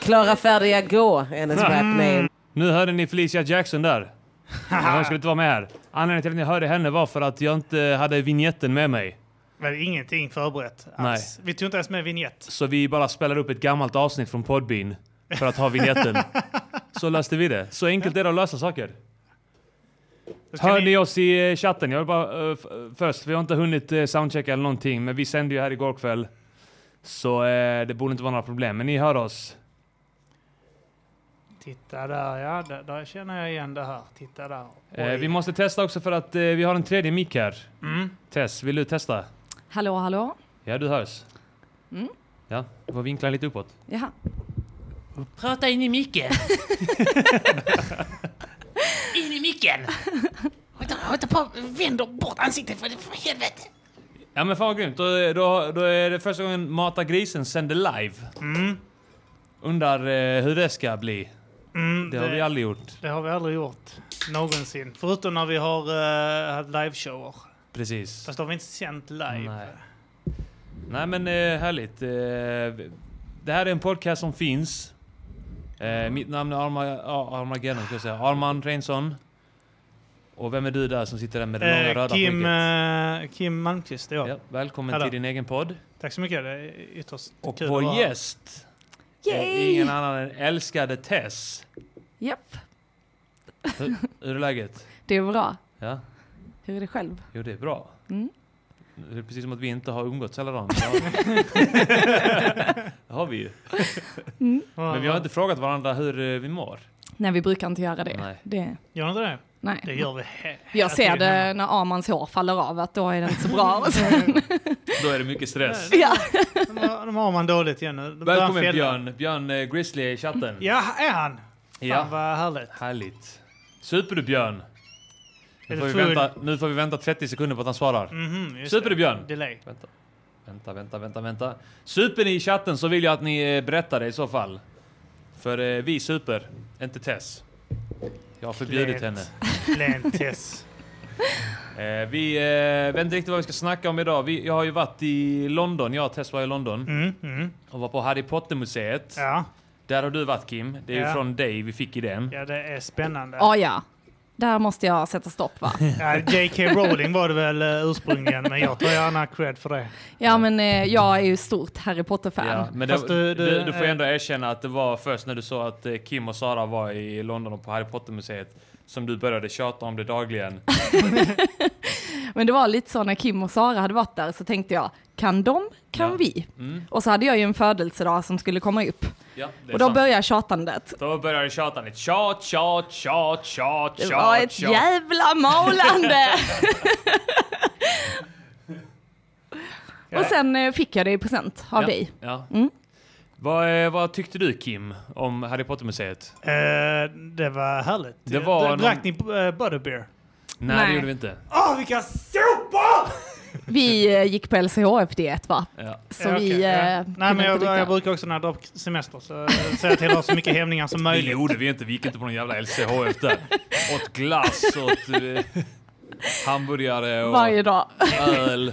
Klara, färdiga, gå, är hennes rap name. Mm. Nu hörde ni Felicia Jackson där. Men Hon skulle inte vara med här. Anledningen till att ni hörde henne var för att jag inte hade vignetten med mig. Men ingenting förberett alls. Vi tog inte ens med vignett. Så vi bara spelade upp ett gammalt avsnitt från Podbean för att ha vignetten. Så löste vi det. Så enkelt är det att lösa saker. Då ska Hör ni oss i eh, chatten? Jag vill bara eh, f- först, vi har inte hunnit eh, soundchecka eller någonting, men vi sände ju här igår kväll. Så eh, det borde inte vara några problem, men ni hör oss. Titta där, ja. Där, där känner jag igen det här. Titta där. Eh, Oj. vi måste testa också för att eh, vi har en tredje mick här. Mm. Tess, vill du testa? Hallå, hallå? Ja, du hörs. Mm. Ja, du får vinkla lite uppåt. Jaha. Prata in i micken. in i micken. Håll inte- Håll inte på vänder bort ansiktet för, för helvete. Ja men fan vad grymt. Då, då, då är det första gången Mata Grisen sänder live. Mm. Undrar eh, hur det ska bli. Mm. Det har vi aldrig gjort. det har vi aldrig gjort. Någonsin. Förutom när vi har eh, haft liveshower. Precis. Fast då har vi inte sänt live. Eh, Nej. Nej men eh, härligt. Eh, det här är en podcast som finns. Eh, mitt namn är Arma, ja, Armageddon ska jag säga. Arman Reinsson. Och vem är du där som sitter där med det långa Eh, röda Kim, skägget? eh, Kim Malmqvist, det är jag. Ja, välkommen Hallå. till din egen podd. Tack så mycket. Det är ytterst Och kul vår att vara här. gäst är ingen annan än älskade Tess. Japp, Hur, hur är läget? det är bra. Ja, Hur är det själv? jo det är bra. Mm. Det är precis som att vi inte har umgåtts hela dagen. Ja. det har vi ju. Men vi har inte frågat varandra hur eh, vi mår. Nej, vi brukar inte göra det. Nej. Det, Gör ni inte det? nej. Det gör vi. he- hela Jag ser tiden det hemma. när Amans hår faller av, att då är det inte så bra. Då är det mycket stress. ja. De har, de har man dåligt igen nu. De börjar Välkommen fälla. Björn, Björn eh, Grizzly i chatten. Ja, är han? Fan Ja, vad härligt. Härligt. Super du Björn? Nu Är du får, vi full? vänta, nu får vi vänta 30 sekunder på att han svarar. Mhm, just Super det. du Björn? Delay. Vänta, vänta, vänta, vänta, vänta. Super ni i chatten så vill jag att ni eh, berättar det i så fall. För eh, vi super, inte Tess. Jag har förbjudit Klent. henne. Lent Tess. Eh, vi eh, vet inte riktigt vad vi ska snacka om idag. Vi, jag har ju varit i London, jag och Tess var i London Mm, mm. och var på Harry Potter-museet. Ja. Där har du varit Kim. Det är ju Ja. från dig vi fick idén. ja, det är spännande. Ja, Ah, ja. Där måste jag sätta stopp va? Ja, J.K. Rowling var det väl eh, ursprungligen, men jag tar gärna cred för det. Ja, men eh, jag är ju stort Harry Potter-fan. Ja, men det, Fast du, du- du- du, får eh, ändå erkänna att det var först när du såg att eh, Kim och Sara var i London och på Harry Potter-museet som du började tjata om det dagligen. Men det var lite så när Kim och Sara hade varit där så tänkte jag, kan de, kan Ja. vi? Mm. Och så hade jag ju en födelsedag som skulle komma upp. Ja, det är Och då sant. började tjatandet. då började tjatandet. Tjat, tjat, tjat, tjat, Det var tjat, ett tjat. jävla målande! och sen eh, fick jag det i present av Ja, dig. Ja. Mm. Vad, eh, vad tyckte du Kim om Harry Potter-museet? Eh, det var härligt. Det var Eh, Drack någon- ni eh, Butterbeer? Nej, Nej. det gjorde vi inte. Åh, vilka sopor! Vi eh, gick på LCHF-diet va? Ja. Så Ja, vi okej, ja. eh, Nej, men kunde jag, inte jag dricka. brukar också när jag drar på semester så eh, säga till er så mycket hämningar som Det möjligt. gjorde vi inte. Vi gick inte på någon jävla LCHF där. Åt glass, åt eh, hamburgare och Varje dag. öl.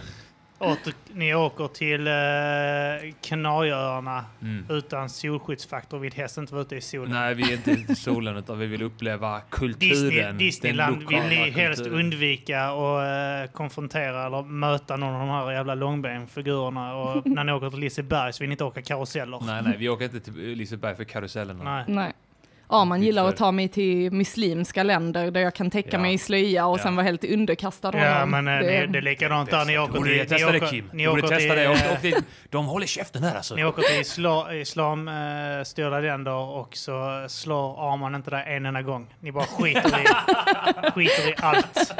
Åter, ni åker till eh, Kanarieöarna utan solskyddsfaktor. Vill helst inte vara ute i solen. Mm. Nej, vi är inte ute i solen utan vi vill uppleva kulturen. Disney, den Disneyland vill lokala ni helst kulturen. undvika och eh, konfrontera eller möta någon av de här jävla långbenfigurerna. Och när ni åker till Liseberg så vill ni inte åka karuseller. Nej, nej, vi åker inte till Liseberg för karusellerna. Nej. Nej. Ja, man Mitt gillar för- att ta mig till muslimska länder där jag kan täcka Ja. mig i slöja och sen Ja. vara helt underkastad Ja, honom. men eh, det, det är likadant där. Ni åker Borde jag till... testa ni det åker- Kim? Ni Borde åker testa det. Och, och till... eh, det. De håller käften här alltså. Ni åker till isla, islamstyrda länder och så slår Arman inte där en enda gång. Ni bara skiter i, skiter i allt.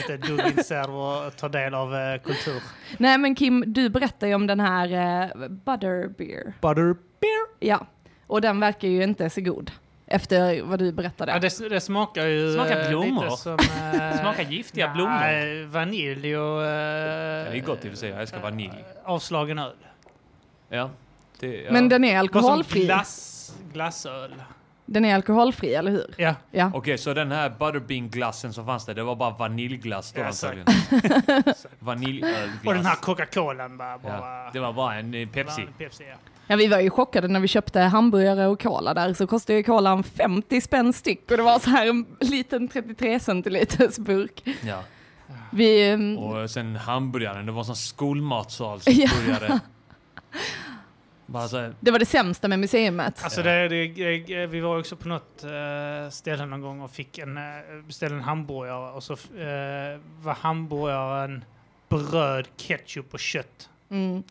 Inte ett dugg intresserad av att ta del av eh, kultur. Nej, men Kim, du berättar ju om den här eh, Butterbeer. Butterbeer. Ja, och den verkar ju inte så god. Efter vad du berättade. Ja, det, det smakar ju... Smakar eh, blommor. lite som, eh, Smakar giftiga nej, blommor. Vanilj och... Det är gott i och för sig, jag älskar vanilj. Eh, Avslagen öl. Ja. Det, ja. Men den är Vad som alkoholfri. glass, glassöl. Den är alkoholfri, eller hur? Ja. Ja. Okej, så den här butterbean-glassen som fanns där, det var bara vaniljglass då Ja, antagligen? Vaniljölglass. Och den här Coca-Colan bara... bara ja. Det var bara en eh, Pepsi. bara Pepsi ja. Ja, vi var ju chockade när vi köpte hamburgare och cola där, så kostade ju kolan 50 spänn styck och det var så här en liten 33 centiliters burk. Ja. Vi, ehm, Och sen hamburgaren, det var en sån skolmatsal som Ja. började... Bara så här, det var det sämsta med museet. Alltså det, det, det, vi var också på något eh, ställe någon gång och fick en, eh, beställde en hamburgare och så eh, var hamburgaren bröd, ketchup och kött. Mm. Det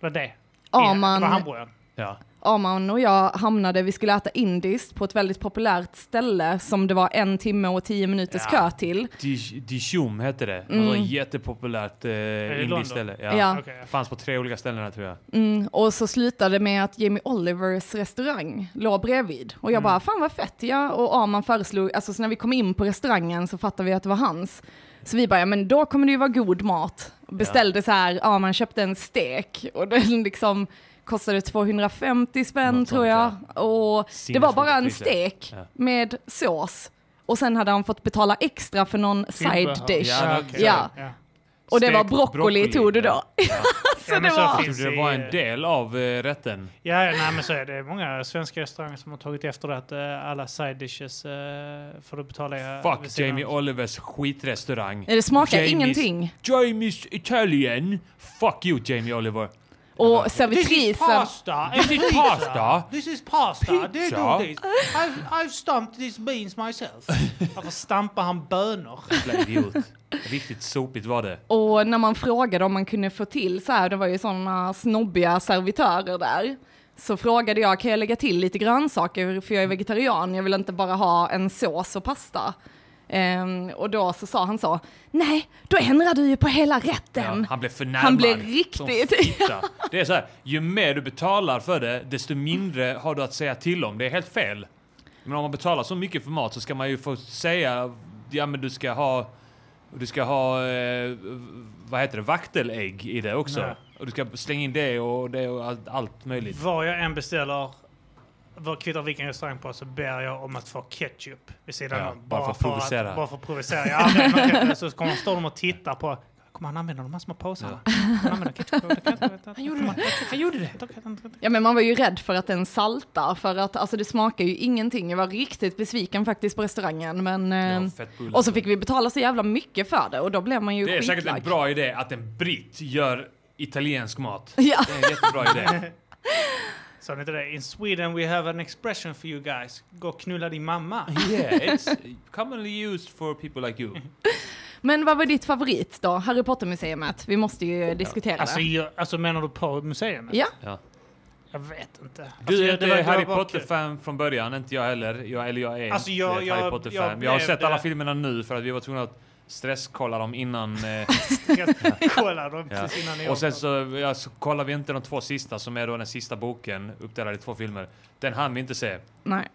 var det. Det var Arman, hamburgaren. ja. Arman och jag hamnade, vi skulle äta indiskt på ett väldigt populärt ställe som det var en timme och tio minuters Ja. kö till. Dij- Dijon hette det. Det var Mm. ett jättepopulärt eh, London? indiskt ställe. Ja. Ja. Okej, ja. Det fanns på tre olika ställen här tror jag. Mm, och så slutade det med att Jamie Olivers restaurang låg bredvid. Och jag Mm. bara, fan vad fett ja. Och Arman föreslog, alltså så när vi kom in på restaurangen så fattade vi att det var hans. Så vi bara, ja men då kommer det ju vara god mat. Beställde så här, Arman köpte en stek och den liksom kostade 250 spänn Något tror jag. sånt, Och det Sinnessjuka var bara en priser. stek Ja. med sås. Och sen hade han fått betala extra för någon side Tillbehör. dish. Ja, det var- okej. ja. ja. Och det var Stekt broccoli, tog du då. Ja. Ja. Så Ja, det men så var... Jag finns trodde det i- var en del av eh, rätten. Ja, ja, nej, men så är det. många svenska restauranger som har tagit efter det att eh, alla side dishes eh, får du betala eh, vid Fuck sidan Jamie om. Olivers skitrestaurang. Det smakar Jamie's- ingenting. Jamie's Italian. Fuck you Jamie Oliver. Och This is servitrisen... pasta! This is pasta. This is pasta! They Pizza. do this! I've, I've stamped these beans myself. Varför stampar han bönor? Jävla idiot. Riktigt sopigt var det. Och när man frågade om man kunde få till så här, det var ju sådana snobbiga servitörer där. Så frågade jag, kan jag lägga till lite grönsaker för jag är vegetarian, jag vill inte bara ha en sås och pasta. Ehm, och då så sa han så, nej, då ändrar du ju på hela rätten. Ja, han blev förnärmad. Han blev som riktigt- fitta. Det är så här, ju mer du betalar för det, desto mindre har du att säga till om. Det är helt fel. Men om man betalar så mycket för mat så ska man ju få säga, ja men du ska ha, du ska ha, eh, vad heter det, vaktelägg i det också. Nej. Och du ska slänga in det och det och allt, allt möjligt. Vad jag än beställer, vad kvittar vilken restaurang på, så ber jag om att få ketchup vid sidan Ja, om. bara för att provocera. Att, bara för att provocera. Ja, men, man kan- så kommer står de och tittar på. Kommer han använda de här små påsarna? Kommer Han använder ketchup. Det kan jag inte veta. Han gjorde det. Han gjorde det. Det kan jag inte veta. Ja men man var ju rädd för att den saltar för att alltså det smakar ju ingenting. Jag var riktigt besviken faktiskt på restaurangen men... ehm, Ja, fett bullar. och så fick vi betala så jävla mycket för det och då blev man ju det är säkert en skitlack. bra idé att en britt gör italiensk mat. Ja. Det är en jättebra idé. Sa ni inte det? In Sweden we have an expression for you guys. Gå och knulla din mamma. Yeah, it's commonly used for people like you. Alltså, Men vad var ditt favorit då? Harry Potter-museet? Vi måste ju diskutera Alltså, det. jag, alltså menar du på museet? Ja, Ja. Jag vet inte. Du är Alltså, jag- inte det var- det Harry var bara kul. Potter-fan från början, inte jag heller. Jag, eller jag är Alltså, inte jag- ett jag- Harry jag Potter-fan. Jag, har blev sett alla det. filmerna nu för att vi var tvungna att stresskolla dem innan. Eh, Jag kollade dem ja. precis innan ni Och sen åkte. så, ja, så kollar vi inte de två sista som är då den sista boken uppdelad i två filmer. Den hann vi inte se. nej.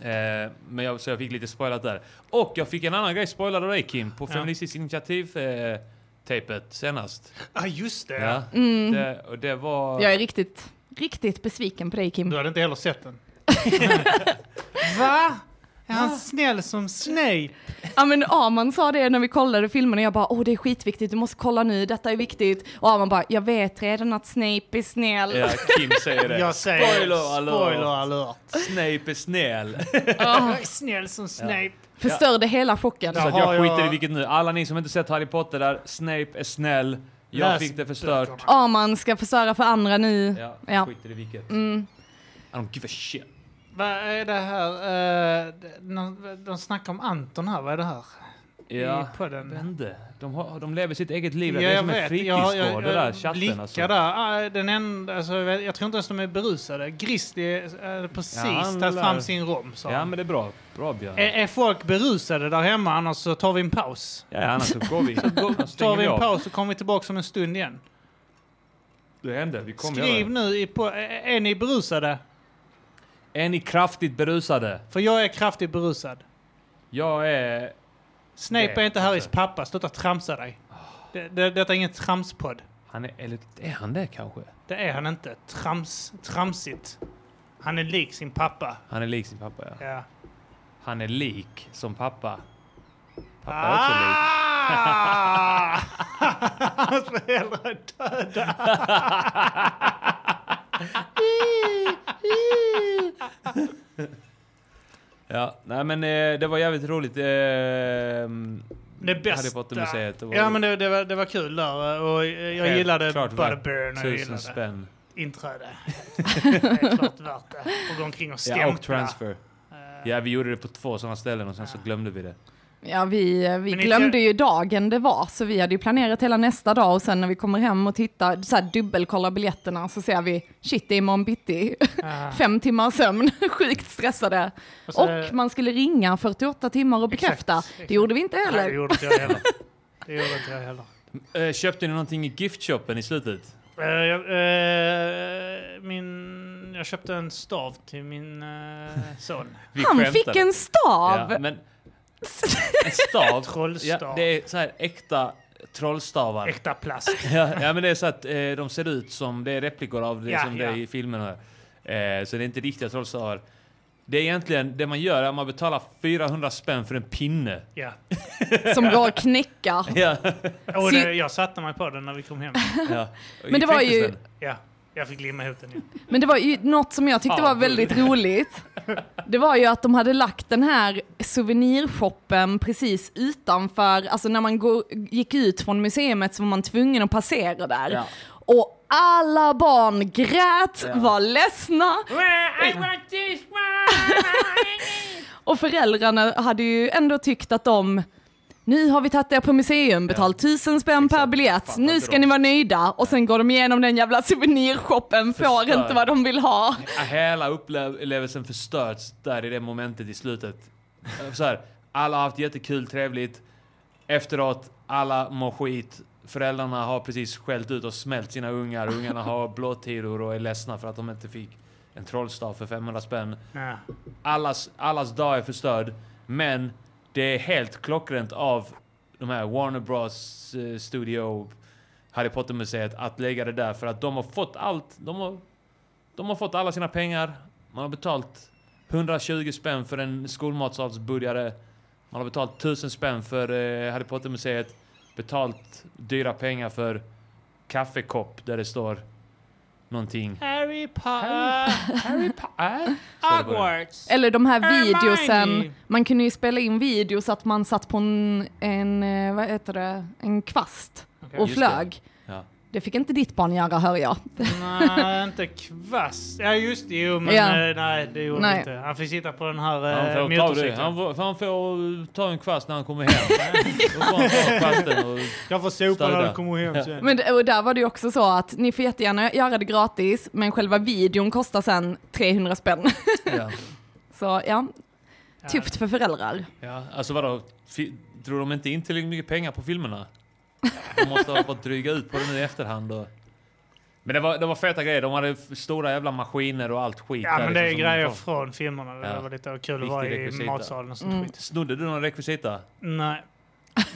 Eh, men jag, så jag fick lite spoilat där. Och jag fick en annan grej spoilad av dig Kim på Ja. Feministiskt initiativ-tejpet eh, tejpet senast. Ah, just det. Ja. Ja. Det, och det var... Mm. Jag är riktigt, riktigt besviken på dig Kim. Du hade inte heller sett den. Va? Är han snäll som Snape? Ja men Arman sa det när vi kollade filmen och jag bara åh det är skitviktigt, du måste kolla nu, detta är viktigt. Och Arman bara jag vet redan att Snape är snäll. Ja, Kim säger det. Jag säger spoiler alert! spoiler alert. Snape är snäll! Jag är snäll som Snape. Förstörde hela chocken. Så att Jaha, jag skiter i jag- vilket nu. Alla ni som inte sett Harry Potter där, Snape är snäll. Jag Läs fick det förstört. böckerna. Arman ska förstöra för andra nu. Ja. Ja, Mm. jag skiter i vilket. I don't give a shit. Vad är det här? eh, De, de snackar om Anton här. Vad är det här? Ja, I podden. vände. De, har, de lever sitt eget liv. Ja, det är jag som en vet. Jag, jag, fritidsgård, det där jag chatten blickar alltså. där. Ah, Den enda, alltså, jag vet- jag tror inte ens de är berusade. Grizzly hade precis Ja, han tagit lär- fram sin rom, sa Ja, han. men det är bra. Bra Björn. Är, är folk berusade där hemma? Annars så tar vi en paus. Ja, annars så går vi. Så Tar vi en paus så kommer vi tillbaka om en stund igen. Det hände. Vi kommer Skriv göra det. nu, i på, är är ni berusade? Är ni kraftigt berusade? För jag är kraftigt berusad. Jag är... Snape Det, alltså. är inte Harrys pappa, sluta tramsa dig. Det, det, detta är ingen tramspodd. Han är... Eller är han det kanske? Det är han inte. Trams, tramsigt. Han är lik sin pappa. Han är lik sin pappa, ja. Ja. Han är lik som pappa. Pappa är också lik. Ah! Hans föräldrar är döda. Ah! Ja, nej men eh, det var jävligt roligt. Eh, Det bästa. Harry Potter-museet, det var- ja, men det, det, var, det var kul där. Och jag, jag Helt gillade klart värt Butterburn och jag tusen gillade spänn. inträde. det är klart värt det. Och gå omkring och stämpla. Eh. Ja, och transfer. Ja, vi gjorde det på två sådana ställen och sen så glömde vi det. Ja, vi, eh, vi Men ni glömde kör- ju dagen det var, så vi hade ju planerat hela nästa dag och sen när vi kommer hem och tittar, så här dubbelkollar biljetterna så ser vi, shit det är imorgon bitti, Ah. fem timmar sömn, sjukt stressade. Och Och, så är- man skulle ringa 48 timmar och Exakt, bekräfta. exakt. Det gjorde vi inte Nej, det heller. gjorde inte jag heller. Det gjorde inte jag heller. Eh, köpte ni någonting i giftshoppen i slutet? Eh, jag, eh, min, jag köpte en stav till min eh, son. Vi Han skämtade. fick en stav! Ja, men en stav. Trollstav. Ja, det är så här äkta trollstavar. Äkta plast. Ja, ja, men det är så att eh, de ser ut som, det är replikor av det Ja, som det ja. är i filmerna. Eh, så det är inte riktiga trollstavar. Det är egentligen, det man gör är att man betalar 400 spänn för en pinne. Ja. Som går att knäcka. Ja. Och Så- det, jag satte mig på den när vi kom hem. ja. Men det var Kräktes ju- den? Ja, jag fick limma ihop den. igen. Men det var ju något som jag tyckte Fan, var väldigt roligt. Det var ju att de hade lagt den här souvenirshoppen precis utanför, alltså när man går, gick ut från museet så var man tvungen att passera där. Ja. Och alla barn grät, Ja. var ledsna och föräldrarna hade ju ändå tyckt att de nu har vi tagit er på museum, betalt tusen spänn per biljett, Fan, nu vad ska bra. ni vara nöjda. Och sen går de igenom den jävla souvenirshoppen, får Förstör. inte vad de vill ha. Ja, Hela upplevelsen förstörs där i det momentet i slutet. Eh, Så här, alla har haft jättekul, trevligt. Efteråt, alla mår skit. Föräldrarna har precis skällt ut och smält sina ungar. Ungarna har blåtiror och är ledsna för att de inte fick en trollstav för 500 spänn. Ja. Allas, allas dag är förstörd. Men det är helt klockrent av de här Warner Bros eh, Studio, Harry Potter-museet att lägga det där för att de har fått allt. De har, de har fått alla sina pengar. Man har betalt 120 spänn för en skolmatsalsburgare. Man har betalt 1000 spänn för eh, Harry Potter-museet. Betalt dyra pengar för kaffekopp där det står någonting. Harry Potter. Harry Potter? Äh? Hogwarts. Eller de här Hermione. videosen. Man kunde ju spela in videos att man satt på en, en eh, vad heter det, en kvast och Just flög. det. Ja. Det fick inte ditt barn göra hör jag. Nej, inte kvast. Ja, just det. Jo, men Ja. eh, nej, det gjorde Nej. han inte. Han fick sitta på den här eh, Han får, ta det. motorcykeln. Han, får, han får ta en kvast när han kommer hem. Då får han ta kvasten och... Jag får sopa när Stöda. du kommer hem sen. Men, d- och där var det ju också så att ni får jättegärna göra det gratis, men själva videon kostar sen 300 spänn. Ja. Så ja, Ja. tufft för föräldrar. Ja, alltså vadå? Fi- Drog de inte in tillräckligt mycket pengar på filmerna? De måste ha fått dryga ut på det nu i efterhand. Och... Men det var, det var feta grejer. De hade f- stora jävla maskiner och allt skit. Ja, där men det är liksom som de grejer får. från filmerna. Det Ja. var lite kul att Riktig vara i rekvisita. matsalen och sånt Mm. skit. Snodde du någon rekvisita? Nej.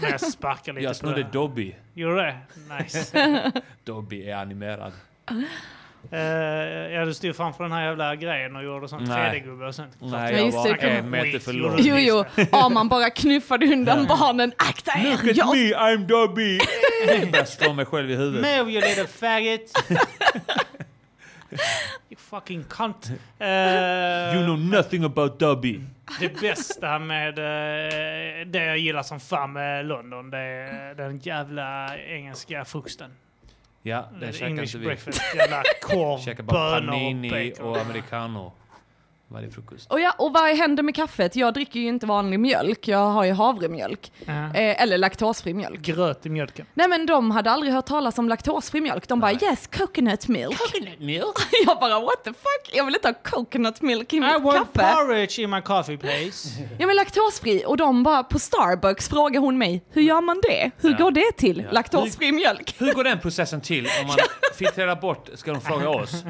Men jag sparkar lite Jag på snodde det. Dobby. Gjorde det? Nice. Dobby är animerad. Eh, ja, du stod framför den här jävla grejen och gjorde sån Nej. 3D-gubbe och sånt. Nej, Ja, jag just det, var kom- en meter för Skit, lång. gjorde Jo, jo, ja, man bara knuffade undan barnen. Akta er! Look at Jag... me, I'm Dobby! Jag började slå mig själv i huvudet. Move you little faggot! you fucking cunt! Eh, You know nothing about Dobby. Det bästa med eh, det jag gillar som fan med London, det är den jävla engelska frukosten. Ja, Den den käkar Mm, English inte vi. breakfast. Jävla korv, Käkar bara bönor och panini bacon. och americano. Varje frukost. Och, ja, och vad händer med kaffet? Jag dricker ju inte vanlig mjölk, jag har ju havremjölk. Ja. Eh, eller laktosfri mjölk. Gröt i mjölken. Nej men de hade aldrig hört talas om laktosfri mjölk. De bara yes, coconut milk. jag bara what the fuck? Jag vill inte ha coconut milk i I mitt want kaffe. porridge in my coffee please. Jag vill laktosfri och de bara på Starbucks frågar hon mig hur gör man det? Hur Ja. går det till? Ja. Laktosfri mjölk. Hur går den processen till om man filtrerar bort, ska de fråga oss,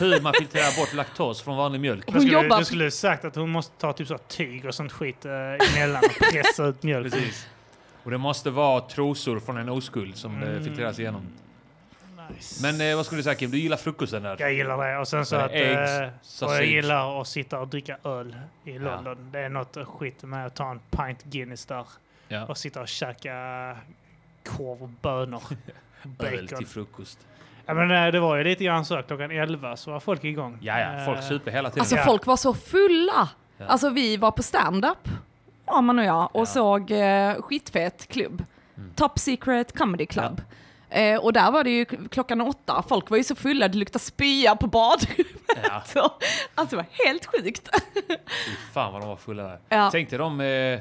hur man filtrerar bort laktos från vanlig mjölk? Hon skulle, jobba- du skulle sagt att hon måste ta typ så här tyg och sånt skit eh, emellan och pressa ut mjölk. Precis. Och det måste vara trosor från en oskuld som det filtreras igenom. Mm. Nice. Men eh, vad skulle du säga Kim? Du gillar frukosten där? Jag gillar det. Och sen så Eh, att... eggs, eh, och jag sausage. gillar att sitta och dricka öl i London. Det är något skit med att ta en pint Guinness där Ja. och sitta och käka korv och bönor. Öl till Bacon. frukost. Ja, men eh, det var ju lite grann så. Klockan 11 så var folk igång. Ja, ja. Folk Eh, super hela tiden. Alltså Ja. folk var så fulla. Ja. Alltså vi var på stand-up, Arman och jag, och Ja. Mm. såg eh, skitfet klubb. Top Secret Comedy Club. Eh, och där var det ju k- klockan åtta, folk var ju så fulla det luktade spya på badrummet. Ja. Så, alltså det var helt sjukt. Fy fan vad de var fulla där. Ja. Tänk dig de, eh,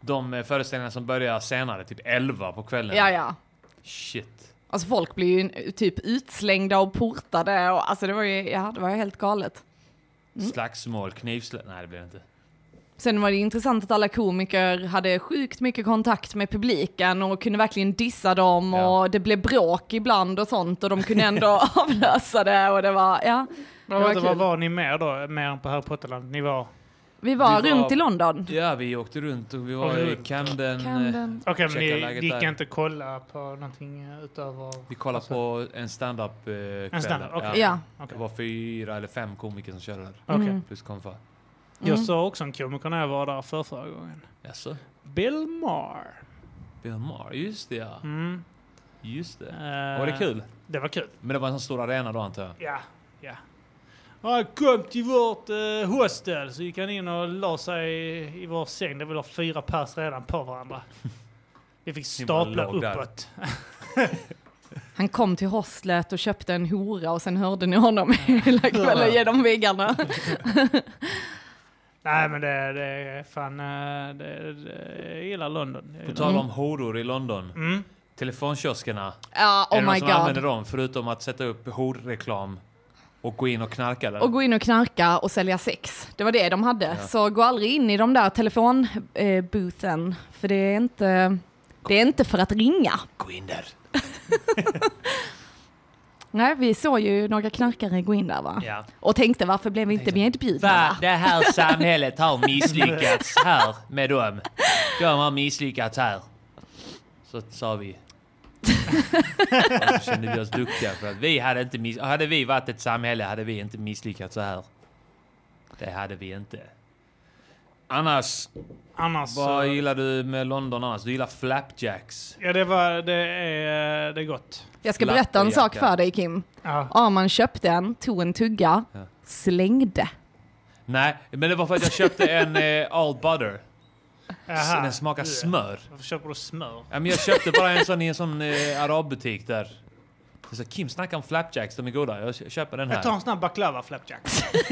de eh, föreställningar som börjar senare, typ 11 på kvällen. Ja, ja. Shit. Alltså folk blev ju eh, typ utslängda och portade och alltså det var ju, ja det var ju helt galet. Mm. Slagsmål, knivslag. Nej, det blir det inte. Sen var det intressant att alla komiker hade sjukt mycket kontakt med publiken och kunde verkligen dissa dem Ja. och det blev bråk ibland och sånt och de kunde ändå avlösa det och det var, ja. Men Det var vänta, var kul. var ni mer då? Mer än på Harry Potterland? Ni var... Vi var, Vi var- runt i London. Ja, vi åkte runt och vi var Oj, i oj. Camden. eh, Camden. Okej, Checka men ni läget gick där. inte kolla på någonting eh, utöver... Vi kollade på en stand-up eh, kväll. En stand-up, okej. Ja. Det var fyra eller fem komiker som körde där. Okej. Mm. Plus konfa. Jag såg också en komiker när jag var där för förra gången. Jaså? Bill Maher. Bill Maher, just det ja. Mm. Just det. eh, Var det kul? Det var kul. Men det var en sån stor arena då antar jag? Ja, ja. Han kom till vårt eh, hostel så gick han in och la sig i, i vår säng. Det var fyra pers redan på varandra. Vi fick Ni bara stapla låg där. uppåt. Han kom till hostlet och köpte en hora och sen hörde ni honom hela kvällen genom väggarna. Nej men det, det är fan, eh, det, det, jag gillar London. Jag På gillar- tal Mm. om horor i London. Mm. Telefonkioskerna. Ja, är det oh någon my som använder god. dem förutom att sätta upp horreklam och gå in och knarka där? Och gå in och knarka och sälja sex. Det var det de hade. Så gå aldrig in i de där telefonboothen. För det är inte, det är inte för att ringa. Gå in där! Nej, vi såg ju några knarkare gå in där va? Ja. Och tänkte varför blev vi inte medbjudna? Va? Va? Det här samhället har misslyckats här med dem. De har misslyckats här. Så sa vi. Och så kände vi oss duktiga för att vi hade inte miss- Hade vi varit ett samhälle hade vi inte misslyckats så här. Det hade vi inte. Annars, Annars vad så- gillar du med London annars? Du gillar flapjacks. Ja det var, det är, Eh, det är gott. Jag ska berätta en sak för dig Kim. Ja. Arman köpte en, tog en tugga, Ja. slängde. Nej, men det var för att jag köpte en eh, all butter. S- Aha. Den smakar Ja. smör. Varför köper du smör? Ja, men jag köpte bara en sån i en sån eh, arabbutik där. Jag sa, Kim snackar om flapjacks, de är goda. Jag kö- köper den Jag tar här. en sån här baklava flapjack.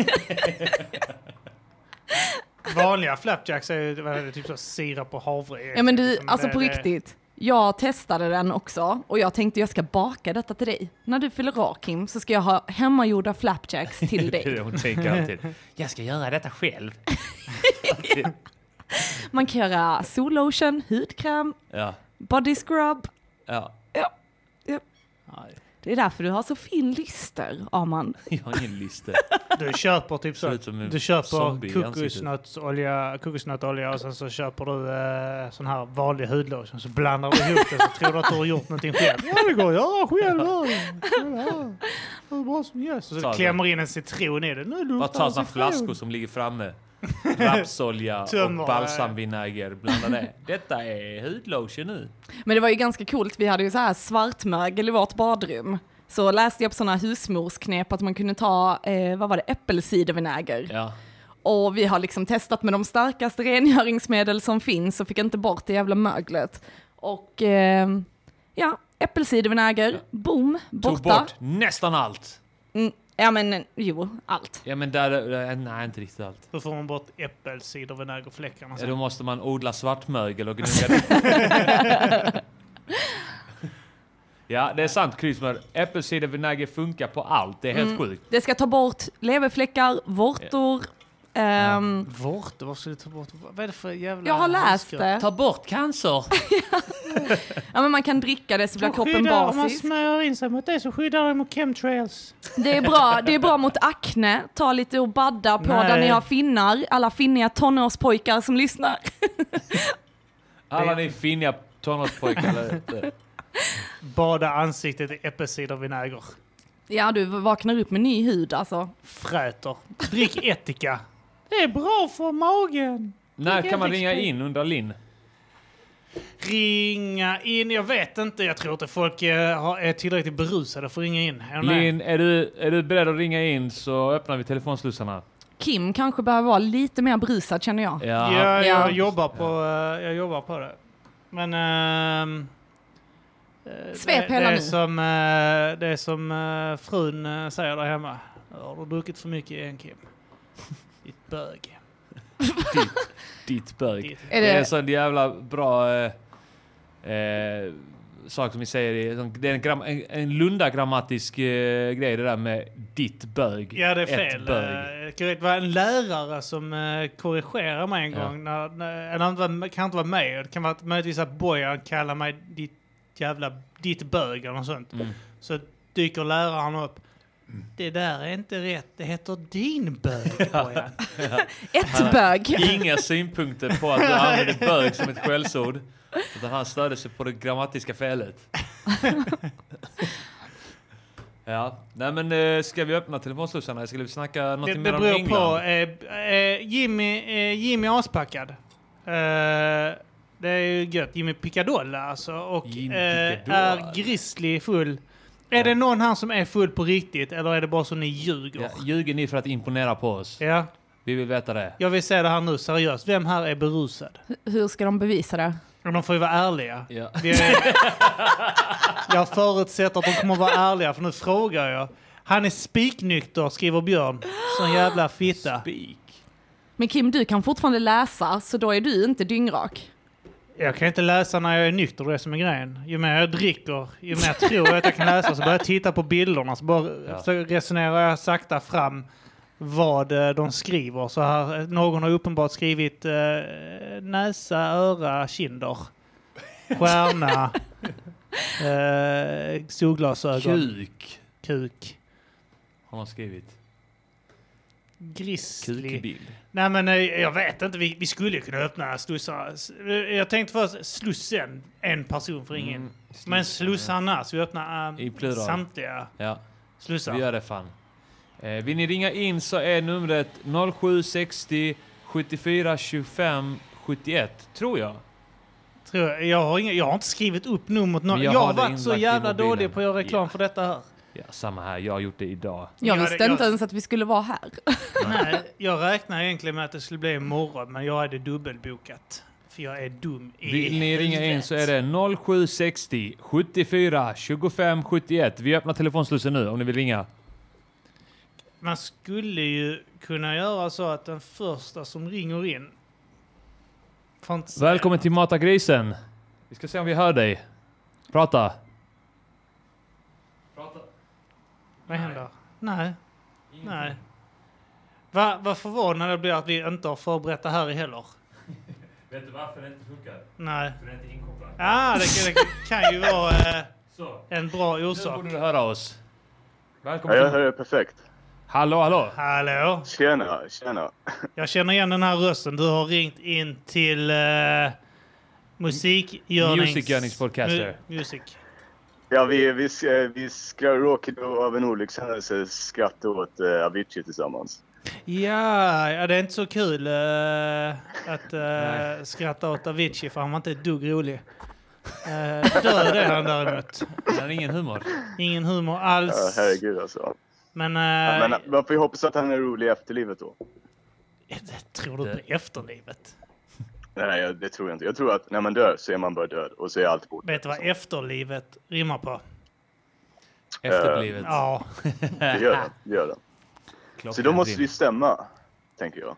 Vanliga flapjacks är ju vad är det, typ så sirap och havre. Ja men du, Liksom, alltså det- på det- riktigt. Jag testade den också och jag tänkte jag ska baka detta till dig. När du fyller år Kim så ska jag ha hemmagjorda flapjacks till Det är det dig. Hon tänker alltid. Jag ska göra detta själv. Man kan göra sollotion, hudkräm, Ja, body scrub. ja. Det är därför du har så fin lyster, Arman. Jag har ingen lista. Du köper typ Ser så. ut som en Du zombie köper i ansiktet. kokosnötsolja, kokosnötolja och sen så köper du eh, sån här vanlig hudlotion. Så blandar du ihop det så tror du att du har gjort någonting själv. Ja det går att göra själv. Ja. Det är bra som helst. Och Ta så det. klämmer in en citron i det. Nu luktar Bara ta det såna citron. flaskor som ligger framme. Rapsolja och Tömmer. balsamvinäger. Blanda det. Detta är hudlotion nu. Men det var ju ganska coolt, vi hade ju så här svartmögel i vårt badrum. Så läste jag på sådana husmorsknep att man kunde ta, eh, vad var det, äppelcidervinäger. Ja. Och vi har liksom testat med de starkaste rengöringsmedel som finns och fick inte bort det jävla möglet. Och eh, ja, äppelcidervinäger, boom, Tog borta. bort nästan allt. Mm, ja men jo, allt. Ja men där, där, eh, nej inte riktigt allt. Då får man bort äppelcidervinägerfläckarna. Ja, sen. Då måste man odla svartmögel och gnugga det. Ja, det är sant Kryssmör. Mm. Mm. Äppelcidervinäger funkar på allt. Det är helt sjukt. Det ska ta bort leverfläckar, vårtor, Ehm, Vårt? Varför ska du ta bort? Vad är det för jävla... jag har läst handskar? det. Ta bort cancer. Ja, men man kan dricka det så blir De kroppen skyddar, om man basisk. smörjer in sig mot det så skyddar det mot chemtrails. Det är bra, det är bra mot akne. Ta lite och badda på Nej. där ni har finnar. Alla finniga tonårspojkar som lyssnar. Alla ni finniga tonårspojkar där ute. Bada ansiktet i äppelcidervinäger. Ja, du vaknar upp med ny hud alltså. Fräter. Drick ättika. Det är bra för magen. När Vilken kan man ringa expert. in under Linn? Ringa in. Jag vet inte. Jag tror inte folk eh, har- är tillräckligt berusade för att ringa in. Är de det? Linn, är du, är du beredd att ringa in så öppnar vi telefonslussarna. Kim kanske behöver vara lite mer brusad känner jag. Ja. Ja, Ja. jag jobbar på, eh, jag jobbar på det. Men... ehm, eh, Svep det, hela det är nu. som, eh, det är som eh, frun eh, säger där hemma. Nu har du druckit för mycket igen Kim. Ditt bög. Ditt, ditt bög. Ditt. Är Det är det, en sån jävla bra eh, eh, sak som vi säger. i- som- Det är en, gram, en, en lunda-grammatisk eh, grej det där med ditt bög. Ja, det är Ett fel. bög. Eh, korrekt. Det var en lärare som eh, korrigerade mig en Ja. gång. När, när, eller han var, kan inte vara med. Det kan vara att möjligtvis att Bojan kallar mig ditt jävla... Ditt bög eller något sånt. Mm. Så dyker läraren upp. Det där är inte rätt. Det heter din bög, Bojan. ett bög. Inga synpunkter på att du använder bög som ett skällsord. Utan han stödde sig på det grammatiska felet. Ja, nej men eh, ska vi öppna telefonslussarna? Ska vi snacka Det, något det mer om beror England? på. Eh, eh, Jimmy, eh, Jimmy är aspackad. Eh, det är ju gött. Jimmy Picadolla alltså. Och Jimmy eh, Picadolla. är Grizzly full. Är det någon här som är full på riktigt eller är det bara så ni ljuger? Ja, ljuger ni för att imponera på oss? Ja, Vi vill veta det. jag vill säga det här nu seriöst. Vem här är berusad? Hur ska de bevisa det? Och de får ju vara ärliga. Ja. Vi är, jag förutsätter att de kommer vara ärliga för nu frågar jag. Han är spiknykter skriver Björn. Sån jävla fitta. Spik. Men Kim, du kan fortfarande läsa, så då är du inte dyngrak. Jag kan inte läsa när jag är nykter, det är som är grejen. Ju mer jag dricker, ju mer jag tror att jag kan läsa, så börjar jag titta på bilderna, så bara Ja. så resonerar jag sakta fram vad eh, de skriver. Så här, eh, någon har uppenbart skrivit eh, näsa, öra, kinder, stjärna, eh, solglasögon, Kuk. kuk, Har någon skrivit. grizzly. Kukbild. Nej men eh, jag vet inte, vi, vi skulle ju kunna öppna slussar. S- eh, Jag tänkte först slussen, en person får ringa in. Mm. Men slussarna, så vi öppnar eh, I plural. samtliga Ja, slussar. vi gör det fan. Eh, vill ni ringa in så är numret 0760 74 25 71, tror jag. Tror jag, jag, har inga, jag har inte skrivit upp numret. nå- Men jag, jag har har det varit så inlagt i jävla mobilen. dålig på att göra reklam för detta här. Ja, samma här, jag har gjort det idag. Jag Ja, visste det- jag- inte ens att vi skulle vara här. Nej, jag räknar egentligen med att det skulle bli imorgon, men jag hade dubbelbokat. För jag är dum i Vill ni ringa in så är det 0760 74 25 71. Vi öppnar telefonslussen nu om ni vill ringa. Man skulle ju kunna göra så att den första som ringer in... Får inte säga- Välkommen till Mata grisen. Vi ska se om vi hör dig. Prata. Prata. Vad händer? Nej. Nej. Va, vad förvånad jag blir att vi inte har förberett det här heller. Vet du varför det inte funkar? Nej. För det är inte inkopplat. Ja, ah, det, kan- det kan ju vara eh, Så. en bra Nu orsak. borde du höra oss. Ja, Välkommen jag till... hör er perfekt. Hallå, hallå! Hallå? Tjena, tjena. Jag känner igen den här rösten. Du har ringt in till eh, musikgörnings... Musikgörningspodcaster. Mu- music. Ja, vi, vi, eh, vi skra- råkade av en olyckshändelse skratta åt eh, Avicii tillsammans. Ja, ja, det är inte så kul eh, att eh, skratta åt Avicii för han var inte ett dugg rolig. Eh, död är han däremot. Det är ingen humor. Ingen humor Ja, alls. herregud alltså. Men, Ja, eh, Men man får ju hoppas att han är rolig i efterlivet då. det tror du på efterlivet? Nej, jag- det tror jag inte. Jag tror att när man dör så är man bara död och så är allt borta. Vet du vad efterlivet rimmar på? Efterblivet. Ja, Eh, Det gör det. det, gör det. Klockan Så då måste ring. det ju stämma, tänker jag.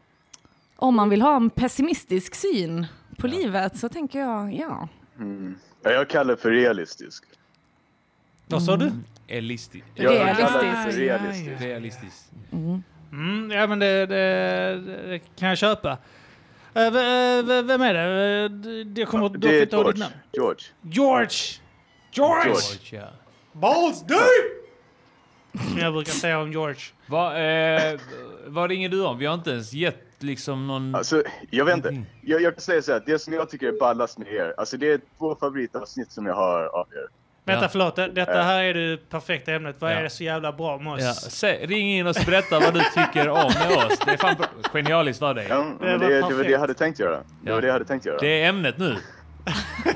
Om man vill ha en pessimistisk syn på livet så tänker jag, ja. Mm. Ja, jag kallar det för realistisk. vad sa du? Elisti- Jag, jag kallar det för Realistisk. realistisk. Realistiskt. Mm, ja, men det, det, det kan jag köpa. Eh, v- v- vem är det? Eh, d- d- Jag kommer dock Det är inte ihåg ditt George. namn. George. George! George! George. Ja. Balls, du! Som Mm. jag brukar säga om George. Va, eh, vad ringer du om? Vi har inte ens gett liksom någon... Alltså, jag vet Mm. inte. Jag, jag kan säga så här, det som jag tycker är ballast med er, alltså det är två favoritavsnitt som jag har av er. Vänta, Ja. förlåt. det- Detta här är det perfekta ämnet. Vad Ja. är det så jävla bra med Ja, oss? sä, ring in och berätta vad du tycker om med oss. Det är fan bra- genialiskt av dig. Ja, men Det det, var det, var det perfekt. jag hade tänkt göra. Det var Ja. det jag hade tänkt göra. Det är ämnet nu.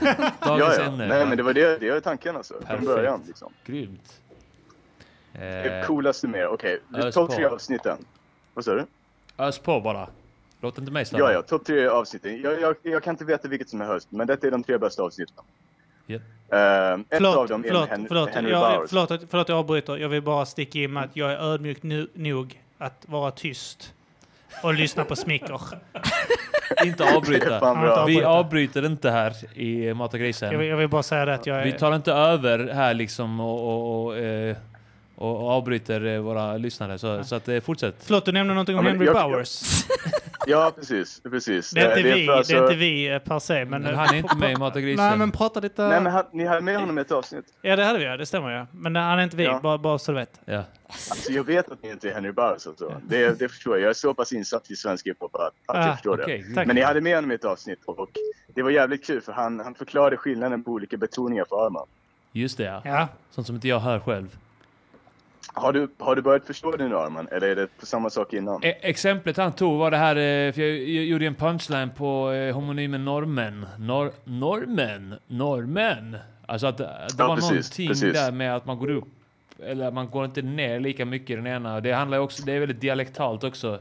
ja, Dagens ja. ämne. Nej, men det var det, det var tanken alltså. Perfekt. Från början liksom. Grymt. Det Eh, coolaste med er, okej. Okay. ös Topp på. tre avsnitten. Vad sa du? ös på bara. Låt inte mig stanna. Ja, ja. Topp tre avsnitten. Jag, jag, jag kan inte veta vilket som är höst, men detta är de tre bästa avsnitten. Japp. Ehm, ett av Förlåt, dem är förlåt, Hen- förlåt, Henry jag, Bowers. förlåt, att- förlåt att jag avbryter. Jag vill bara sticka in med att jag är ödmjuk nu, nog att vara tyst och lyssna på smicker. Inte Det är avbryta. fan bra. Vi avbryter inte här i Mata Jag vill, grisen. jag vill bara säga det att jag är... Vi tar inte över här liksom och, och, och, eh, och och avbryter eh, våra lyssnare. Så, så att eh, fortsätt. Förlåt, du nämnde någonting om Ja, men Henry jag- jag- Bowers. Ja, precis. precis. Det är Eh, inte för vi, det alltså- är inte vi eh, per se, men... Men han är inte med i Mata grisen. Nej, men prata lite... Nej, men han, ni hade med honom i ett avsnitt. Ja, det hade vi, ja, det stämmer ja. Men han är inte vi, Ja. bara, bara så du vet. Ja. Alltså, jag vet att ni inte är Henry Bowers och så. Det, det förstår jag. Jag är så pass insatt i svensk hiphop att, att Ah, jag förstår okej, det. tack. Men ni hade med honom i ett avsnitt och det var jävligt kul för han, han förklarade skillnaden på olika betoningar på Arman. Just det ja. Ja. Sånt som inte jag hör själv. Har du, har du börjat förstå det nu Arman? Eller är det på samma sak innan? E- exemplet han tog var det här, eh, för jag, jag gjorde en punchline på eh, homonymen normen. Nor normen? Normen? Alltså att eh, det Ja, var precis, någonting precis. där med att man går upp, eller att man går inte ner lika mycket i den ena. Det handlar ju också, det är väldigt dialektalt också.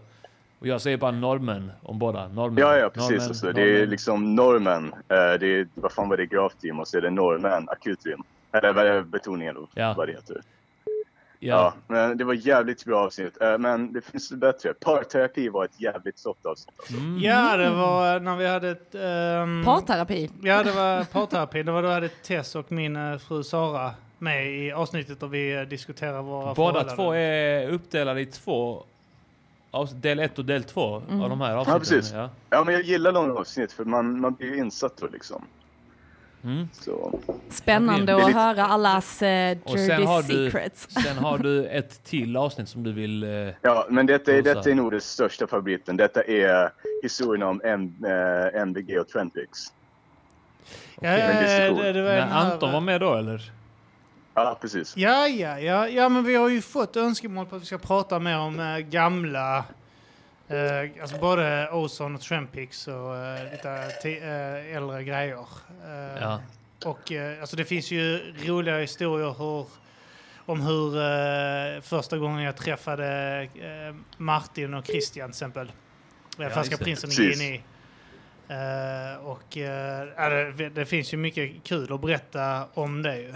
Och jag säger bara normen om båda. Normen, Ja, ja, precis. normen, alltså, det är normen. liksom normen. Eh, det är, vad fan var det? Gravteam och så är det normen, akutrim. Eller vad är det? betoningen då, Ja. vad det heter. Ja, Ja. men det var jävligt bra avsnitt. Eh, men det finns bättre. Parterapi var ett jävligt soft avsnitt. ja, det var när vi hade ett... ehm, Parterapi. Ja, det var parterapi. Det var då hade Tess och min eh, fru Sara med i avsnittet där vi eh, diskuterar våra Båda förhållanden. två är uppdelade i två, avs- del ett och del två av de här Ja, avsnitten. precis. Ja. Ja. men jag gillar långa avsnitt för man, man blir ju insatt då liksom. Mm. Så. Spännande Det är att lite- höra allas eh, Och sen har, dirty du, secrets. sen har du ett till avsnitt som du vill... Eh, Ja, men detta är, Rosa. detta är nog den största favoriten. Detta är historien om M, eh, MBG och Trendpix. Ja, Men ja, det är ja, så det, det var när den här, Anton var med då eller? Ja, precis. Ja, ja, ja, ja, men vi har ju fått önskemål på att vi ska prata mer om eh, gamla, eh, alltså både Ozon och Trampix och eh, lite ti- eh, äldre grejer. Eh, Ja. Och eh, alltså det finns ju roliga historier hur, om hur eh, första gången jag träffade eh, Martin och Christian till exempel. Ja, just Färska det. prinsen i Precis. Guinea. Eh, och eh, ja, det, det finns ju mycket kul att berätta om det ju. Eh,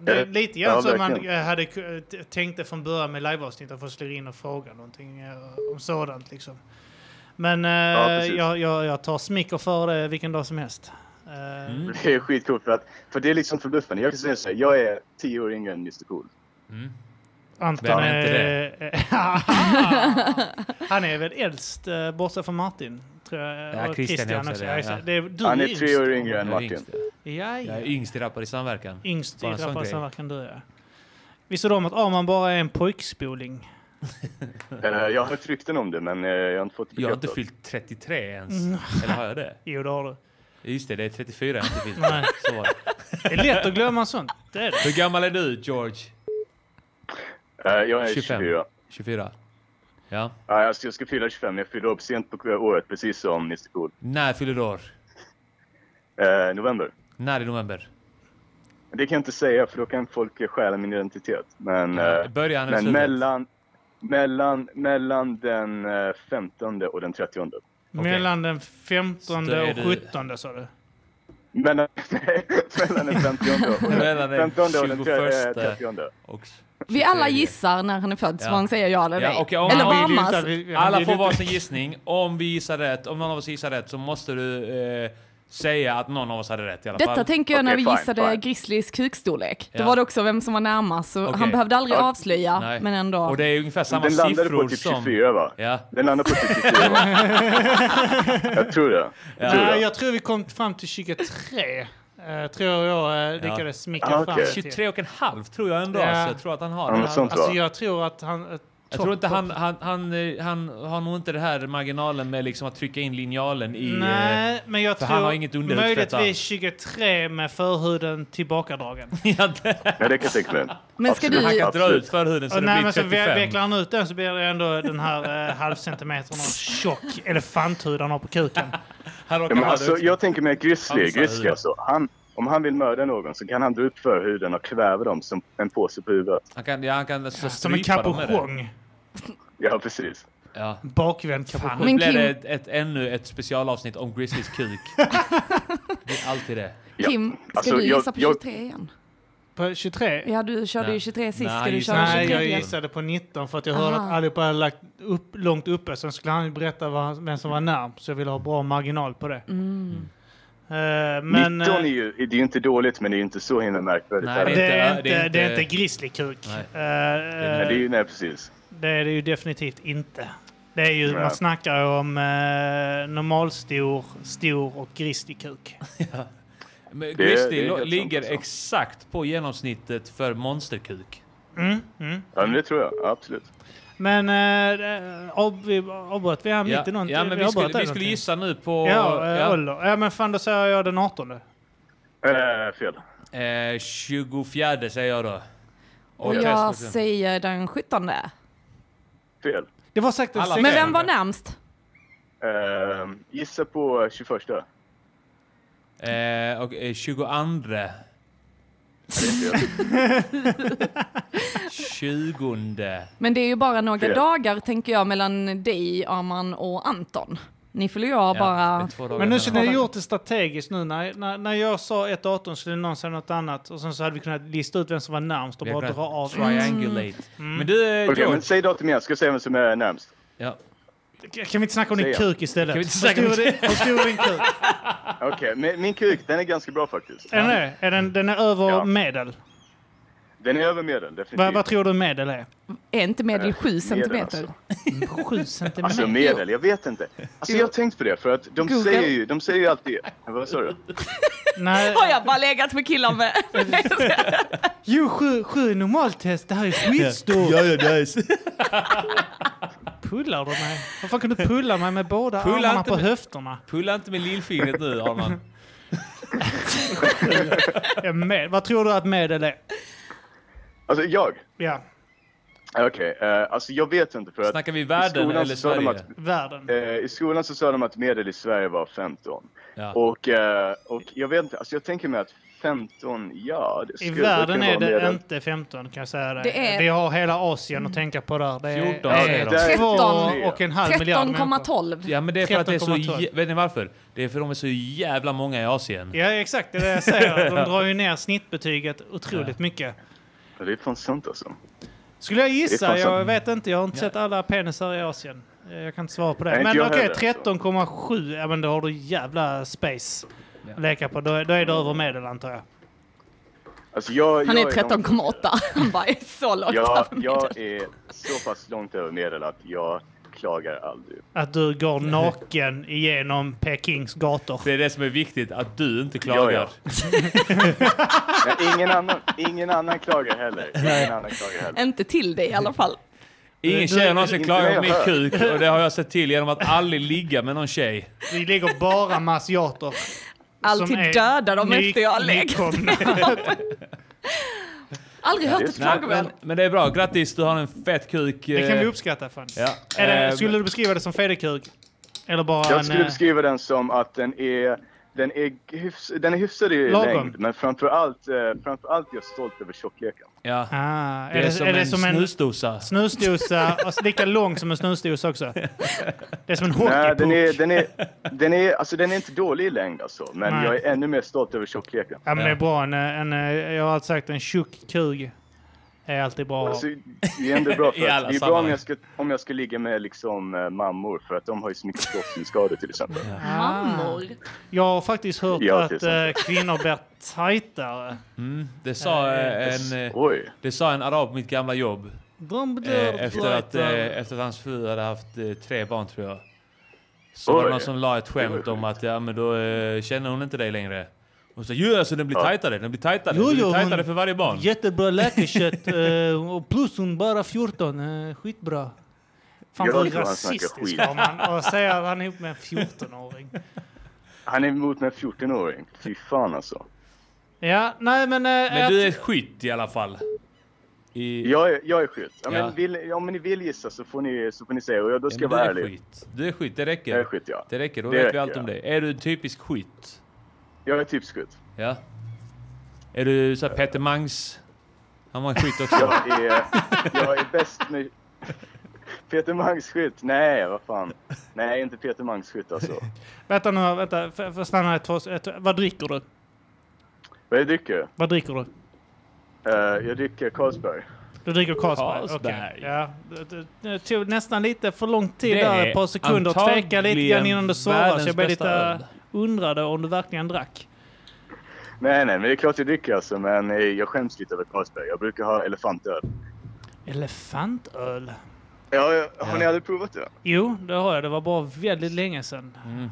det är Ja, lite grann Eh, ja, som man verkligen. eh, hade ku- t- tänkte från början med liveavsnittet, för att slå in och fråga någonting eh, om sådant liksom. Men eh, precis. jag, jag, jag tar smicker för det vilken dag som helst. Eh, Mm. Det är skitcoolt för att, för det är liksom förbluffande. Jag kan säga så här, jag är tio år yngre än Mr Cool. Mm. Anton Vem är inte han är väl äldst, eh, bortsett från Martin. Tror jag. Ja, Och Christian är också det, Ja, just ja. det är, du Han är yngst. tre år yngre än Jag är Martin. yngst, ja. Ja, Jag är ja. yngst i Rappare i samverkan. Yngst i Bara en sån grej. Rapparsamverkan du är. Visste du om att Arman bara är en pojkspoling? Eh, jag har hört rykten om det, men eh, jag har inte fått Jag har inte bekräftat. fyllt 33 ens. Mm. Eller har jag det? Jo, det har du. Just det, det är 34 jag har inte fyllt. Nej. Så var det. Det är lätt att glömma sånt. Det är det. Hur gammal är du George? Eh, jag är 25. 24. 24? Ja. Ja, jag, ska, jag ska fylla 25, jag fyller upp sent på året, precis som Mr Cool. När fyller du år? Eh, november. När i november? Det kan jag inte säga för då kan folk stjäla min identitet. Men, eh, Början eller men slutet? mellan, mellan, mellan den eh, 15 och den 30. Mellan den Så 15 är och du- 17 sa du. Mellan, mellan den 15 och Mellan den den, 15 och den 21. 30. Och Vi alla gissar när han är född, så Ja. han säger ja eller Ja, nej. okej, om eller han vill Armas. Utan vi- han Alla vill får inte- varsin gissning. Om vi gissar rätt, om någon av oss gissar rätt så måste du eh, säga att någon av oss hade rätt i alla Detta fall. tänker jag när Okej, vi fine, gissade fine. Grizzlys kukstorlek. Då Ja. var det också vem som var närmast, så Okej. han behövde aldrig avslöja, Nej. men ändå. Och det är ungefär samma Den landade siffror på typ som... 24 va? Ja. Den landade på typ 24 va? Jag tror det. Jag tror Nej, det. jag tror vi kom fram till 23. eh, tror jag eh, lyckades smickra Ah, fram okej. till. 23 och en halv tror jag ändå. Ja. Så jag tror att han har Ja, den. något sånt Alltså va? jag tror att han... eh, Jag tror inte han, han, han, eh, han har nog inte det här marginalen med liksom att trycka in linjalen i... eh, Nej, men jag för tror han har inget underhudsfett möjligtvis alls. 23 med förhuden tillbakadragen. Ja, det- Ja, det kan jag tänka mig. Men ska Absolut. du- han kan dra Absolut. ut förhuden så Och det nej, blir men så 35. ve- vecklar han ut den så blir det ändå den här eh, halvcentimetern av tjock elefanthud han har på kuken. Han Ja, råkar men ha alltså, det. jag tänker mig Han Grizzly, sa grizzly det. alltså. Han, om han vill mörda någon så kan han dra upp förhuden och kväva dem som en påse på huvudet. Han kan, ja, han kan alltså Som en strypa dem med det. kapuchong. Ja, precis. Ja. Bakvänd kapuchong. Nu Men blir Kim- det ett, ett, ännu ett specialavsnitt om Grizzlys kuk. det är alltid det. Ja. Kim, ska Alltså, du jag- gissa på jag- 23 igen? På 23? Ja, du körde ju 23 sist. Nej, Ska du just- köra Nej, 23 jag igen? gissade på 19 för att jag hörde Aha. att allihopa hade lagt upp, långt uppe. Sen skulle han ju berätta vad, han- vem som var närmst, så jag ville ha bra marginal på det. Mm. Eh, men... 19 är eh, ju, det är ju inte dåligt, men det är ju inte så himla märkvärdigt. Nej, Nej, det det... det är inte- inte, det är det är inte- inte grizzlykuk. Nej. Eh, eh, är ju, nej, precis. det är det ju definitivt inte. Det är ju, Nej. man snackar ju om eh, normalstor, stor och grizzlykuk. Men det är Grizzly helt lo- sant ligger alltså. exakt på genomsnittet för monsterkuk. Mm, mm. Ja, men det tror jag. Ja, absolut. Men eh, av- vi- avbröt vi här mitt Ja, i någonting? ja, men vi avbröt skulle, där vi skulle någonting. gissa nu på... Ja, eh, ja, ålder. Ja, men fan då säger jag den 18. Äh, fel. eh, 24 säger jag då. Och Okej, jag så- säger den 17. Fel. Det var säkert Alla sex- Men Okej. vem var närmst? Eh, gissa på 21. Det Eh, och, eh, 22. är fel. 20. Men det är ju bara några Fel. dagar, tänker jag, mellan dig, Arman och Anton. Ni fyller ju av det är bara... två dagar Men sedan. nu skulle ni ha gjort det strategiskt nu. När, när, när jag sa ett datum skulle någon säga något annat och sen så hade vi kunnat lista ut vem som var närmst och Vi har bara dra kunnat av. Mm. Triangulate. Men du, eh, Okej, men George. säg datum igen. Ska jag säga vem som är närmst? Ja. Kan vi inte snacka om din Säger jag. kuk istället? Kan vi inte snacka om Hur stor är din- hur stor är din kuk? Okej, men min kuk, den är ganska bra faktiskt. Är den, det? är den, den är över Ja. medel. Den är över medel, Vad- definitivt. vad tror du medel är? Är inte medel 7 alltså. centimeter? Sju centimeter. Alltså medel, jag vet inte. Alltså jag har tänkt på det för att de Google. säger ju, de säger ju alltid... Vad sa du? Nej, Har jag bara legat med killar med? jo sju, sju är normaltest. Det här är skitstort. ja, nice. Pullar du mig? Varför kan du pulla mig med båda Pulla armarna inte på med- höfterna? Pulla inte med lillfingret nu, Arman. Eh, Ja, Med, vad tror du att medel är? Alltså jag? Ja, Okej, eh, alltså jag vet inte för att... Snackar vi i världen skolan eller så sa de Sverige? Att, världen. eh, I skolan så sa de att medel i Sverige var 15. Ja. Och, eh, och jag vet inte, alltså jag tänker mig att 15, ja det I skulle världen kunna är vara det medel. inte 15 kan jag säga dig. Det är- Mm. Vi har hela Asien att tänka på där. Det är, 14 det säger är de. två och en halv miljard människor. 13,12. Ja men det är för att det är så... 13,12. jä- Vet ni varför? Det är för de är så jävla många i Asien. Ja exakt, det är det jag säger. De drar ju ner snittbetyget otroligt mycket. Ja, Det är fan sant alltså. Skulle jag gissa? Det är fan Jag vet inte. Jag har inte sett alla penisar i Asien. Jag kan inte svara på det. Nej, inte men jag okej, heller, alltså. så. 13,7. Ja men då har du jävla space att leka på. Då är, då är det över medel antar jag. alltså jag, Han är jag långt- 13,8. Han bara är så långt Jag, över medel. jag är så pass långt över medel att jag klagar aldrig. Att du går naken igenom Pekings gator. Det är det som är viktigt, att du inte klagar. Ja, Men ingen, annan, ingen annan klagar heller. Ingen annan klagar heller. Inte till dig i alla fall. Ingen tjej har någonsin Inte klagat det om min jag kuk och det har jag sett till genom att aldrig ligga med någon tjej. Vi ligger bara med asiater. Alltid dödar dem efter jag har legat. legat. Aldrig hört det är ett Nej, men, klagomål. men det är bra, grattis du har en fet kuk. Det kan eh, vi uppskatta fan. Ja. Är Eh, det, skulle du beskriva det som federkuk? Eller bara Jag en... skulle eh, beskriva den som att den är, den är, hyfs, den är hyfsad i Lagom. längd, men framförallt, eh, framförallt är jag stolt över tjockleken. ja. Ah, är, Det är, det, som, är en det som en snusdosa. snusdosa? och lika lång som en snusdosa också? Det är som en Nej, den är, hockeypuck. den, är, den, är, alltså, den är inte dålig i längd alltså, men Nej. jag är ännu mer stolt över tjockleken. eh, Ja, men det är bra. En, en, eh, jag har alltid sagt en tjock kug är alltid bra. Alltså, det är ändå bra för I att, alla det är bra sammanhang. om jag, ska, om jag ska ligga med liksom eh, mammor för att de har ju så mycket förlossningsskador till exempel. Mammor. Jag har faktiskt hört Ja, att till exempel. eh, kvinnor blir tajtare. Mm, Det sa eh, en... eh, Oj, Det sa en arab på mitt gamla jobb. De blir Eh, efter, att, eh, tajtare. efter att hans fru hade haft eh, tre barn tror jag. Så Oj. var det någon som la ett Det skämt var om att ja men då eh, känner hon inte dig längre. Och så ju alltså den blir Ja. tajtare, den blir tajtare, Jo, den jo, blir tajtare hon- för varje barn. Jättebra läkarkött. eh, och plus hon bara 14. eh, Skitbra. Fan Jag vad tror han snackar rasistisk skit. var man och säga att han är ihop med en 14-åring. han är emot med en 14-åring. Fy fan alltså. Ja, nej men... eh, Men att- du är ett skit i alla fall. I, Jag är, jag är skit. Ja, Ja. men vill, om ni vill gissa så får ni, så får ni säga och jag, då ska Ja, jag men vara du är ärlig. skit. Du är skit, det räcker. Jag är skit ja. Det räcker, då Det vet vi räcker, allt om ja. dig. Är du en typisk skit? Jag är typ skit. Ja. Är du så här Peter Mangs? Han var en skit också. Jag är, jag är bäst med... Peter Mangs skit. Nej, vad fan. Nej, inte Peter Mangs skit alltså. Vänta nu, vänta. F- f- Stanna här två... Ett, vad dricker du? Vad jag dricker? Vad dricker du? Eh, jag dricker Carlsberg. Du dricker Carlsberg? Carlsberg. okej. Ja. Det- det- Det tog nästan lite för lång tid Det där, är ett par sekunder. att Tveka lite antagligen grann innan du svarade, så jag blev världens lite bästa öl. öl. undrade om du verkligen drack. Nej, nej, men det är klart jag dricker alltså. Men eh, jag skäms lite över Carlsberg. Jag brukar ha elefantöl. Elefantöl? Ja, ja, har ni aldrig provat det? Jo, det har jag. Det var bara väldigt länge sedan. Mm.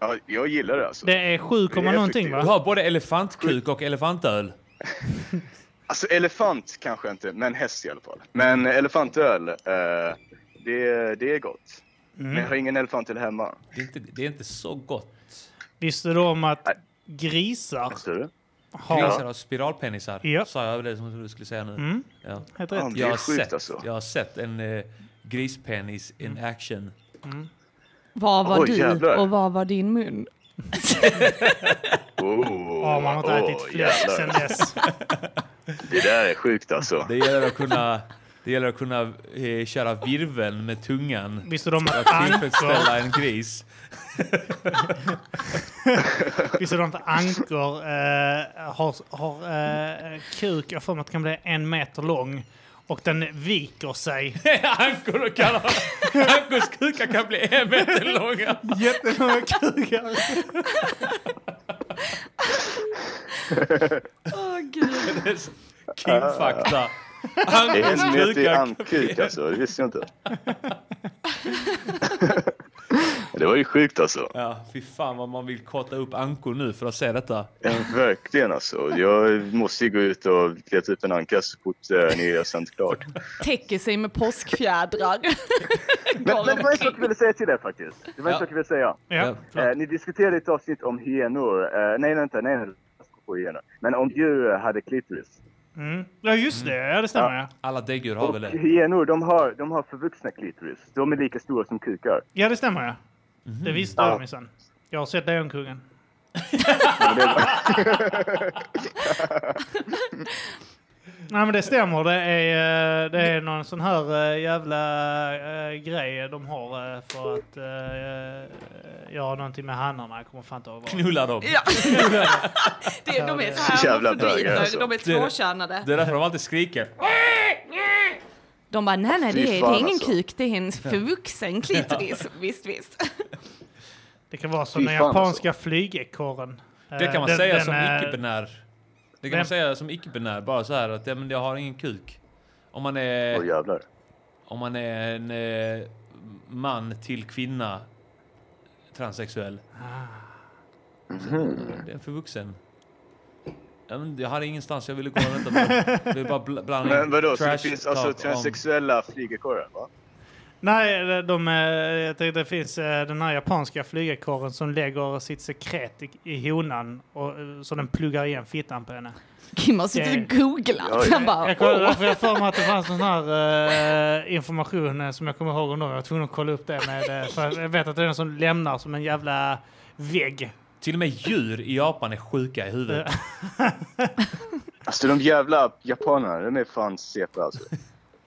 Ja, jag gillar det alltså. Det är 7, Det är någonting effektivt. Du va? har både elefantkuk och elefantöl. Alltså elefant kanske inte, men häst i alla fall. Men elefantöl, eh, det, det är gott. Men jag har ingen elefantöl hemma. Det är inte, det är inte så gott. Visste du om att grisar Ser du? Grisar har... har spiralpenisar. Ja. Mm. Sa jag det som du skulle säga nu? Ja. Helt Fan, det rätt. Jag, är har sjukt sett, alltså. jag har sett en eh, grispenis in Mm. action. Vad var Oj, du jävlar. och vad var din mun? Oh, Ja, man har inte ätit fläsk jävlar. sedan dess. Det där är sjukt alltså. Det gäller att kunna, det gäller att kunna eh, köra virveln med tungan. Visste du om att Att ankor, tillfredsställa en gris. visste du om att ankor eh, har, har eh, kuk, jag har för mig att det kan bli en meter lång. Och den viker sig. Ankor och kan, ankors kukar kan bli en meter långa. Jättelånga kukar. Åh gud. Kingfakta. Ah. Det är Ankors en meter i kukar. ankuk alltså, det visste jag inte. det var ju sjukt alltså. Ja, fy fan vad man vill korta upp ankor nu för att se detta. Ja, verkligen alltså. Jag måste ju gå ut och leta upp en anka så fort eh, ni har sänt klart. Täcker sig med påskfjädrar. Men, men det var en sak jag ville säga till er faktiskt. Det var en Ja. sak jag ville säga. Ja. Eh, ni diskuterade ett avsnitt om hyenor. Eh, nej, vänta, nej, nej. jag ska på hyenor. Men om djur hade klitoris. Mm. ja, just det. Ja, det stämmer. Ja, Alla däggdjur har väl Och det? hyenor, de har, de har förvuxna klitoris. De är lika stora som kukar. ja det stämmer. Ja. Det visste Mhm. Ja. jag minsann. Jag har sett Lejonkungen. Nej men det stämmer. Det är, eh, det är någon sån här eh, jävla eh, grej de har eh, för att eh, göra någonting med hannarna. Jag kommer fan inte ihåg vad. Knulla dem. Ja. det, de är så här Jävla bögar, hermafroditer, alltså. de är tvåkönade. Det är därför de alltid skriker. De bara, nej nej det Fy är, det fan, är ingen alltså. kuk, det är en förvuxen klitoris. Visst visst. Det kan vara som Fy den fan, alltså. japanska flygekorren. Eh, Det kan man den- säga den, som eh, icke-binär. Det kan vem- man säga som icke-binär, bara så här att ja, men jag har ingen kuk. Om man Åh är, jävlar. om man är en eh, man till kvinna, transsexuell. Ah. Mhm. Så, eh, det är för vuxen. Ja, men jag hade ingenstans jag ville gå och vänta på. Jag ville bara bl- blanda Men in vadå, så det trash finns alltså talk om- transsexuella flygekorrar va? Nej, de, de, eh, jag tänkte det finns eh, den här japanska flygekorren som lägger sitt sekret i, i honan och, eh, så den pluggar igen fittan på henne. Eh, Kim har suttit och googlat. Oj. Han bara, Jag kollade, för jag för mig att det fanns sån här eh, information eh, som jag kommer ihåg om då. Jag var tvungen att kolla upp det med, eh, för jag vet att det är den som lämnar som en jävla vägg. Till och med djur i Japan är sjuka i huvudet. Alltså de jävla japanerna, de är fan CP alltså.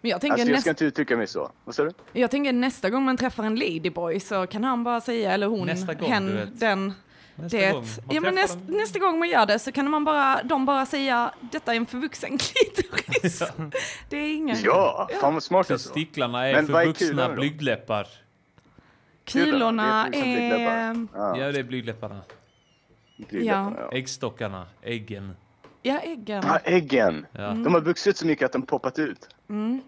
men jag tänker, Alltså jag nästa, ska inte uttrycka mig så. Vad sa du? jag tänker nästa gång man träffar en ladyboy så kan han bara säga, eller hon, Nästa gång, du hen, vet. den. Nästa Det, gång man ja, men träffar näst, dem. nästa gång man gör det så kan man bara, de bara säga detta är en förvuxen klitoris. Det är ingen Ja, fan vad smart det var. Testiklarna är Men vad är kulorna förvuxna då? blygdläppar. Kulorna Det är tusen är... blygdläppar. Ja. Ja, det är blygdläpparna. blygdläpparna, ja. Äggstockarna, äggen. Ja, äggen. Ah, äggen. Ja. De har vuxit så mycket att de poppat ut. Mm.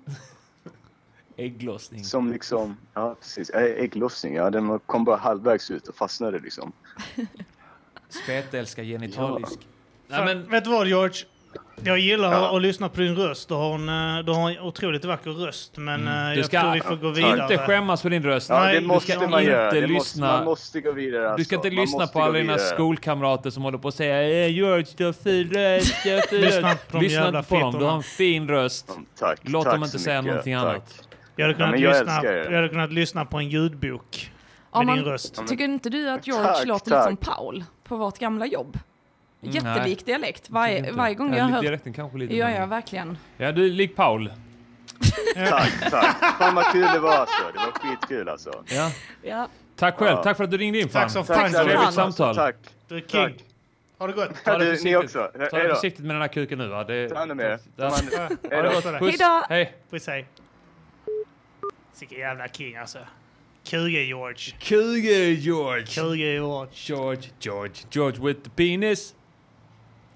Ägglossning. Som liksom, ja precis, Ä- ägglossning. Ja, den kom bara halvvägs ut och fastnade liksom. Spetälska genitalisk. Nej, Fan, men, Vet du vad George? Jag gillar Ja. att lyssna på din röst. Du har en, eh, du har en otroligt vacker röst. Men eh, Mm. Du jag ska tror vi får gå vidare. inte skämmas för din röst. Ja, Nej, det du måste ska man göra. Det inte måste, lyssna. man måste gå vidare alltså. Du ska inte Man lyssna måste på gå alla dina vidare. skolkamrater som håller på att säga "Eh, George, du har fin röst, du har fin Lyssna röst." på de Lyssna jävla inte på dem, du fittorna. har en fin röst. Mm, Tack, Låt tack dem inte så säga mycket. någonting Tack. annat. Jag hade, kunnat men jag lyssna, älskar er. jag hade kunnat lyssna på en ljudbok Ja, med man- din röst. Tycker inte du att George Tack, låter tack. lite som Paul på vårt gamla jobb? Mm, Jättelik dialekt. Varje, Eh, varje gång jag hör... Direkten kanske lite. Ja, men- ja, verkligen. Ja, du är lik Paul. Tack, tack. Fan vad kul det var alltså. Det var skitkul alltså. Ja. Ja. Tack själv. Ja. Tack för att du ringde in. Fan. Tack som Tack, fan. David. Trevligt fan. samtal. Tack. Du är Tack. king. Ha det gott. Ta det Du, ni försiktigt. också. He- Ta det Hej då. försiktigt med den här kuken nu. Va? Det... Ta hand om er. Ja. Ta hand- Ha Hej det då. gott. Puss. Hejdå. Hej. Puss hej. Vilken jävla king alltså. Kuge George. Kuge George. Kuge George. George, George, George with the penis.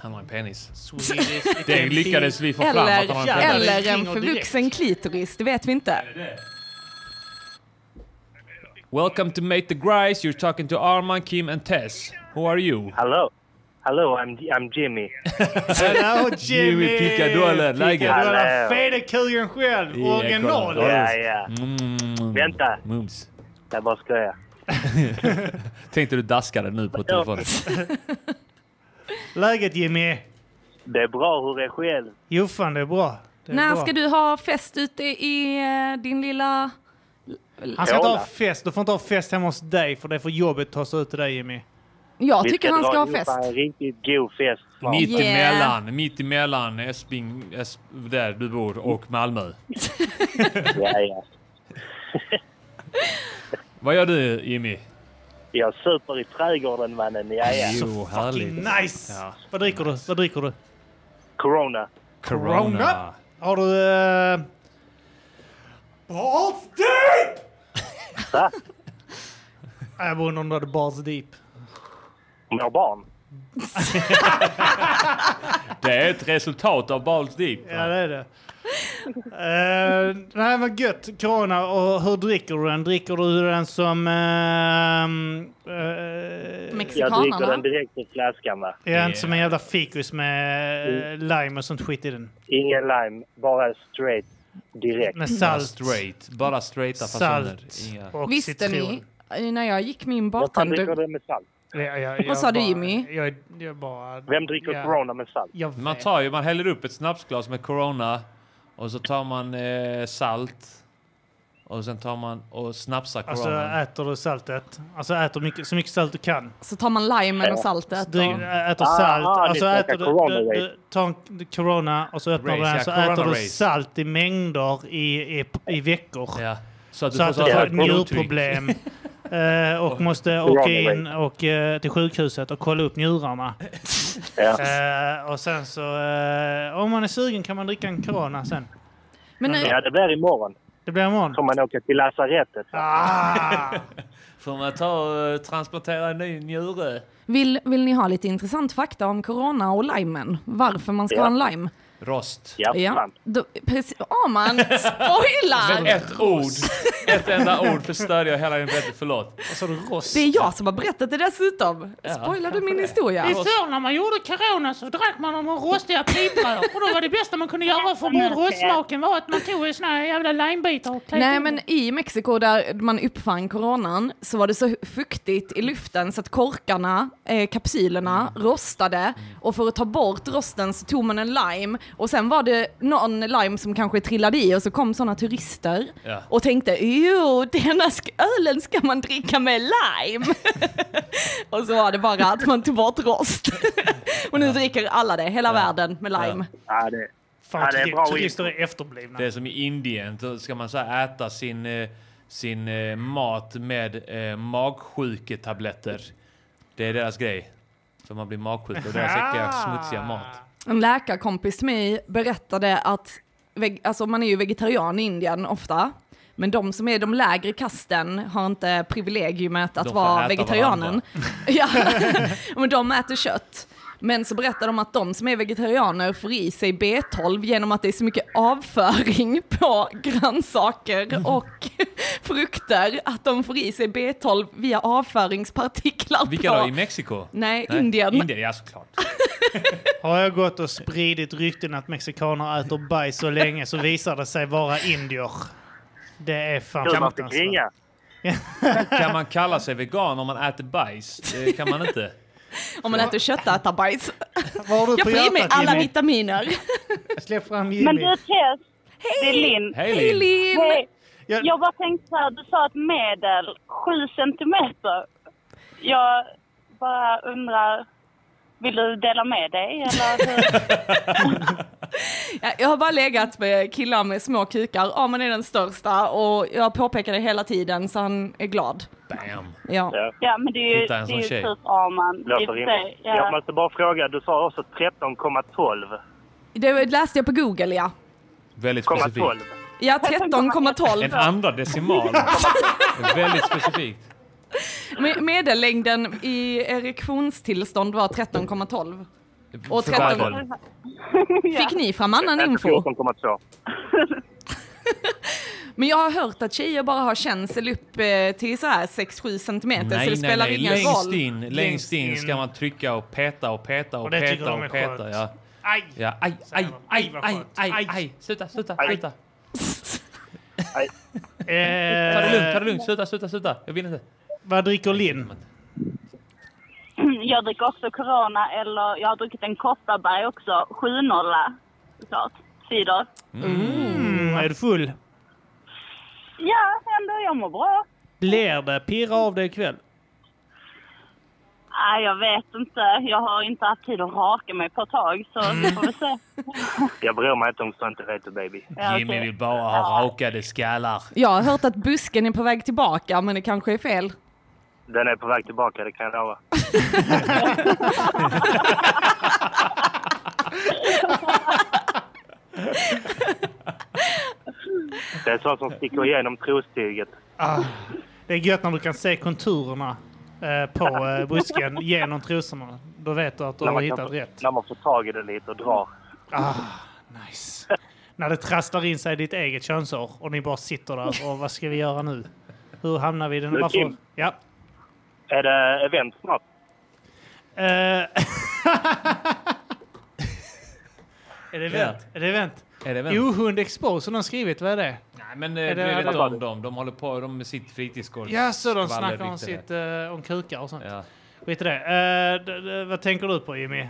Han har en penis. Swedish. Det lyckades vi få fram att han har Eller, en penis. jävla eller en king och förvuxen klitoris, det vet vi inte. Welcome to Mate the Grice. You're talking to Arman, Kim, and Tess. Who are you? Hello. Hello, I'm I'm Jimmy. Hello Jimmy! Jimmy Picadola, like it. Picadola, Hello. fejda kugen själv. Ja, Original. kolla. Ja, ja. Mm. Vänta, Mums. jag bara skojar. Tänkte du daskade nu på telefonen. Läget Jimmy? Det är bra, hur är själv? Jo fan det är bra. Det är När bra. ska du ha fest ute i eh, din lilla... Han ska inte ha Ola. fest. Du får inte ha fest hemma hos dig för det är för jobbigt att ta sig ut till dig Jimmy. Jag Vi tycker han ska dra ha ihop fest. en riktigt god fest. snart. Mitt Yeah. emellan, mitt emellan Esping, es, där du bor, och Malmö. Ja, ja. Vad gör du Jimmy? Jag super i trädgården mannen, ja, ja. Jo, Så fucking härligt. nice! Ja. Vad dricker du? Vad dricker du? Corona. Corona. Har du... Uh... Balls deep! Va? Jag bara undrar om du hade balls deep. Mår barn? Det är ett resultat av Balls Deep. Ja, det är det. Uh, nej, men gött. Corona, och hur dricker du den? Dricker du den som... eh, Uh, Jag dricker den Mexikanerna. direkt ur flaskan va. ja, inte som en jävla fikus med eh, lime och sånt skit i den. Ingen lime, bara straight direkt. Med Bara salt. straight. Bara straighta Salt fasoner. Inga- och Visste ni, citron. eh, när jag gick min Vad fan dricker bartender... du med salt? Ja, ja, jag Vad sa du, bara- Jimmy? Jag, jag bara... Vem dricker ja, corona med salt? Jag Man vet. tar ju, man häller upp ett snapsglas med Corona och så tar man eh, salt och sen tar man och snapsar Alltså Corona. äter du saltet. Alltså äter mycket, så mycket salt du kan. Så tar man limen och saltet. Du och- ä- äter Ah, salt, ah, ni alltså snackar äter du, corona du, race. du tar en corona och så öppnar du Race, den ja, så corona alltså äter du race. salt i mängder i, i, i veckor. ja. Så att du Så får att du så får ett högt blodtryck. njurproblem eh, och måste åka in och, eh, till sjukhuset och kolla upp njurarna. Ja. Eh, och sen så, eh, om man är sugen kan man dricka en corona sen. Men nu, Ja, det blir imorgon. Det blir imorgon. Får man åka till lasarettet. Ah! Får man ta och eh, transplantera en ny njure? vill, vill ni ha lite intressant fakta om corona och limen? Varför man ska Ja. ha en lime? Rost. Ja, Ja, fan. då, precis. Ja, man spoilar! Ett ord. Ett enda ord förstörde jag hela din berättelse. Förlåt. Vad sa du? Rost? Det är jag som har berättat det dessutom. Spoilar du min historia? Förr när man gjorde corona så drack man de här rostiga piprör och då var det bästa man kunde göra för att få bort rostsmaken var att man tog såna här jävla limebitar och klämde Nej in men i Mexiko där man uppfann coronan så var det så fuktigt i luften så att korkarna, eh, kapsylerna rostade och för att ta bort rosten så tog man en lime och sen var det någon lime som kanske trillade i och så kom sådana turister Ja. och tänkte jo denna sk- ölen ska man dricka med lime och så var det bara att man tog bort rost och nu dricker alla det, hela världen med lime. Ja, det. Fan, Ja, det är turi- bra turister är efterblivna. Det är som i Indien. Då ska man så här äta sin, eh, sin eh, mat med eh, magsjuketabletter. Det är deras grej. För man blir magsjuk av deras Ah. äckliga, smutsiga mat. En läkarkompis till mig berättade att veg- alltså man är ju vegetarian i Indien ofta, men de som är de lägre kasten har inte privilegiumet att De får vara äta vegetarianen. ja, men de äter kött. Men så berättar de att de som är vegetarianer får i sig B12 genom att det är så mycket avföring på Mm. grönsaker och frukter att de får i sig B12 via avföringspartiklar Vilka på... då? I Mexiko? Nej, Indien. Indien, ja såklart. Har jag gått och spridit rykten att mexikaner äter bajs så länge så visar det sig vara indier. Det är fan alltså. Kul man fick ringa. Kan man kalla sig vegan om man äter bajs? Det kan man inte. Om man äter köttätarbajs. Vad har du Jag på får i mig hjärtat alla Jimmy? vitaminer. Släpp fram Men Jimmy. du Tess, det är Linn. Hej Hej Linn! Linn! Hej. Jag- Jag bara tänkte så här, du sa ett medel, sju centimeter. Jag bara undrar, vill du dela med dig eller hur? Ja, Jag har bara legat med killar med små kukar. Arman är den största och jag påpekar det hela tiden så han är glad. Bam! Ja. Ja men det är ju, det Hitta en sån är ju tjej. typ Arman. i och Låter för rimligt. sig. Jag Ja. måste bara fråga, du sa också 13,12. Det läste jag på Google ja. Väldigt Komma specifikt. 12. Ja, En 13,12. andra decimal. Väldigt specifikt. Me- Medellängden i erektionstillstånd var 13,12. Och Förvärvad. 13. Fick ni fram annan info? 14,2. Men jag har hört att tjejer bara har känsel upp eh, till så här 6-7 centimeter så det Nej, nej, spelar nej. ingen Längst roll. in, längst in Längst ska in. man trycka och peta och peta och, Och det tycker peta de är och peta. skönt. Ja. Aj! Ja, aj, Säger aj, de. Aj, aj, vad aj, skönt. aj, Aj. aj. Sluta, sluta, Aj. sluta. Ta det lugnt, ta det Eh, lugnt. Sluta, sluta, sluta. Jag vill inte. vad dricker Linn? Jag dricker också Corona eller jag har druckit en Kopparberg också, 7-0 såklart, cider. Mm, är du full? Ja, ändå, jag mår bra. Ler det? Pirra av dig ikväll? Nej, jag vet inte. Jag har inte haft tid att raka mig på ett tag, så Mm. vi får vi se. Jag bryr mig inte om sånt, det vet du baby. Ja, Jimmy okej. vill bara ha rakade skallar. Jag har hört att busken är på väg tillbaka men det kanske är fel. Den är på väg tillbaka, det kan jag lova. Det är sånt som sticker igenom trostyget. Ah, Det är gött när du kan se konturerna eh, på eh, busken genom trosorna. Då vet du att du När har man, hittat kan, rätt. när man får tag i det lite och drar. Ah, nice. När det trasslar in sig i ditt eget könsår och ni bara sitter där och vad ska vi göra nu? Hur hamnar vi i den? Men Varför? Kim- Ja. Är det event snart? Eh, är det event? Är det event? Är det väl? Ohund Exposure de har skrivit, vad är det? Nej, men eh, Är det- bry dig inte vad om dem. De håller på de med sitt fritidsgård. Ja, så de skvaller, snackar om, rykte. sitt, eh, om kukar och sånt. Ja. Skit i det. Eh, d- d- vad tänker du på Jimmy?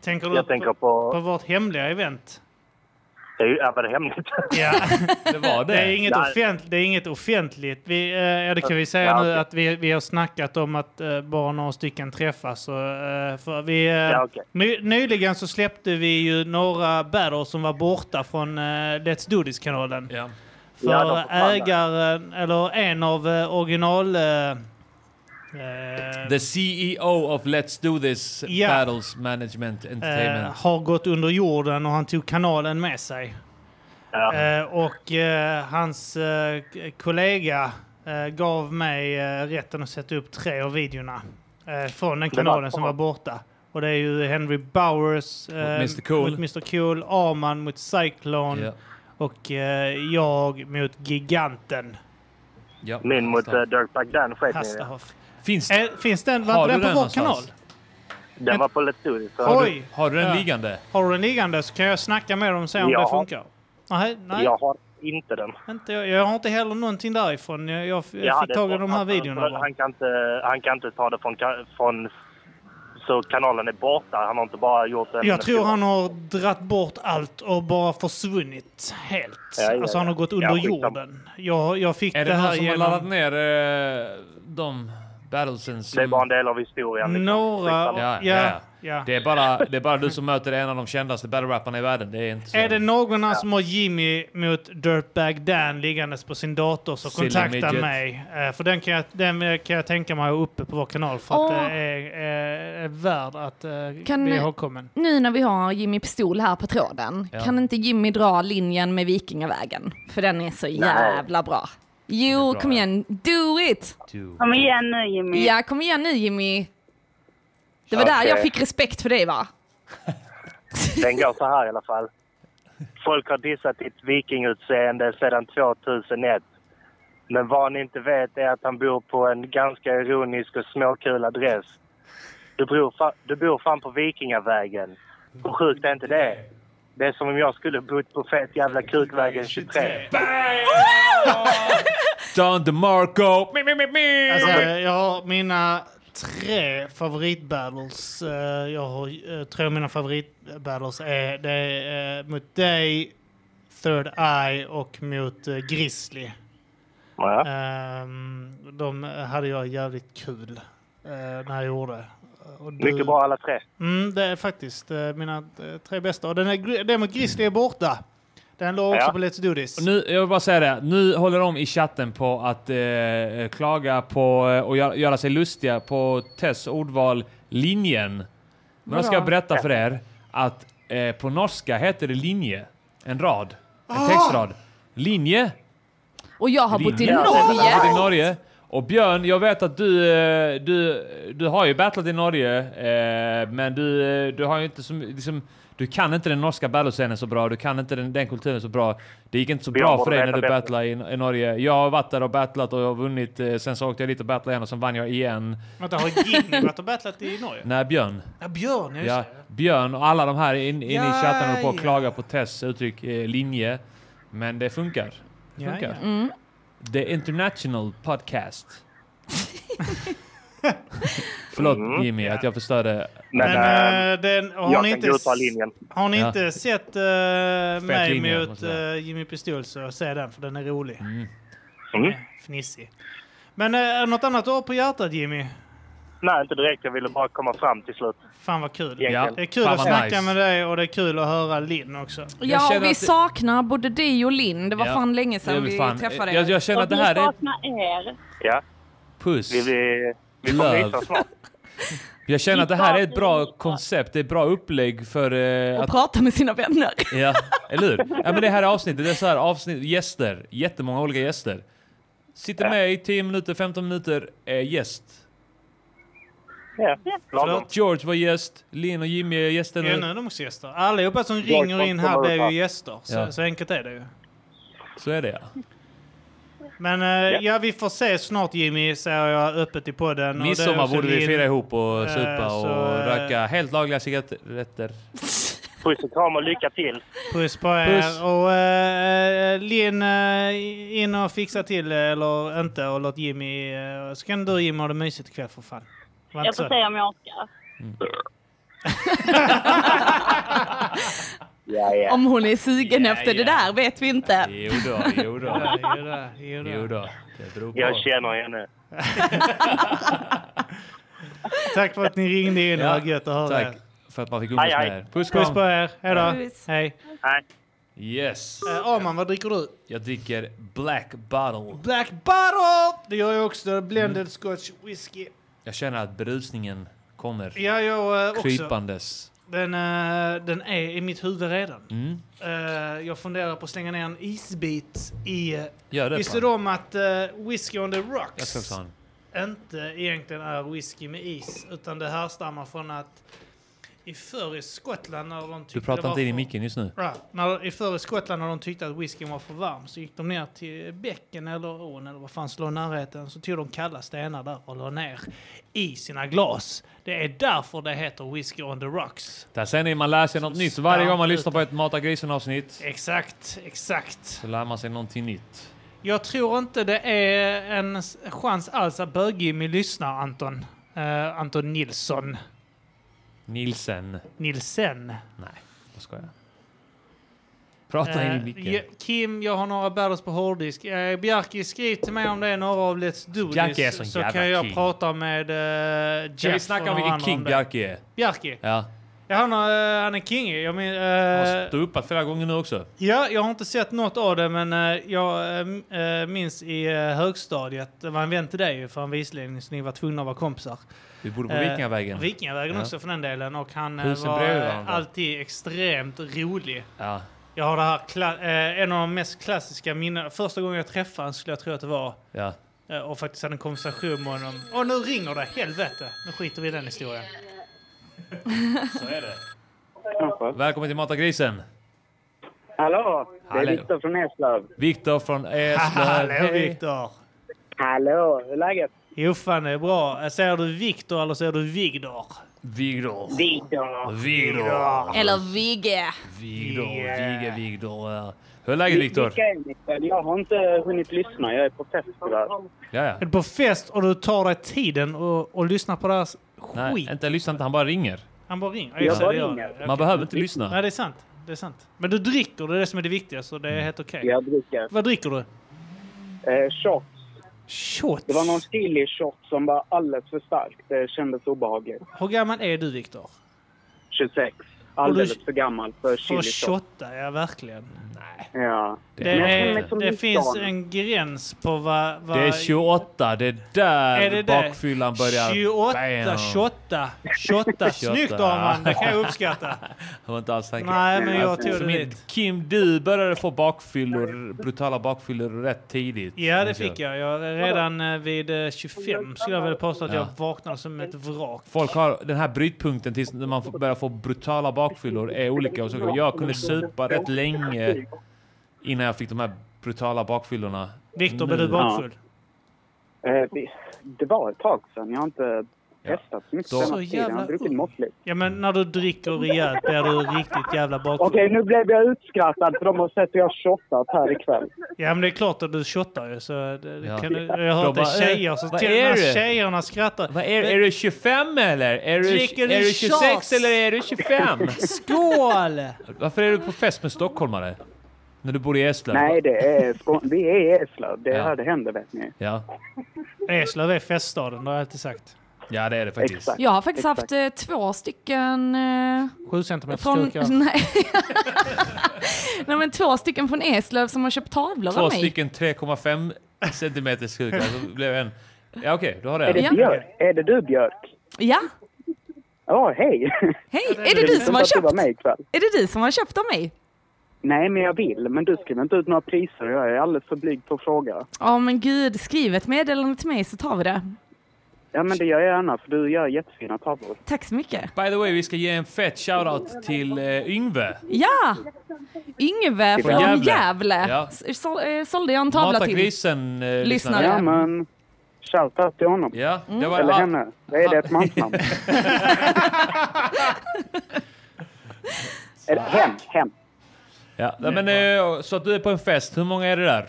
Tänker du Jag tänker på... på vårt hemliga event? Det är ju... Ja, var det hemligt? Ja. Det var Det är det. inget, Nej. offent, det är inget offentligt. Vi, eh, ja, det kan vi säga Ja, nu okej. att vi, vi har snackat om att eh, bara några stycken träffas. Och, eh, för vi, eh, Ja, okej. ny, nyligen så släppte vi ju några badders som var borta från eh, Let's Do This-kanalen. Ja. För Ja, de försvann där. ägaren, eller en av eh, original... Eh, eh, The CEO of Let's Do This Ja. Battles Management eh, Entertainment. har gått under jorden och han tog kanalen med sig. Ja. Eh, och eh, hans eh, k- kollega eh, gav mig eh, rätten att sätta upp tre av videorna eh, från den kanalen som var borta. Och det är ju Henry Bowers eh, Mr. Cool. mot Mr Cool, Arman mot Cyclone Ja. och eh, jag mot Giganten Ja. Min mot uh, Dirtbag Dan sket ni i. Hastahoff. Finns Eh, finns den, Har var du den på den vår kanal? någonstans? Den var på Let's Do This. så- Oj! Har du den Ja. liggande? Har du den liggande så kan jag snacka med dem och se om Ja. det funkar. Nej, nej Jag har inte den. inte, jag, jag har inte heller någonting därifrån. Jag, jag, jag Ja, fick det- tag i de här han- videorna Han, bara. han, kan inte, han kan inte ta det från, ka- från... Så kanalen är borta. Han har inte bara gjort en... Jag tror han har dratt bort allt och bara försvunnit helt. Ja, ja, Alltså han har ja. gått Ja, under skitsamma. jorden. Jag, jag fick Är det det här någon som har genom... laddat ner eh, de Battlesons. Det är bara en del av historien. Liksom. Några- Ja, ja, Ja, ja. ja. Det, är bara, det är bara du som möter en av de kändaste battle-rapparna i världen. Det är inte så. Är det någon här som har Jimmy mot Dirtbag Dan liggandes på sin dator så Silly kontakta midget. mig. Eh, För den kan, jag, den kan jag tänka mig uppe på vår kanal för att Åh. det är, är, är värd att eh, Kan- bli ihågkommen. Nu när vi har Jimmy Pistol här på tråden, Ja. kan inte Jimmy dra linjen med Vikingavägen? För den är så jävla bra. Jo, bra, kom igen. Do it! Kom igen nu Jimmy. Ja, kom igen nu Jimmy. Det var där Okej. jag fick respekt för dig va? Den går så här i alla fall. Folk har dissat ditt vikingutseende sedan 2001. Men vad ni inte vet är att han bor på en ganska ironisk och småkul adress. Du bor, fa- du bor fan på Vikingavägen. Hur sjukt är inte det? Det är som om jag skulle bott på fet jävla Kukvägen 23. Don DeMarco! Alltså, jag har mina tre favoritbattles. eh, Jag har eh, tre av mina favoritbattles. Är, det är eh, mot dig, Third Eye och mot eh, Grizzly. Ja. Ehm, de hade jag jävligt kul eh, när jag gjorde. Och du- Mycket bra alla tre. Mm, det är faktiskt eh, mina eh, tre bästa. Och den, är, gri- den mot Grizzly är borta. Den låg också på Let's Do This. Och Nu, jag vill bara säga det, nu håller de i chatten på att eh, klaga på eh, och göra, göra sig lustiga på Tess ordval linjen. Men jag ska Vadå? berätta för er att eh, på norska heter det linje. En rad. En Ah. textrad. Linje. Och jag har bott i linje. Jag har bott i Norge. Norge. Och Björn, jag vet att du, eh, du, du har ju battlat i Norge, eh, men du, eh, du har ju inte som, liksom, du kan inte den norska battlescenen så bra, du kan inte den, den kulturen så bra. Det gick inte så Björn bra för borde dig när veta du bättre. battlade i, i Norge. Jag har varit där och battlat och jag har vunnit, eh, sen så åkte jag dit och battlade igen och sen vann jag igen. Vänta, har Jimmy varit och battlat i Norge? Nej, Björn. Ja, Björn, ja, just Ja, det. Björn och alla de här in- inne i Ja, chatten håller på och ja. klagar på Tess uttryck eh, linje. Men det funkar. Det Ja, funkar. ja. Mm. The International Podcast. Förlåt Mm. Jimmy att jag förstörde. Men, eh, den, har ni inte, s- Har ni Ja. inte sett eh, mig linje, mot måste jag säga. eh, Jimmy Pistol så se den för den är rolig. Eh, Mm. Fnissig. Men eh, är det något annat du har på hjärtat Jimmy? Nej, inte direkt. Jag ville bara komma fram till slut. Fan vad kul. Ja, Det är kul fan att vad snacka nice. med dig och det är kul att höra Linn också. Ja, vi saknar både dig och Linn. Det var Ja. fan länge Det är sedan väl vi fan- träffade jag- jag känner att det här är- Och vi saknar er. Ja. Puss. Vi, vi, vi Love. kommer hit så snart. Jag känner att det här är ett bra koncept, det är ett bra upplägg för... Eh, Och att, prata med sina vänner. ja, eller hur? Ja, men det här avsnittet, det är så här avsnitt, gäster, jättemånga olika gäster. Sitter med i 10 minuter, 15 minuter, är gäst. Ja. Lagom. George var gäst, Linn och Jimmy är gäster Ja, nu nu. är de också gäster. Allihopa som Jag ringer in här kommer blir upp här. ju gäster. Så, Ja. så enkelt är det ju. Så är det ja. Men eh, ja, vi får se snart Jimmy, säger jag öppet i podden. Och det är Midsommar också borde vi Linn. fira ihop och Eh, supa så, och eh, röka helt lagliga cigaretter. Puss och kram och lycka till. Puss på er. Puss. Och eh, Linn, eh, in och fixa till eh, eller inte och låt Jimmy... eh, så kan du och Jimmy ha det mysigt ikväll för fan. Var inte Jag får så. se om jag orkar. Ja, ja. Om hon är sugen Ja, efter det ja. där vet vi inte. Jo då, jo då. Jo då, det beror på. Jag känner henne. Tack för att ni ringde in. Det var gött att höra Tack er. för att man fick umgås med er. Puss, kram. på er. Hej då. Puss. Hej. Yes. Eh, Arman, vad dricker du? Jag dricker Black Bottle. Black Bottle! Det gör jag också. Blended Scotch Whisky. Jag känner att berusningen kommer Ja, jag eh, också. krypandes. Den, eh, den är i mitt huvud redan. Mm. Eh, jag funderar på att slänga ner en isbit i... Gör det, Visste fan. du om att uh, Whisky on the Jag ska Rocks också ha en. inte egentligen är whisky med is, utan det härstammar från att i förr i Skottland när de tyckte Du pratar det var inte in i för- micken just nu. Ja, när, I förr i Skottland när de tyckte att whiskyn var för varm så gick de ner till bäcken eller ån eller vad fan som låg i närheten så tog de kalla stenar där och la ner i sina glas. Det är därför det heter whisky on the rocks. Där ser ni, man lär sig något nytt. Varje gång man lyssnar på ett Mata grisen-avsnitt Exakt, exakt. så lär man sig någonting nytt. Jag tror inte det är en s- chans alls att bög-Jimmy lyssnar, Anton. Eh, Anton Nilsson. Nilsen. Nilsen. Nej, vad ska jag? Prata in i Eh, micken. ja, Kim, jag har några battles på hårddisk. Eh, Bjarki, skriv till mig om det är några av Let's Do Bjarki är sån This. Så jävla kan jag king. prata med uh, Jeff. Kan vi snacka och om några vilken king andra det. Bjarki är? Bjarki? Ja. Ja, han, har, eh, han är king. Jag men, Han eh, har stupat flera gånger nu också. Ja, jag har inte sett något av det, men eh, jag eh, m- eh, minns i eh, högstadiet, det var en vän till dig ju för en visledning, så ni var tvungna att vara kompisar. Vi bodde på Eh, Vikingavägen. Vikingavägen Ja. också för den delen, och han eh, Husen var bredvid eh, varandra. alltid extremt rolig. Ja. Jag har det här, kla- eh, en av de mest klassiska minnena, första gången jag träffade honom skulle jag tro att det var, Ja. eh, och faktiskt hade en konversation med honom. Åh, nu ringer det, helvete! Nu skiter vi i den historien. Så är det. Välkommen till Mata grisen. Hallå! Det är Hallå. Viktor från Eslöv. Viktor från Eslöv. Hallå Hej. Viktor! Hallå, hur är läget? Jo fan det är bra. Eh, Säger du Viktor eller säger du Vigdor? Vigdor. Vigdor. Vigdor. Eller Vigge. Vigdor. Vigge, Vigdor. ja. Hur är läget Viktor? Vilka är ni? Jag har inte hunnit lyssna. Jag är på fest tyvärr. Ja, ja. Är du på fest och du tar dig tiden och, och lyssnar på deras Nej, skit? inte lyssna inte. Han bara ringer. Han bara ringer. Ja, Jag just det, bara det gör han. ringer. Okej. Man behöver inte lyssna. Nej, det är sant. Det är sant. Men du dricker, det är det som är det viktiga, så det är Mm. helt okej. Jag dricker. Vad dricker du? Eh, shots. Shots? Det var någon chili shot som var alldeles för stark. Det kändes obehagligt. Hur gammal är du, Viktor? 26. Alldeles för gammal för För chili att shot. shotta, ja verkligen. Ja. Det, Men jag känner mig är, som det Nils finns Dan. en gräns på vad... vad Det är 28. Det är där Är det det? bakfyllan börjar. 28, 28, 28. Snyggt Arman, det kan jag uppskatta. Jag var inte alls säker. Nej, men jag Alltså, tog det Kim- dit. Kim, du började få bakfyllor, brutala bakfyllor rätt tidigt. Ja, det fick jag. jag redan eh, vid eh, 25 skulle jag väl påstå att jag vaknade som ett Mm. vrak. Folk har den här brytpunkten tills när man får- börjar få brutala bakfyllor är olika. Och så, jag kunde supa rätt länge innan jag fick de här brutala bakfyllorna. Mm. Viktor, Nu- blev du bakfull? Eh, det- det var ett tag sedan. Jag har inte testat så mycket Då- senaste Så tiden. Jag jävla har druckit ung. måttligt. Ja, men när du dricker rejält blir du riktigt jävla bakfull. Okej, nu blev jag utskrattad för de har sett hur jag shottat här ikväll. Ja, men det är klart att du shottar ju. Så eh, det, det Ja. kan du, jag har De hört det bara, tjejer "Eh, som vad till och är med du?" tjejerna skrattar. Vad är, är du 25 eller? Är du, Dricker du är du 26 shots? eller är du 25? Skål! Varför är du på fest med stockholmare? När du bor i Eslöv? Nej, det är Skå- vi är i Eslöv. Det är Ja. här det händer, vet ni. Ja. Eslöv är feststaden, det har jag alltid sagt. ja, det är det faktiskt. Exakt. Jag har faktiskt Exakt. haft eh, två stycken eh, Sju centimeter från... skurkar. Nej. Nej men två stycken från Eslöv som har köpt tavlor Två av mig. stycken 3,5 centimeter skurkar. Så blev en... Ja, okej, då har Är det, det. Ja. Björk? är det du, Björk? Ja, Ja, hej! hej! Är det du som har att du var köpt? med ikväll. Är det du som har köpt av mig? Nej, men jag vill. Men du skriver inte ut några priser. Jag är alldeles för blyg på att fråga. Ja men gud, skriv ett meddelande till mig så tar vi det. Ja, men det gör jag gärna, för du gör jättefina tavlor. Tack så mycket. By the way, vi ska ge en fett shoutout till eh, Yngve. Ja! Yngve Från från Gävle. Gävle, Ja. S- så, eh, sålde jag en tavla Mata till. grisen, eh, lyssnare. Lyssnare. Ja, men... Shoutout till honom. Ja, det var Ah. Eller all- henne. Är det ett mansnamn? Eller hem, hem. Ja, nej, men, eh, så att du är på en fest, hur många är det där?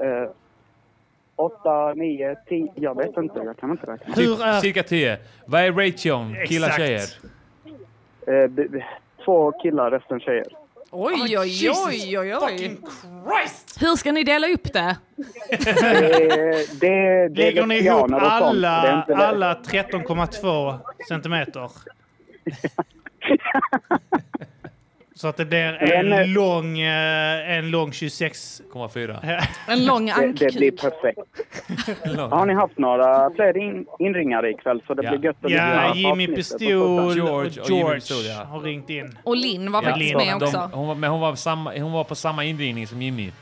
Eh, åtta, nio, tio. Jag vet inte. Jag kan inte räkna. Hur är- Cirka 10. Vad är ration? Killar, Exakt. tjejer? Eh, b- b- två killar, resten tjejer. Oj, oj, oj, oj, oj. Hur ska ni dela upp det? det, det, det Lägger är ni ihop vegetarianer och sånt, det är alla, inte lätt. alla 13,2 centimeter? Så att det blir Men- en lång, eh, en lång 26... 0,4. En lång Det, det blir ankkuk. perfekt. Har ni haft några fler in, inringare ikväll så det Ja. blir gött att lyssna Ja, på Jimmy avsnittet och sånt där. Pistol och George och George, Jimmy Pistol, ja. har ringt in. Och Linn var Ja, faktiskt Linn. med de, också. hon, var, men hon var, på samma, hon var på samma inringning som Jimmy.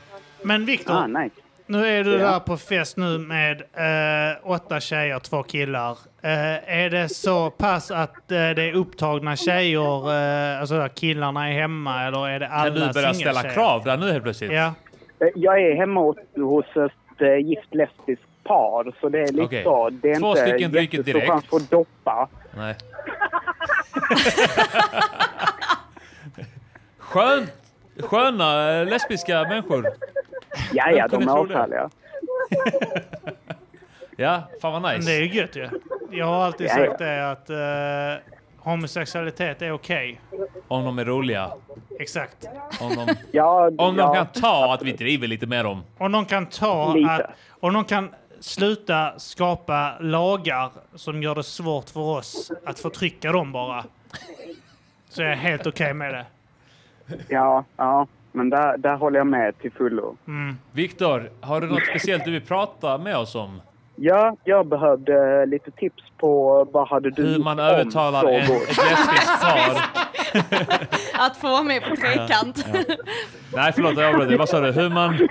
Men Viktor, Ah, nej. nu är du Ja. där på fest nu med eh, åtta tjejer, två killar. Eh, är det så pass att eh, det är upptagna tjejer, eh, alltså där killarna är hemma, eller är det alla Kan du börja ställa singeltjejer? krav där nu helt plötsligt? Ja. Eh, Jag är hemma hos, hos ett eh, gift lesbiskt par så det är lite Okej. så. Det är Två inte stycken dricker jättestor direkt. chans att doppa. Nej. Skön, sköna eh, lesbiska människor. Ja, ja, de kunde är tro det. avfärliga. Ja, fan vad Men det är nice. ju gött ju. Jag har alltid Ja, sagt det att eh, homosexualitet är okej. Om de är roliga. Exakt. Om de, Ja, om ja, de kan ta att vi driver lite med dem. Om någon kan ta Lite. att... Om någon kan sluta skapa lagar som gör det svårt för oss att förtrycka dem bara. Så är jag helt okej med det. Ja, ja. Men där, där håller jag med till fullo. Viktor, har du något speciellt du vill prata med oss om? Ja, jag behövde lite tips på vad hade du Hur man övertalar en, frågor. ett lesbiskt par. Att få vara med på trekant. Ja, Nej, förlåt, jag avbröt dig. Vad sa du? Hur man...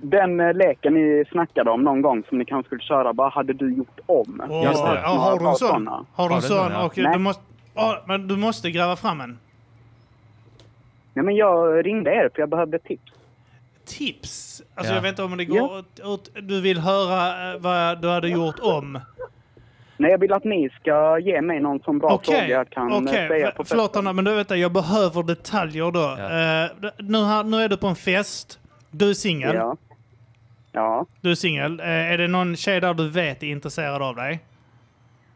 Den eh, leken ni snackade om någon gång som ni kanske skulle köra, vad hade du gjort om? Åh, Jag har ja, har du en några sån? såna. Har du en sån? Och Nej. du måste, ja, men du måste gräva fram en. Nej, men jag ringde er för jag behövde tips. Tips? Alltså Ja. jag vet inte om det går ut, ut, Du vill höra eh, vad du hade gjort om? Nej, jag vill att ni ska ge mig någon sån bra fråga Okej, jag kan eh, okej. säga För- på Förlåt Anna, men du vet, jag behöver detaljer då. Eh, d- nu, har- nu är du på en fest. Du är singel. Ja. Ja. Du är singel. Eh, är det någon tjej där du vet är intresserad av dig?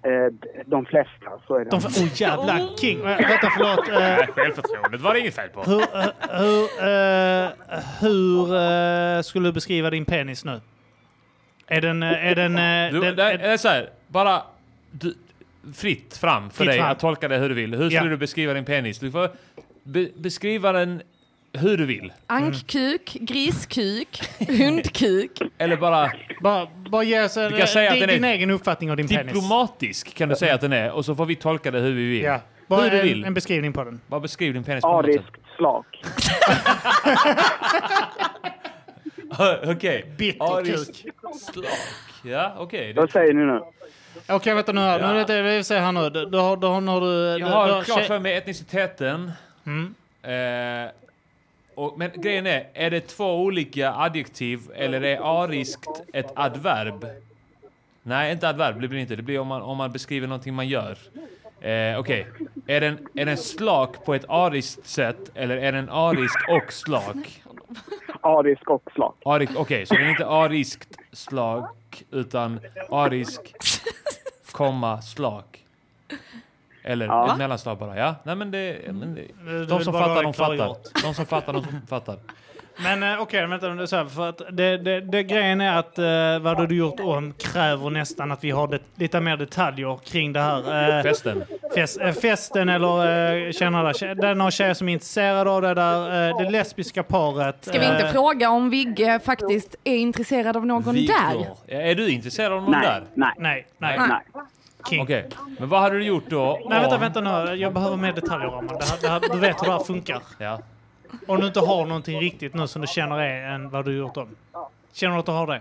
Eh, d- De flesta, så är det. De får, oh jävlar, king! Eh, Vänta, förlåt. Eh, Självförtroendet var det inget fel på. hur eh, hur, eh, hur eh, skulle du beskriva din penis nu? Är den... eh, Är den, eh, Du, den det är så här, bara du, fritt fram för Fritt dig fram. att tolka det hur du vill. Hur skulle Ja. du beskriva din penis? Du får be, beskriva den hur du vill. Ankkuk, griskuk, hundkuk. Eller bara... bara, bara ge oss en, eh, Du kan säga att din, den är din egen uppfattning av din penis. Diplomatisk kan du säga att den är och så får vi tolka det hur vi vill. Ja. Bara hur du en, vill. en beskrivning på den. Bara beskriv din penis på något sätt. Ariskt slag. Okej. Arisk Okej, Ja, okej. Vad säger ni nu? vänta nu här. Nu, vet jag- vi ser här nu. Du, du har, du har, när du, Jag du, du har klart tjej- för mig etniciteten. Mm. Eh, och, men grejen är, är det två olika adjektiv eller är ariskt ett adverb? Nej, inte adverb, det blir inte. Det blir om man, om man beskriver någonting man gör. Eh, Okej, är den, är den slak på ett ariskt sätt eller är den arisk och slak? Arisk och slag. Arik, Okej, så den är inte ariskt slak utan arisk, komma, slak. Eller Ja. ett mellanslag bara, ja. Nej men det... Men det Mm. Du de vill som bara ha fattar, det de fattar. klargjort. De som fattar, de som fattar. Men eh, okej, vänta. men Det är så här, för att det, det, det, grejen är att eh, vad har du gjort om kräver nästan att vi har det, lite mer detaljer kring det här. eh, Festen. Fest, eh, festen eller eh, känner där. tje- Det är någon tjej som är intresserad av det där. Eh, det lesbiska paret. Ska vi inte eh, fråga om Vigge faktiskt är intresserad av någon där? Viktor, Är du intresserad av någon Nej, där? Nej. Nej. Nej. Okej. Men vad hade du gjort då? Nej, vänta, om- vänta nu. Jag behöver mer detaljer om det här, det här. Du vet hur det här funkar. Ja. Om du inte har någonting riktigt nu som du känner är än vad du gjort om. Känner du att du har det?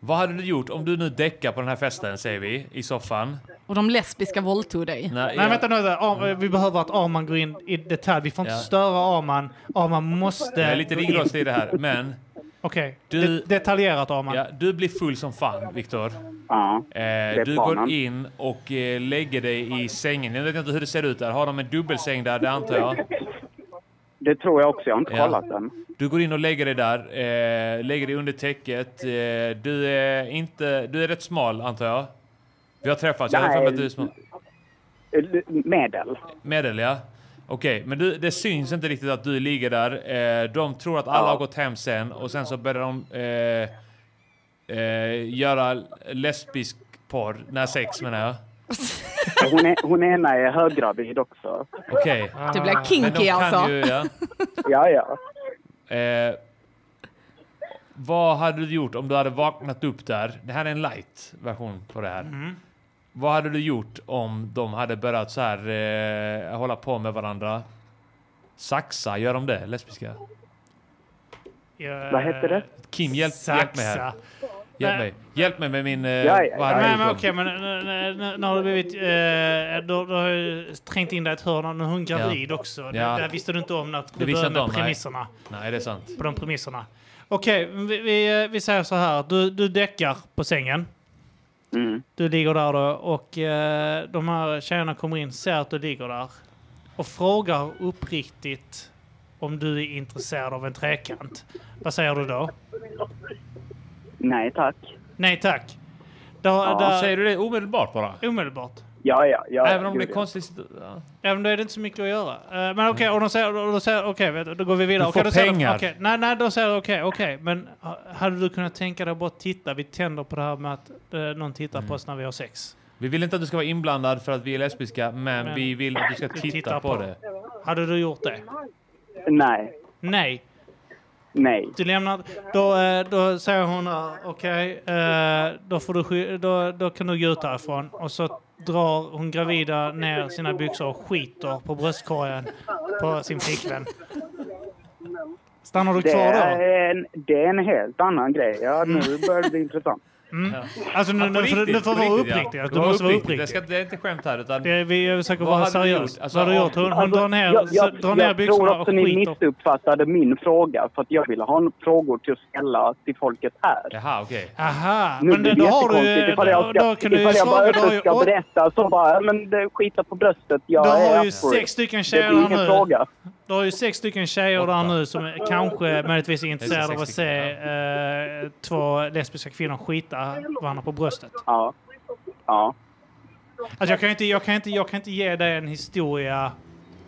Vad hade du gjort om du nu däckar på den här festen, säger vi, i soffan? Och de lesbiska våldtog dig. Nej, Nej, vänta nu. Ar- Vi behöver att Arman går in i detalj. Vi får inte Ja. störa Arman. Arman måste... Jag är lite gå in. ringrostig i det här, men... Okej. Du- Det- detaljerat Arman. Ja, du blir full som fan, Viktor. Ja, eh, du planen. går in och eh, lägger dig i sängen. Jag vet inte hur det ser ut där. Har de en dubbelsäng där? Det antar jag. Det tror jag också. Jag har inte Ja. kollat den. Du går in och lägger dig där. Eh, lägger dig under täcket. Eh, du, är inte, du är rätt smal, antar jag. Vi har träffats. Alltså, Jag har för mig att du är smal. Eh, Medel. Medel, ja. Okej, men du, det syns inte riktigt att du ligger där. Eh, de tror att alla har gått hem sen och sen så börjar de eh, eh, göra lesbisk porr. Nej, sex menar jag. Hon, är, hon ena är höggravid också. Okej. Det Ah. blir Typ kinky Men de kan alltså. Ju, ja. Ja, ja. Eh, vad hade du gjort om du hade vaknat upp där? Det här är en light version på det här. Mm. Vad hade du gjort om de hade börjat så här eh, hålla på med varandra? Saxa, gör de det? Lesbiska? Jag- Vad heter det? Kim, hjälp, hjälp mig här. Saxa. Hjälp Nej. mig. Hjälp mig med min... Eh, Ja, ja, vad hade Nej, jag men gjort om- okej, men nu- nu- nu nu har du blivit... Eh, du, du har ju trängt in dig i ett hörn. Nu är hon gravid Ja. också. Det, Ja. det visste du inte om när Det du visste jag började inte om. med Nej. premisserna. nej, det är sant. På de premisserna. Okej, vi, vi, vi säger så här. Du, du däckar på sängen. Mm. Du ligger där då och eh, de här tjejerna kommer in, ser att du ligger där och frågar uppriktigt om du är intresserad av en trekant. Vad säger du då? Nej, tack. Nej tack. Då, Ja. Säger du det omedelbart bara? Omedelbart. Ja, ja, ja. Även om gud, det är ja. konstigt... Ja. Ja, men då är det inte så mycket att göra. Eh, Men okej, och de säger, och de säger okej, vet du, då går vi vidare. Du får Okej, då säger pengar. De, okej, nej, nej, då säger de okej, okej. Men ha- hade du kunnat tänka dig att bara titta? Vi tänder på det här med att eh, någon tittar Mm. på oss när vi har sex. Vi vill inte att du ska vara inblandad för att vi är lesbiska, men, Men- vi vill att du ska Vi titta, tittar på, på. det. Hade du gjort det? Nej. Nej. Nej. Du lämnar... Då, eh, då säger hon eh, okej, eh, då, får du sky- då, då kan du gå ut härifrån. Och så drar hon gravida ner sina byxor och skiter på bröstkorgen på sin flickvän. Stannar du Det kvar då? är, en, det är en helt annan grej. Ja, nu börjar det bli intressant. Mm. Alltså nu, Ja, på nu, får- nu riktigt, får på vara riktigt, ja. uppriktig. Du Du var måste vara uppriktig. uppriktig. Det, ska, det är inte skämt här, utan... Det, vi är försöker Vad vara hade du seriösa. gjort? Alltså, vad har du om- gjort? Hon, hon Alltså, drar ner, jag, jag, drar ner jag tror byxorna och också ni skiter. missuppfattade min fråga för att jag ville ha en- frågor till att ställa till folket här. Jaha, Ah, okej. Aha, Nu men blir då, det då har du jättekonstigt ju... ifall jag Då, ska, då kan du ju ifall jag bara svara... Du har öppet ju, ska åt- berätta så bara, ja, men det, skita på bröstet. Jag du är har ju up for it. sex stycken Det tjejer blir ingen där nu. fråga. Du har ju sex stycken tjejer där nu som är kanske möjligtvis är intresserade av att sex se eh, två lesbiska kvinnor skita varandra på bröstet. Ja. Ja. Alltså jag kan ju inte, jag kan inte, jag kan inte ge dig en historia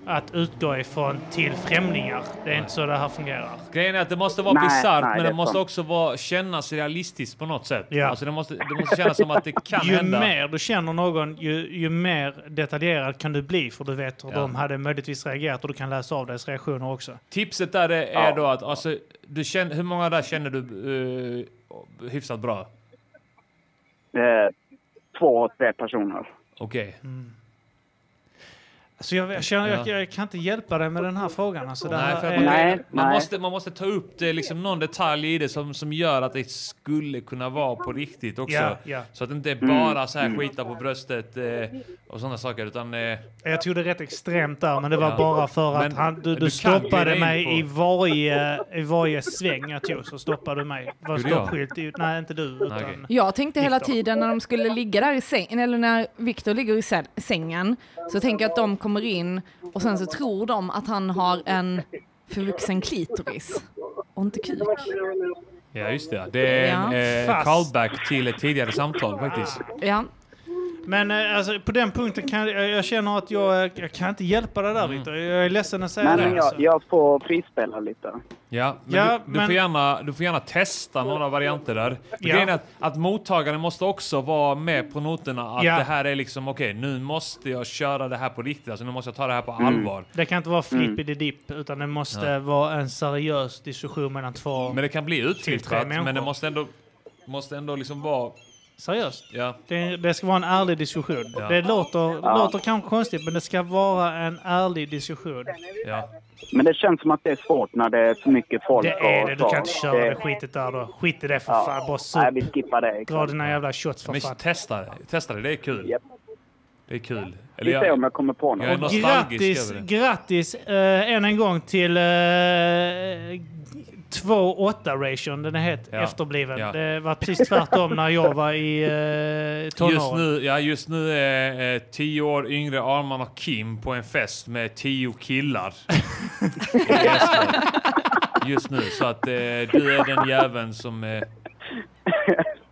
att utgå ifrån till främlingar. Det är inte så det här fungerar. Grejen är att det måste vara Nej, bisarrt, nej, men det det, är måste sant. också vara, kännas realistiskt på något sätt. Ja. Alltså, det, måste, det måste kännas som att det kan ju hända. mer du känner någon, ju, ju mer detaljerad kan du bli för du vet hur Ja. de hade möjligtvis reagerat och du kan läsa av deras reaktioner också. Tipset där är är Ja. då att, alltså, du känner, hur många där känner du eh, hyfsat bra? Eh, två, tre personer. Okej. Så Mm. Alltså, jag, jag, känner, jag, Ja. jag kan inte hjälpa dig med den här frågan. Alltså, det Nej, här för är- att man, man, Måste, man måste ta upp det, liksom någon detalj i det som, som gör att det skulle kunna vara på riktigt också. Ja, ja. Så att det inte är Mm, bara så här mm. skita på bröstet eh, och sådana saker, utan... Eh, Jag tog det rätt extremt där, men det var Ja. bara för att Men han, du, du kan du, bjuda stoppade in på- mig i varje, i varje sväng jag tog. Så stoppade du mig. Det var Gjorde jag? stoppskylt. i- Nej, inte du. Utan Jag tänkte hela tiden när de skulle ligga där i sängen, eller när Viktor ligger i sä- sängen, så tänker jag att de kommer in och sen så tror de att han har en förvuxen klitoris och inte kuk. Ja, just det. Det är en Ja. eh, Fast- callback till ett tidigare samtal faktiskt. Ja. Men eh, alltså, på den punkten kan jag, jag känner att jag, eh, jag kan inte hjälpa dig Mm. där Viktor. Jag är ledsen att säga Nej, det. men jag, Alltså. jag får frispela lite. Ja, men, Ja, du, du, men- Får gärna, du får gärna testa några varianter där. Men Ja. Grejen är att, att mottagaren måste också vara med på noterna att Ja. det här är liksom okej, nu måste jag köra det här på riktigt. Alltså nu måste jag ta det här på Mm. allvar. Det kan inte vara Mm. flippity-dipp, utan det måste Nej. vara en seriös diskussion mellan två... Men det kan bli utfiltrat, människor. men det måste ändå, måste ändå liksom vara... Seriöst? Ja. Det, det ska vara en ärlig diskussion. Ja. Det låter, Ja. låter kanske konstigt, men det ska vara en ärlig diskussion. ja. Men det känns som att det är svårt när det är för mycket folk. Det är och det. Du kan så. inte köra det skitet där då. Skit i det för Ja. fan. Bara sup. Nej, vi skippar det. Dra dina jävla shots för Men fan. testa det, testa det, det är kul. Det är kul. Vi ser om jag kommer på Jag är något. Och nostalgisk grattis, över det. grattis eh, än en gång till eh, 2-8-ration. Den är helt Ja. efterbliven. Ja. Det var precis tvärtom när jag var i eh, tonåren. Just nu, ja, just nu är eh, tio år yngre Arman och Kim på en fest med tio killar. I Eslöv. just nu, så att eh, du är den jäveln som... Eh,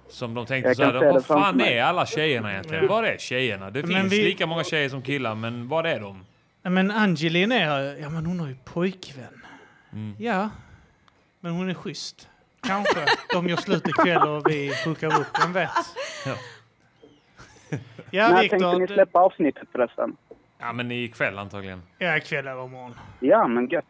som de tänkte Jag så här, kan se det vad framför fan mig." är alla tjejerna egentligen? Ja. Var är tjejerna? Det Men finns vi- lika många tjejer som killar, men var är de? Men Angelina är ja men hon har ju pojkvän. Mm. Ja, men hon är schysst. Kanske. De gör slut ikväll och vi hookar upp, vem vet? Ja. Ja, När tänkte ni Viktor. släppa avsnittet förresten? Ja, men ikväll antagligen. Ja, ikväll eller imorgon. Ja, men gött.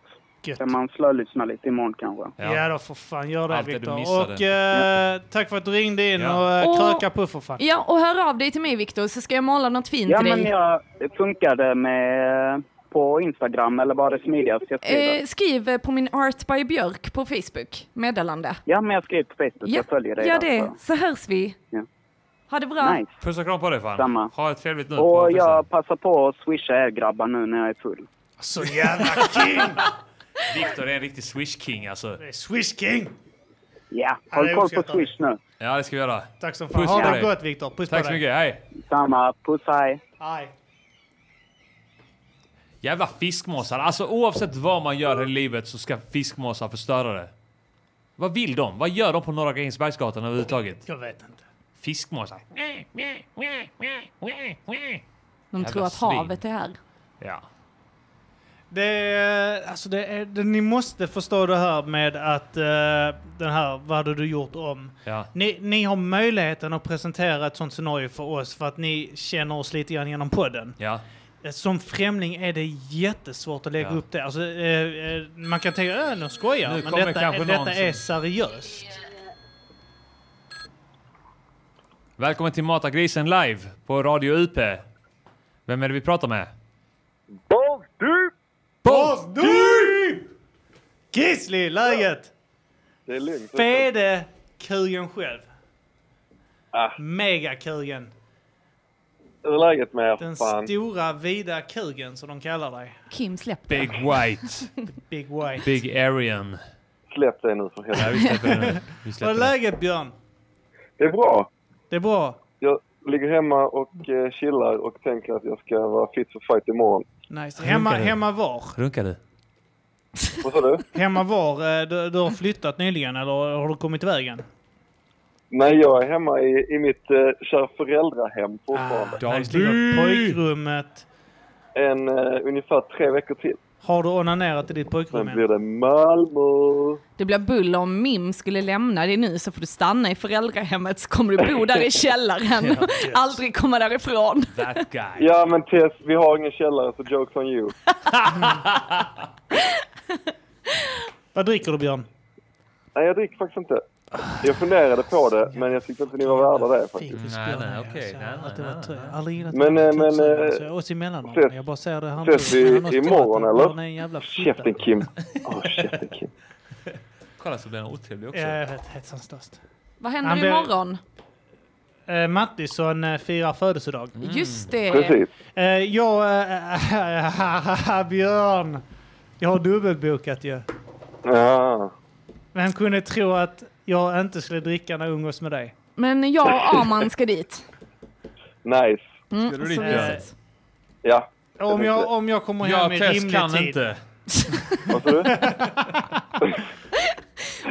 Gött. Kan man slölyssna lite imorgon kanske? Ja, då för fan, gör det Allt det du Viktor. missade. Och eh, tack för att du ringde in Ja. och eh, Och- kröka på för fan. ja, och hör av dig till mig Viktor så ska jag måla något fint Ja, till dig. men jag det funkade med på Instagram eller var det smidigast jag skriver? Eh, skriv eh, på min Art by Björk på Facebook, meddelande. Ja, men jag skrev på Facebook. Ja, Jag följer dig gör där, det, så. så hörs vi. Ja. Ha det bra. Nice. Puss och kram på dig fan. Samma. Ha ett trevligt nu på Och festen. jag passar på att swisha er grabbar nu när jag är full. Så jävla king! Viktor är en riktig swish-king alltså. Swish king! Ja, Ja, det håll koll på uppskattar vi. swish nu. Ja, det ska vi göra. Tack som fan. Ha på det dig. gott, Viktor. Puss på Tack så dig. mycket, hej. Samma, puss hej. Aj. Jävla fiskmåsar. Alltså oavsett vad man gör i livet så ska fiskmåsar förstöra det. Vad vill de? Vad gör de på Norra Grängesbergsgatan överhuvudtaget? Jag vet inte. Fiskmåsar. Meh, meh, meh, meh, meh, meh. De Jävla tror att svin. havet är här. Ja. Det är, alltså det är, det, ni måste förstå det här med att eh, den här, vad hade du gjort om? Ja. Ni, ni har möjligheten att presentera ett sånt scenario för oss för att ni känner oss lite grann genom podden. Eh, Ja. Som främling är det jättesvårt att lägga Ja. upp det. Alltså, eh, eh, man kan tänka att de skojar, Nu men kommer detta, kanske är- detta någon är som- seriöst. Välkommen till Mata grisen live på Radio UP. Vem är det vi pratar med? Boss Dyp! Boss Dyp! Gisli, läget? Det är lugnt. Fede kugen själv. Ah. Megakugen. Hur är läget med er? Den fan? stora vida kugen som de kallar dig. Kim släpp Big White. Big White. Big Arian. Släpp det nu för helvete. Ja, vi släpper det nu. Vi Vad släpper är det. läget Björn? Det är bra. Det är bra. Jag ligger hemma och eh, chillar och tänker att jag ska vara fit for fight imorgon. Nice. Hemma, Runkar du? hemma var? Runkar du? Vad sa du? Hemma var? eh, Du, du har flyttat nyligen eller har du kommit iväg än? Nej, jag är hemma i, i mitt eh, kära föräldrahem fortfarande. Ah, nice. Ligger pojkrummet. En, eh, ungefär tre veckor till. Har du onanerat i ditt pojkrum Sen än? blir det Malmö. Det blir bull om Mim skulle lämna dig nu så får du stanna i föräldrahemmet så kommer du bo där i källaren. Ja, Aldrig komma därifrån. That guy. Ja, men Tess, vi har ingen källare så jokes on you. Vad dricker du Björn? Nej, jag dricker faktiskt inte. Jag funderade på Ah, det, men jag tyckte inte ni var värda det faktiskt. Nej, nej, okej. Nej, nej, nej. Men, eh, men... eh, Alltså, oss emellan. ses- Jag bara säger det. Han Ses han vi har stått imorgon att Björn är en eller? jävla fitta. Käften Kim. Åh, käften Kim. Kolla så blir han otrevlig också. Ja, jag vet. Helt sanslöst. Vad händer Han blev- imorgon? Eh, Mattisson eh, firar födelsedag. Mm. Just det. Precis. Eh, jag... Eh, Björn! Jag har dubbelbokat ju. Ja. Vem kunde tro att jag inte skulle dricka när jag umgås med dig? Men jag och Arman ska dit. Nice. Mm, Ska du så vi dit, Björn? ses. Ja. Om jag, om jag kommer Jag hem och i Tess rimlig kan tid. inte. Vad sa du?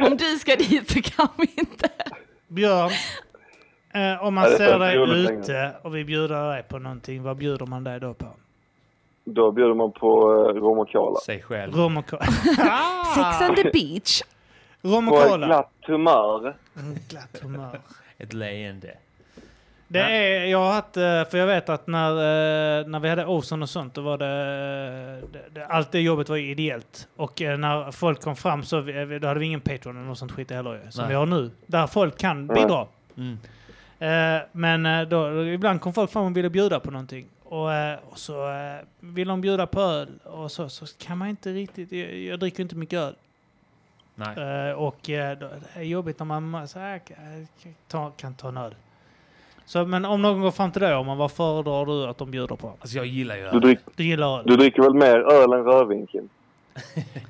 Om du ska dit så kan vi inte. Björn, eh, om man Ja, det ser känns dig roligt ute och vi bjuder dig på någonting, vad bjuder man dig då på? Då bjuder man på eh, rom och cola. Säg själv. Rom och cola. Sex and the beach. Rom och På ett cola. glatt humör. Glatt humör. Ett leende. Det är, jag har haft, eh, för jag vet att när, eh, när vi hade Olsson och sånt, då var det, eh, det, det, allt det jobbet var ju ideellt. Och eh, när folk kom fram så, vi- eh, då hade vi ingen Patreon eller något sånt skit heller ju, som Nej. vi har nu. Där folk kan Nej. bidra. Mm. Eh, Men eh, då, ibland kom folk fram och ville bjuda på någonting. Och, eh, och så eh, vill de bjuda på öl och så, så kan man inte riktigt, jag, jag dricker inte mycket öl. Nej. Eh, och eh, då, det är jobbigt när man så här, eh, kan ta, kan ta en öl. Så, men om någon går fram till dig, Arman, vad föredrar du att de bjuder på? Alltså jag gillar ju Du, öl. drick, Du gillar öl? du dricker väl mer öl än rödvin Kim?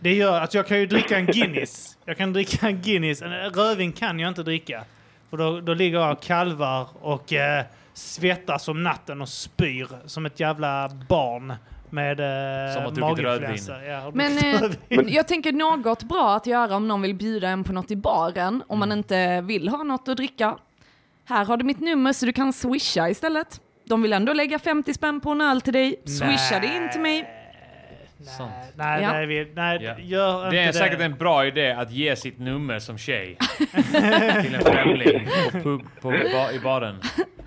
Det gör att jag kan ju dricka en Guinness. Jag kan dricka en Guinness. En rödvin kan jag inte dricka. För då, då ligger jag och kalvar och eh, svettas om natten och spyr som ett jävla barn med eh, Som har druckit maginfluensa. rödvin. Ja, har Men druckit eh, rödvin. jag tänker något bra att göra om någon vill bjuda en på något i baren. Om Mm. man inte vill ha något att dricka. Här har du mitt nummer så du kan swisha istället. De vill ändå lägga 50 spänn på en öl till dig. Swisha det in till mig. Sånt. nej, Ja. nej, vi, nej Ja. gör inte Det är säkert en bra idé att ge sitt nummer som tjej till en främling på, pub, på, ba, i baren.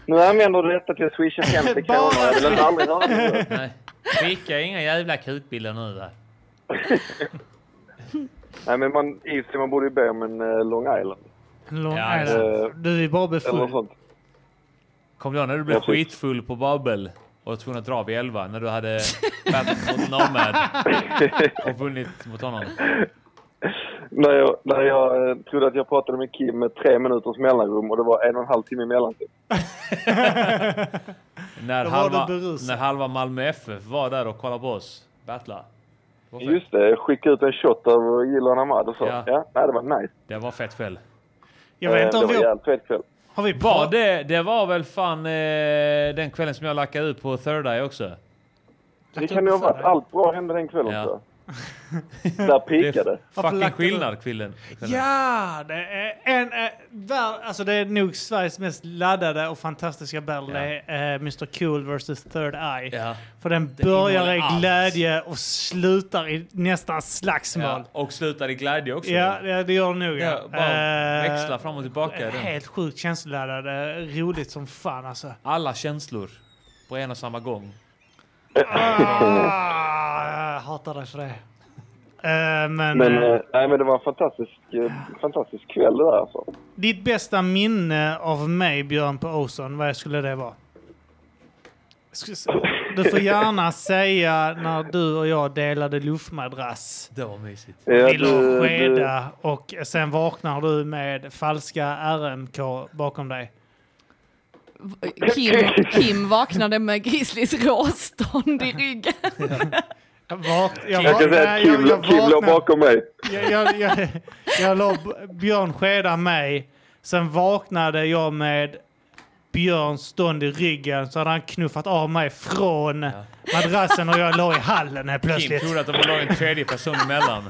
Nu använder du detta till att swisha 50 kronor. Jag vill inte aldrig höra det. Nej. Skicka inga jävla kukbilder nu va. Nej men man, i och för sig, man borde ju be om en eh, Long Island. En Long Ja, Island. Du är bara Eller något befull. sånt. Eh, Kommer du ihåg när du blev skitfull på Babel och var tvungen att dra vid elva när du hade battat mot Nomad och vunnit mot honom? När jag, när jag eh, trodde att jag pratade med Kim med tre minuters mellanrum och det var en och en halv timme emellan. typ. När Då var halva, du berusad. när halva Malmö FF var där och kollade på oss battla. Det var fett. Just det, jag skickade ut en shot av Jilan Ahmad och så. Ja. Ja. nej, det var nice. Det var fett fel. Jag vet Eh, inte om det vi var jävligt fet kväll. Har vi var det, det var väl fan eh, den kvällen som jag lackade ut på Third Eye också? Det kan ju ha varit. Allt bra hände den kvällen. Ja. tror jag. Där Det pikade är fucking skillnad kvällen. Ja, det är en... eh, vär- Alltså det är nog Sveriges mest laddade och fantastiska battle. Det är eh, Mr Cool vs Third Eye. För den Det börjar innehåller i allt. glädje och slutar i nästan slagsmål. Ja, och slutar i glädje också. Ja, det, det gör det nog. Ja. Ja, bara Eh, växla fram och tillbaka i den. Helt sjukt känsloladdad. eh, Roligt som fan alltså. Alla känslor på en och samma gång. Ah, jag hatar dig för det. Eh, men, Men, eh, eh, nej, men det var en fantastisk, eh, fantastisk kväll det där alltså. ditt bästa minne av mig, Björn på Ozon, vad skulle det vara? Sk- s- Du får gärna säga när du och jag delade luftmadrass. Det var mysigt. Ja, Vi du- låg skeda och sen vaknar du med falska RMK bakom dig. Kim, Kim vaknade med Grizzlys råstånd i ryggen. Vak- jag, Jag kan vak- säga att nej, jag- Kim, jag Kim låg vaknade- bakom mig. Jag, jag, jag, jag låg Björn skeda mig. Sen vaknade jag med Björn stånd i ryggen så hade han knuffat av mig från madrassen och jag låg i hallen helt Kim plötsligt. trodde att det var en tredje person emellan.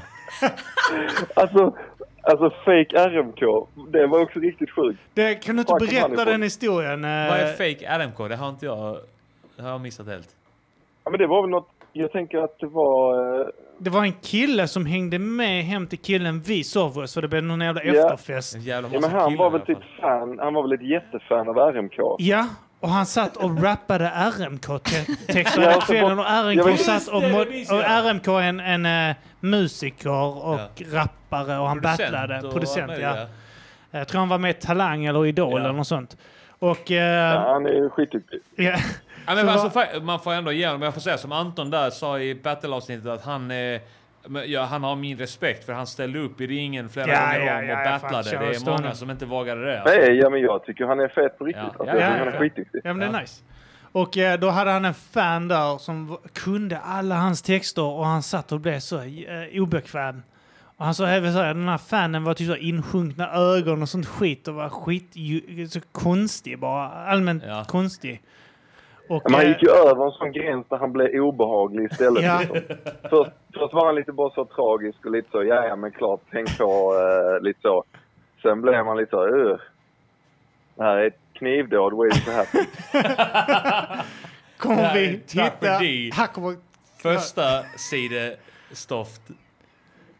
Alltså, alltså fake RMK. Det var också riktigt sjukt. Det, kan du inte Fucking berätta Hollywood. den historien? eh? Vad är fake RMK? Det har inte jag... Det har jag missat helt. Ja, men det var väl något... Jag tänker att det var... eh, Det var en kille som hängde med hem till killen vi sov hos så det blev någon jävla Ja. efterfest. ja, men han var väl typ fan... Han var väl ett jättefan av RMK. Ja, och han satt och rappade RMK-texter Ja, hela och så kvällen bort- och jag RMK vet- satt och, Just det, mod- det minns jag. och RMK är en, en eh, musiker och rappare och han Producent battlade. och Producent, vad är ja. det? Jag tror han var med i Talang eller Idol eller något sånt. Och... eh, Ja, han är ju skitduktig. ja. Ja, men Så alltså, fa- man får ändå ge honom... Jag får säga som Anton där sa i battle-avsnittet att han... Eh, men, ja, han har min respekt för han ställde upp i ringen flera Ja, gånger ja, om ja, och ja, fan, battlade. kör det och är stå många nu. som inte vågade det. alltså. Nej, ja, men jag tycker han är fet på riktigt. Ja, alltså, ja, jag ja, tycker han ja. är skitduktig. Ja, men det är nice. Och eh, då hade han en fan där som v- kunde alla hans texter och han satt och blev så eh, obekväm. Och han sa även så här, den här fanen var typ så insjunkna ögon och sånt skit och var skit så konstig bara. Allmänt konstig. Och, Men han eh, gick ju över en sån gräns där han blev obehaglig istället. Ja. Liksom. Först, först var han lite bara så tragisk och lite så, ja ja men klart, tänk på, eh, lite så. Sen blev man lite så, "Ugh. Det här är ett knivdåd waiting to happen. Det kommer här är vi en hitta... tragedi. Här kommer... Första sidestoft.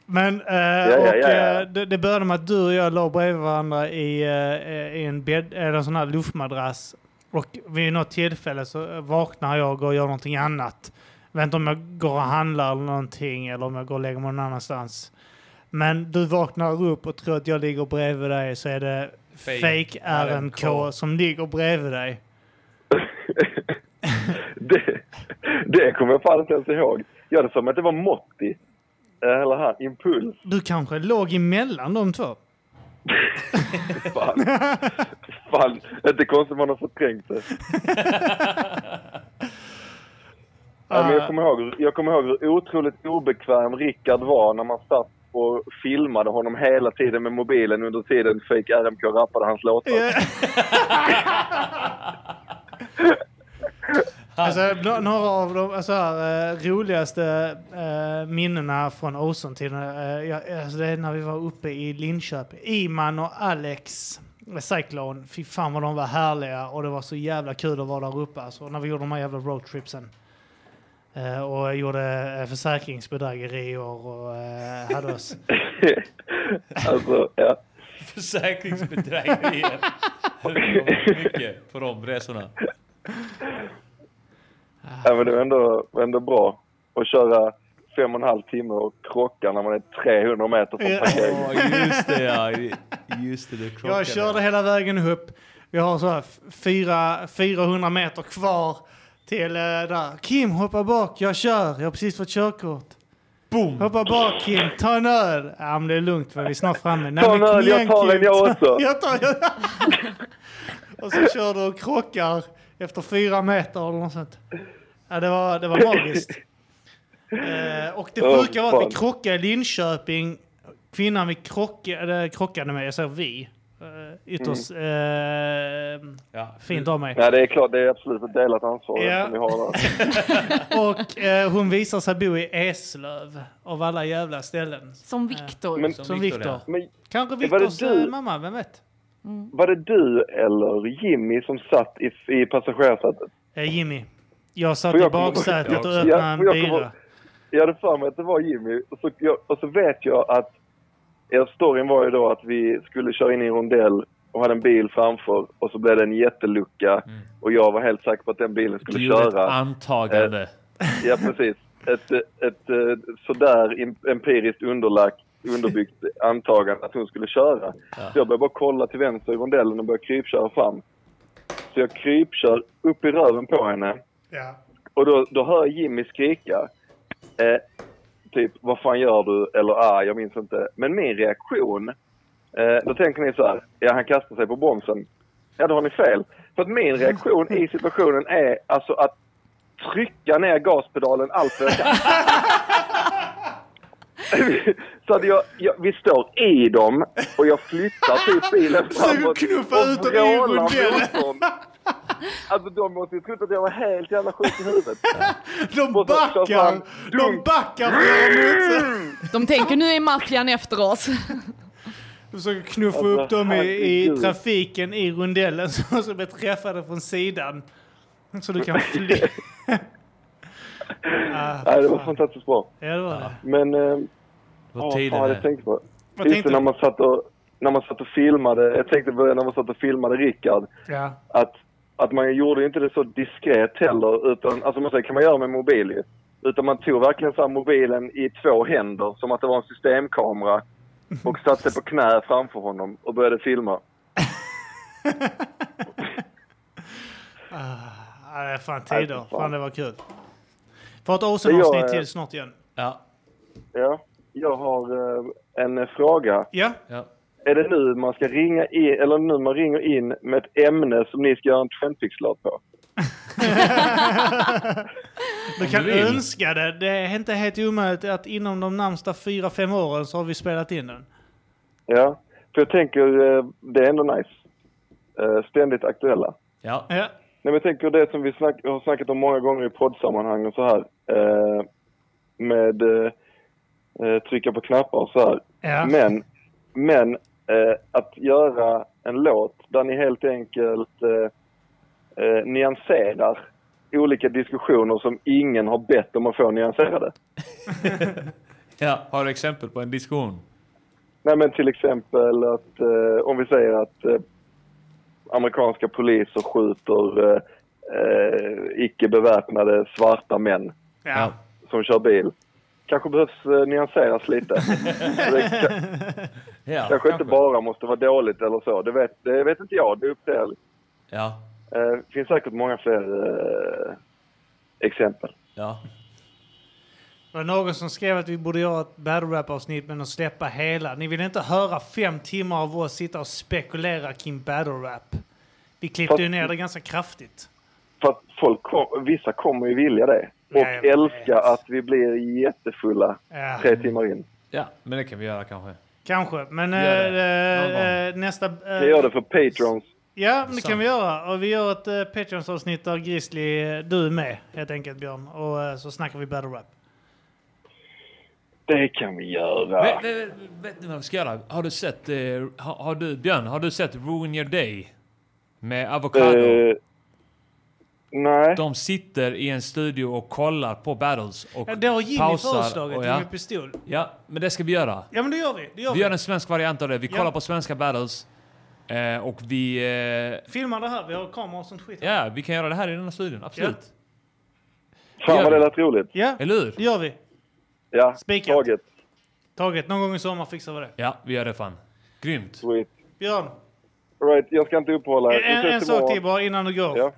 Men eh, ja, och, ja, ja. eh, det, det började med att du och jag låg bredvid varandra i, eh, i en, bädd, eller en sån här luftmadrass. Och vid något tillfälle så vaknar jag och gör någonting annat. Jag vet inte om jag går och handlar eller någonting eller om jag går och lägger mig någon annanstans. Men du vaknar upp och tror att jag ligger bredvid dig så är det Fake fake RMK RMK. som ligger bredvid dig. Det, det kommer jag fan inte ens ihåg. Jag hade för mig att det var Motti. Eh, Eller han, Impuls. Du kanske låg emellan de två? Fan, fan. inte konstigt man har förträngt det. Ja, men jag, kommer ihåg, jag kommer ihåg hur otroligt obekväm Rickard var när man satt och filmade honom hela tiden med mobilen under tiden fake RMK rappade hans låtar. Alltså, bland- några av de alltså, här, eh, roligaste eh, minnena från Ozontiden, eh, jag- alltså, det är när vi var uppe i Linköping. Iman och Alex, eh, Cyclone, fy fan vad de var härliga och det var så jävla kul att vara där uppe. Alltså, när vi gjorde de här jävla roadtripsen. Eh, och gjorde eh, försäkringsbedrägerier och eh, hade oss. alltså, ja. Försäkringsbedrägerier. Det var mycket på de resorna. Ja, men det var ändå, var ändå bra att köra fem och en halv timme och krocka när man är 300 meter från Ja. parkeringen. Ja, just det ja. Just det, det krockade. Jag körde hela vägen upp. Vi har så här f- fyra, 400 meter kvar till eh, där. Kim, hoppa bak, jag kör. Jag har precis fått körkort. Boom. Hoppa bak Kim, ta en öl. Ja men det är lugnt för vi är snart framme. Ta men en kom öl, jag igen, tar en Kim, jag ta- också. Jag tar, jag. och så kör du och krockar efter fyra meter eller något sånt. Ja det var, det var magiskt. Eh, och det Åh, sjuka var att vi fan. krockade i Linköping. Kvinnan vi krockade, krockade med, jag säger vi. Eh, Ytterst eh, fint av mig. Nej, Mm. det är klart. Det är absolut ett delat ansvar Ja. som vi har där. och eh, hon visar sig bo i Eslöv av alla jävla ställen. Eh, Som Viktor. Men- som Viktor. Men- Kanske Var det Viktors du? eh, mamma, vem vet? Var det du eller Jimmy som satt i, i passagerarsätet? Eh, Jimmy. Jag satt För i jag kommer- baksätet och Ja, öppnade jag- en för jag kommer- bira. Jag hade för mig att det var Jimmy. Och så, jag, och så vet jag att er storyn var ju då att vi skulle köra in i en rondell och hade en bil framför och så blev det en jättelucka och jag var helt säker på att den bilen skulle Du gjorde ett köra. antagande. Eh. Ja, precis. Ett, eh, ett eh, sådär im- empiriskt underlagt, underbyggt antagande att hon skulle köra. Så jag började bara kolla till vänster i rondellen och började krypköra fram. Så jag krypkör upp i röven på henne. Och då, då hör jag Jimmy skrika. Eh, typ, vad fan gör du? Eller, ah, jag minns inte. Men min reaktion, eh, då tänker ni så här, ja han kastar sig på bromsen. Ja, då har ni fel. För att min reaktion i situationen är alltså att trycka ner gaspedalen allt vad jag kan. Så att jag, jag, vi står i dem och jag flyttar typ bilen framåt. och ut dem i vrålar rondellen. motstånd. Alltså de måste ju trott att jag var helt jävla sjuk i huvudet. De backar! De backar De tänker nu är maffian efter oss. Du försöker knuffa upp Alltså, dem i, i trafiken i rondellen så som blir träffade från sidan. Så du kan fly. ah, Nej, det var fantastiskt bra. Ja, det var det. Men... Eh, Vad ja, tiden fan, är. jag tänkte på. Vad Just tänkte det, när man satt och... När man satt och filmade, jag tänkte på det när man satt och filmade Rickard, Ja. att, att man gjorde ju inte det så diskret heller, utan, alltså man säger, kan man göra med mobil ju. Utan man tog verkligen så här mobilen i två händer, som att det var en systemkamera, och satte på knä framför honom och började filma. Ah, det är fan Nej, tider. för fan. Fan, det var kul. Får ett Åsen-avsnitt Jag, eh, till snart igen. Ja. Ja, jag har eh, en eh, fråga. Ja. Är det nu man ska ringa in, eller nu man ringer in med ett ämne som ni ska göra en trendpixlad på? Du Om kan du vill. önska det. Det är inte helt omöjligt att inom de närmsta fyra fem åren så har vi spelat in den. Ja, för jag tänker eh, det är ändå nice. Eh, Ständigt aktuella. Ja. ja. Nej, men jag tänker det som vi snack, har snackat om många gånger i poddsammanhang och så här. Eh, med eh, eh, trycka på knappar och så här. Ja. Men, men eh, att göra en låt där ni helt enkelt eh, eh, nyanserar olika diskussioner som ingen har bett om att få nyanserade. Ja. Har du exempel på en diskussion? Nej men till exempel att eh, om vi säger att eh, amerikanska poliser skjuter eh, eh, icke beväpnade svarta män Ja. som kör bil. Kanske behövs eh, nyanseras lite. det ka- Ja, kanske, inte bara måste vara dåligt eller så. Det vet, det vet inte jag. Det är upp till er. Ja. Eh, finns säkert många fler eh, exempel. Ja. Det var någon som skrev att vi borde göra ett battle rap-avsnitt men att släppa hela. Ni vill inte höra fem timmar av oss sitta och spekulera kring battle rap. Vi klippte ju ner det ganska kraftigt. För att folk kom, vissa kommer ju vilja det. Och Ja, jag vet. älska att vi blir jättefulla Ja. tre timmar in. Ja, men det kan vi göra kanske. Kanske, men eh, Gör eh, nästa... eh, Jag gör det för patrons. Ja, det kan vi göra. Och vi gör ett eh, Patreons-avsnitt där Grizzly, eh, du är med helt enkelt Björn. Och eh, så snackar vi battle rap. Det kan vi göra. Vet, vet, vet ni vad vi ska göra? Har du sett... Eh, har, har du, Björn, har du sett Ruin Your Day? Med Avocado? Eh, nej. De sitter i en studio och kollar på battles och Ja, det har Jimmy pausar. föreslagit, och Jimmy Pistol. Ja, men det ska vi göra. Ja men det gör vi. Det gör Vi vi. gör en svensk variant av det. Vi Ja. kollar på svenska battles. Eh, och vi... Eh, Filma det här, vi har kameror och sånt skit. ja, vi kan göra det här i den här studion. Absolut. Fan vad vi. det lät roligt. Ja, Eller hur? det gör vi. Ja, Spikat. taget. Taget, någon gång i sommar fixar vi det. Ja, vi gör det fan. Grymt. Sweet. Björn, Right, jag ska inte uppehålla er. Vi en, ses en imorgon. sak till bara innan du går. Ja.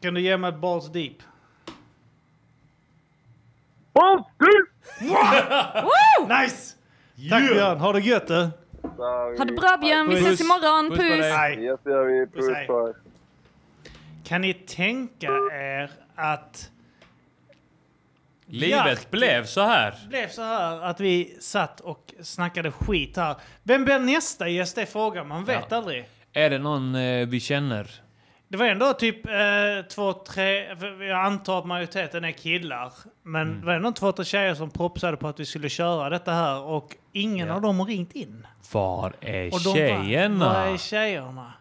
Kan du ge mig ett balls deep? Balls deep! nice! Tack Yeah! Björn, ha det gött du! Ha det bra Björn, vi ses imorgon. Puss! Hej. Yes, det gör vi. Puss, Puss, hej. på er. Kan ni tänka er att Livet blev så här. Det blev så här att vi satt och snackade skit här. Vem blir nästa gäst? Det är frågan. Man vet aldrig. Är det någon eh, vi känner? Det var ändå typ eh, två, tre... för Jag antar att majoriteten är killar. Men Mm. det var ändå två, tre tjejer som propsade på att vi skulle köra detta här. Och ingen av dem har ringt in. Var är Och de bara, tjejerna? Var är tjejerna?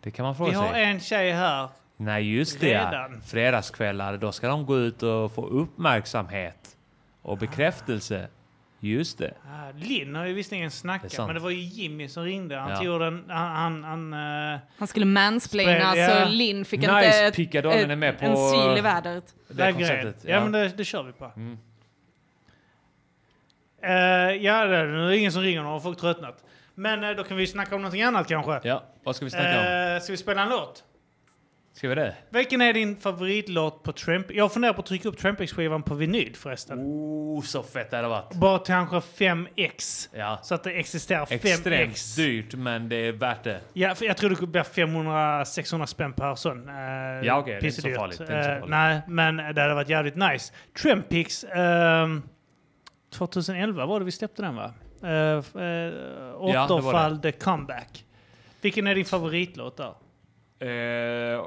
Det kan man Vi fråga har sig. en tjej här. Nej, just det. Redan. Fredagskvällar, då ska de gå ut och få uppmärksamhet och bekräftelse. Just det. Ah, Linn har ju visserligen snackat, Det är sant. men det var ju Jimmy som ringde. Han Ja. tog den... Han... han, han eh, Han skulle mansplaina Spel- ja. så Linn fick Nice, inte ett- pickadollen är med på, en syl i eh, vädret. Det Live-grejen. konceptet, Ja, ja. men det, det kör vi på. Mm. Eh, ja, det är det ingen som ringer, nu har folk tröttnat. Men eh, då kan vi snacka om någonting annat kanske. Ja, vad ska vi snacka om? Eh, ska vi spela en låt? Ska vi det? Vilken är din favoritlåt på Tramp? Jag funderar på att trycka upp Trampix-skivan på vinyl förresten. Oh, så fett det hade varit. Bara till kanske 5x. Ja. Så att det existerar 5x. Extremt dyrt, men det är värt det. Ja, för jag tror det blir 500-600 spänn per person. Eh, Ja, okej, det är inte så pissedyrt. farligt, det är inte så Eh, farligt. nej, men det hade varit jävligt nice. Trampix. ehm, 2011 var det vi släppte den va? Eh, f- eh, Återfall the comeback. Vilken är din favoritlåt där? Eh,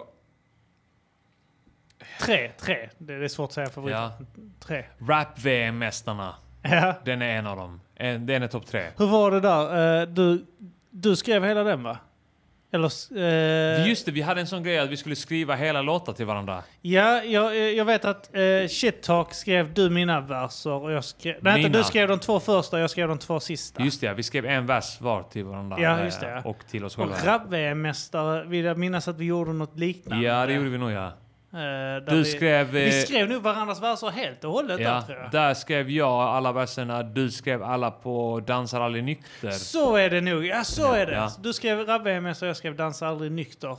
Tre, tre. Det, det är svårt att säga favorit. Ja. Tre. Rap-VM-mästarna. Ja. Den är en av dem. En- Den är topp tre. Hur var det där? Eh, du, du skrev hela den va? Eller... s- eh, Just det, vi hade en sån grej att vi skulle skriva hela låtar till varandra. Ja, jag, jag vet att eh, Shit Talk skrev du mina verser och jag skrev... Nej, inte, Mina. du skrev de två första och jag skrev de två sista. Just det, ja, vi skrev en vers var till varandra. Ja, just eh, det, ja. Och till oss själva. Och rap-VM-mästare, vill jag minnas att vi gjorde något liknande. Ja, det gjorde vi nog ja. Eh, där Du vi, skrev, Vi eh, skrev nu varandras verser helt och hållet där, ja. tror jag. Där skrev jag alla verserna, du skrev alla på Dansar aldrig nykter. Så är det nog. Ja, så är det. Ja. Du skrev rap-VM-mästare och jag skrev dansa aldrig nykter.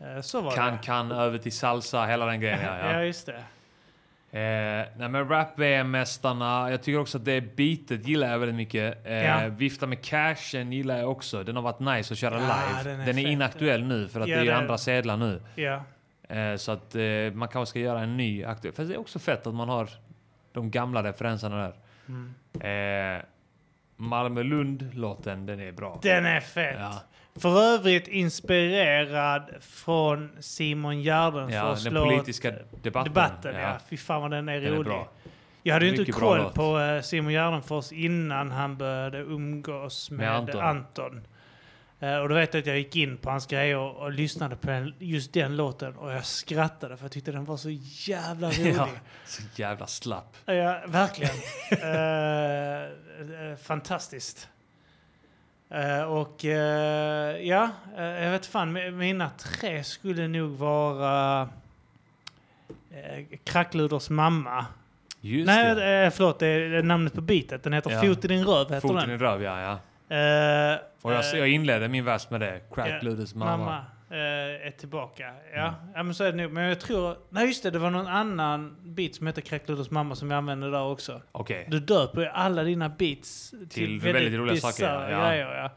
Eh, så var kan, det. kan, över till salsa, hela den grejen ja. Ja, ja. just det. Eh, nej men rap-VM-mästarna, jag tycker också att det beatet gillar jag väldigt mycket. Eh, Ja. Vifta med cashen gillar jag också. Den har varit nice att köra Ja, live. den Den är är, fet. inaktuell nu för att Ja, det är ju det är andra den. sedlar nu. Ja. Eh, så att eh, man kanske ska göra en ny aktuell. Fast det är också fett att man har de gamla referenserna där. Mm. Eh, Malmö-Lund-låten, den är bra. Den är fet. Ja. För övrigt inspirerad från Simon Ja, Gärdenfors den låt- politiska debatten. Debatten, ja. Ja. Fy fan vad den är Den är rolig. bra. jag hade ju inte Mycket bra koll låt. på eh, Simon Gärdenfors innan han började umgås med, Med Anton. Anton. Eh, och då vet jag att jag gick in på hans grejer och, och lyssnade på den, just den låten och jag skrattade för jag tyckte den var så jävla rolig. ja, så jävla slapp. Ja, verkligen. Eh, eh, fantastiskt. Eh, och eh, ja, eh, jag vet fan, mi- mina tre skulle nog vara eh, Krackluders mamma. Just Nej, det. eh, förlåt, det är namnet på bitet. Den heter Ja. Fot i din röv. Heter Foten den. i röv, ja. ja. Eh, Och jag, eh, jag inledde min vers med det. Crack ja, Ludus mamma. eh, är tillbaka. Ja. Mm. ja, men så är det nog. Men jag tror... Nej, just det. Det var någon annan bit som hette Kräkluders mamma som vi använde där också. Okej. Du döper ju alla dina beats till, Till väldigt roliga saker, bisarra ja. grejer. Ja.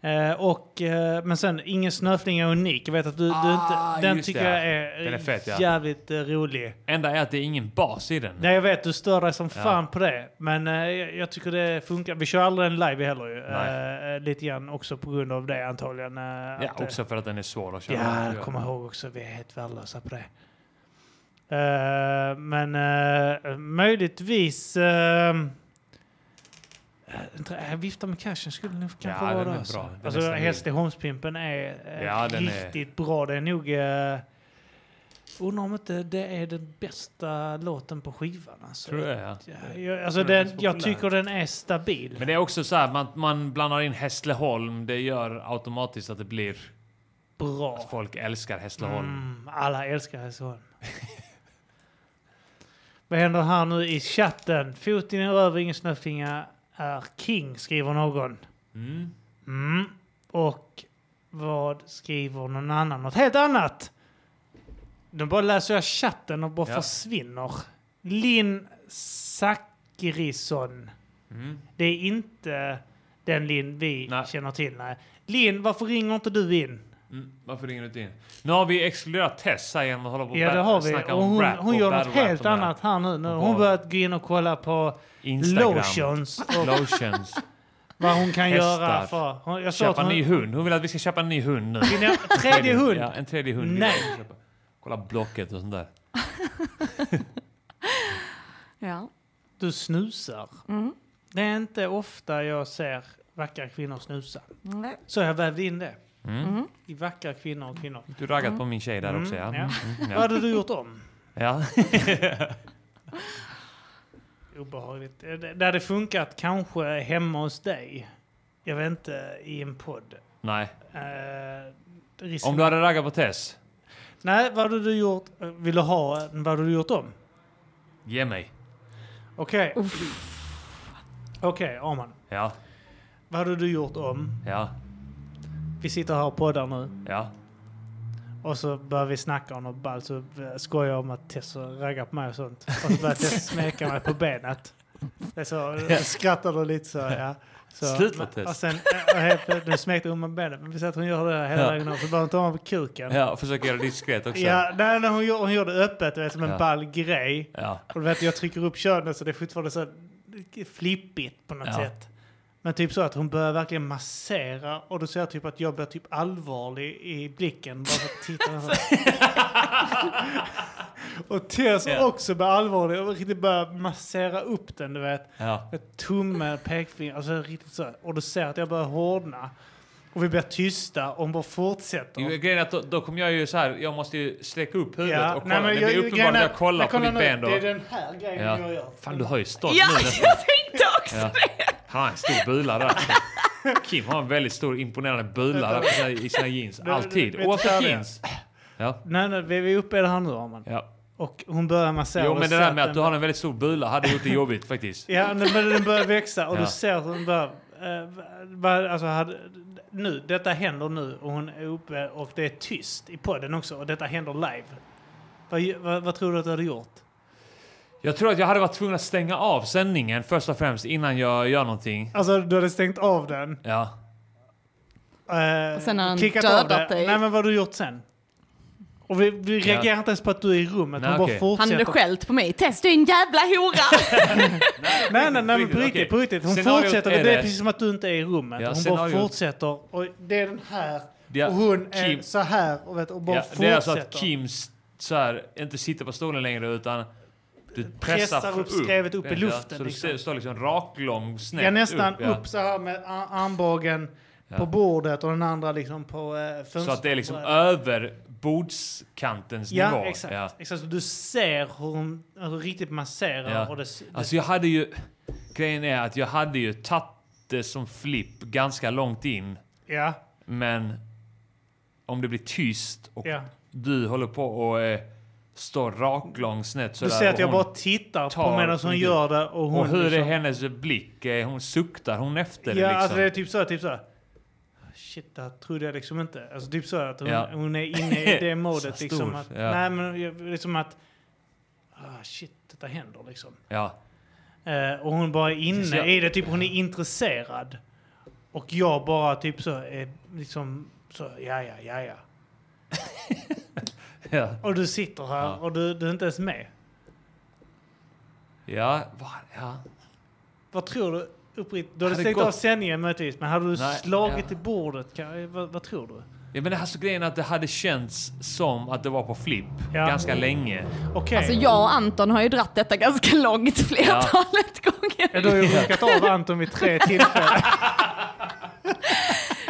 Eh, och, eh, men sen, Ingen snöflinga är unik. Jag vet att du, du Ah, inte... Den just tycker det, ja. jag är, Den är fet, ja. jävligt eh, rolig. Enda är att det är ingen bas i den. Nej, jag vet. Du stör dig som Ja. fan på det. Men eh, jag, jag tycker det funkar. Vi kör aldrig en live heller ju. Nej. Eh, lite grann också på grund av det antagligen. eh, Ja, att, eh, också för att den är svår att köra. Ja, jag kommer ihåg också. Vi är helt värdelösa på det. Eh, men eh, möjligtvis... Uh, jag viftar med cashen skulle nog kanske Ja, vara den det. är alltså. bra. Den är Alltså, stabil. Hässleholmspimpen är eh, Ja, den är- riktigt bra. Det är nog... eh, undrar om inte det är den bästa låten på skivan. Alltså. Tror du det, ja? jag, alltså, Tror du den, den är så jag populär? tycker den är stabil. Men det är också så här, man, man blandar in Hässleholm. Det gör automatiskt att det blir... Bra. Att folk älskar Hässleholm. Mm, alla älskar Hässleholm. Vad händer här nu i chatten? Foten i röv, ingen snöflinga är king, skriver någon. Mm. Mm. Och vad skriver någon annan? Något helt annat! Nu bara läser jag chatten och bara Ja. försvinner. Linn Zachrisson. Mm. Det är inte den Linn vi känner till. Nej. Linn, varför ringer inte du in? Mm, varför ringer du inte in? Nu har vi exkluderat Tessa igen och håller på Ja, att det ba- har vi. snacka Och om hon, rap och hon gör battle något rap helt och annat här nu. nu. Och Hon på- börjat gå in och kolla på Instagram. lotions. Och Lotions. Vad hon kan göra Hästar. för... Hon, jag sa att köpa en hon, ny hund. Hon vill att vi ska köpa en ny hund nu. Vill ni ha en tredje hund? Ja, en tredje hund. vill Nej. jag köpa. Kolla Blocket och sånt där. Ja. Du snusar. Mm. Det är inte ofta jag ser vackra kvinnor snusa. Nej. Så jag vävde in det. Mm. Mm. I vackra kvinnor och kvinnor. Du raggat på min tjej där också, ja. Mm, mm, ja. Vad hade du gjort om? Ja. Obehagligt. Eh, Det det hade funkat kanske hemma hos dig. Jag vet inte, i en podd. Nej. Eh, risken- Om du hade raggat på Tess, Nej, vad hade du gjort? eh, Vill du ha? eh, Vad hade du gjort om? ge mig. Okej. Okej, Arman. Ja, Vad hade du gjort om? ja, Vi sitter här och poddar nu. ja. Och så börjar vi snacka om något ballt. Så eh, skojar jag om att Tess raggar på mig och sånt. Och så börjar Tess smeka mig på benet. Det är så, så skrattar du lite så. Ja. så Sluta, Tess. Och sen, eh, och helt, plötsligt- nu smekte hon mig på benet. Men vi ser att hon gör det hela Ja. vägen upp. Så börjar hon ta av mig kuken. Ja, och försöka göra det diskret också. Ja, nej, nej, hon, gör, hon gör det öppet, du vet, som en Ja. ball grej. Ja. Och du vet, jag trycker upp könet så det är fortfarande så här flippigt på något Ja. sätt. Men typ så att hon börjar verkligen massera och då ser jag typ att jag blir typ allvarlig i blicken. Bara för att titta så. och Tess Ja. också blir allvarlig och riktigt börjar massera upp den, du vet. Ja. Ett tumme, pekfinger, alltså riktigt så. Och då ser jag att jag börjar hårdna. Och vi blir tysta och hon bara fortsätter. Jo, Grejen är att då, då kommer jag ju så här, jag måste ju sträcka upp huvudet Ja, och kolla. nej, men det jag- blir uppenbart grejen att är- jag kollar men på kolla ditt nu, ben då. det är den här grejen ja. jag gör. Fan, du har ju stolt Ja, nu jag tänkte också ja. Han har en stor bula där. Kim har en väldigt stor imponerande bula där på sina, i sina jeans. Du- Alltid. vet du vad Oavsett det är? jeans. Ja. Nej, nej, vi vi är uppe i det här nu, Arman. Ja. Och hon börjar massera. Jo och men det ser där med att den- du har en väldigt stor bula hade gjort det jobbigt faktiskt. Ja, nej, men den börjar växa och Ja. du ser att hon börjar... eh, vad- alltså, hade, nu, detta händer nu och hon är uppe och det är tyst i podden också och detta händer live. Vad, vad, vad tror du att du hade gjort? Jag tror att jag hade varit tvungen att stänga av sändningen först och främst innan jag gör någonting. Alltså, du hade stängt av den. Ja. Eh, Och sen har han kickat dödat av det. dig. Nej, men vad har du gjort sen? Och vi, vi Ja. reagerar inte ens på att du är i rummet. Nej, hon bara okej. Han fortsätter. hade skällt på mig. Tess, du är en jävla hora! Nej, nej, nej, men på Okej. riktigt, på riktigt. Hon Scenariot fortsätter. är Det är det- precis som att du inte är i rummet. Ja, hon bara scenariot- fortsätter. Och det är den här. Ja, och hon är Kim- så här. Och, vet, och bara Ja, fortsätter. det är alltså att Kim s- så här, inte sitter på stolen längre utan du pressar, Pressar upp skrevet upp i Ja, luften, Så du liksom. liksom. står liksom raklång snett jag är nästan upp, ja. så här med ar- armbågen Ja. på bordet och den andra liksom på eh, fönstret. Så att det är liksom över bordskantens nivå. Ja, exakt. Ja. exakt. Så du ser hur hon hur riktigt masserar. Ja. Och det, s- det, Alltså jag hade ju... Grejen är att jag hade ju tagit det som flipp ganska långt in. ja. Men om det blir tyst och Ja. du håller på och eh, står raklång snett Du sådär. ser att och jag hon bara tittar på tar medan hon mycket- gör det. Och, hon och hur liksom, är hennes blick? Eh, Hon suktar hon efter det Ja, liksom? alltså det är typ så, typ så. Shit, det här trodde jag liksom inte. Alltså typ så att hon, Ja. hon är inne i det Så modet stor, liksom. Att, ja. Nej, men jag- liksom att... Ah, shit, detta händer liksom. Ja. Eh, och hon bara är inne Så jag- i det, typ hon är intresserad. Och jag bara typ så, är liksom så, ja, ja, ja, ja. Ja. Och du sitter här Ja. och du, du är inte ens med. Ja, va- ja. Vad tror du? Uppriktigt, du hade Hade stängt gått- av sändningen möjligtvis, men hade du Nej, slagit ja. i bordet? Kan, vad, vad tror du? ja men alltså grejen är att det hade känts som att det var på flipp Ja. ganska länge. Okej. Alltså jag och Anton har ju dratt detta ganska långt flertalet Ja, gånger. du har ju runkat av Anton vid tre tillfällen.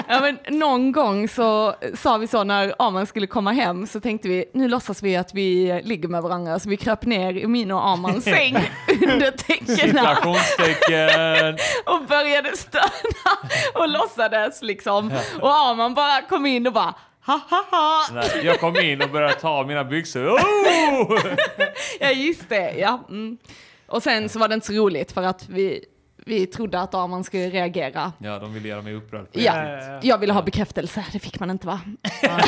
Ja, men någon gång så sa vi så när Arman skulle komma hem så tänkte vi nu låtsas vi att vi ligger med varandra så vi kröp ner i min och Armans säng under täckena Citationstecken! och började stöna och låtsades liksom. Och Arman bara kom in och bara ha ha ha. Nej, jag kom in och började ta av mina byxor. Oh! Ja just det, ja. Mm. Och sen så var det inte så roligt för att vi, vi trodde att Arman skulle reagera Ja, de ville göra mig upprörd. på Ja, riktigt. jag ville ha bekräftelse. Det fick man inte va?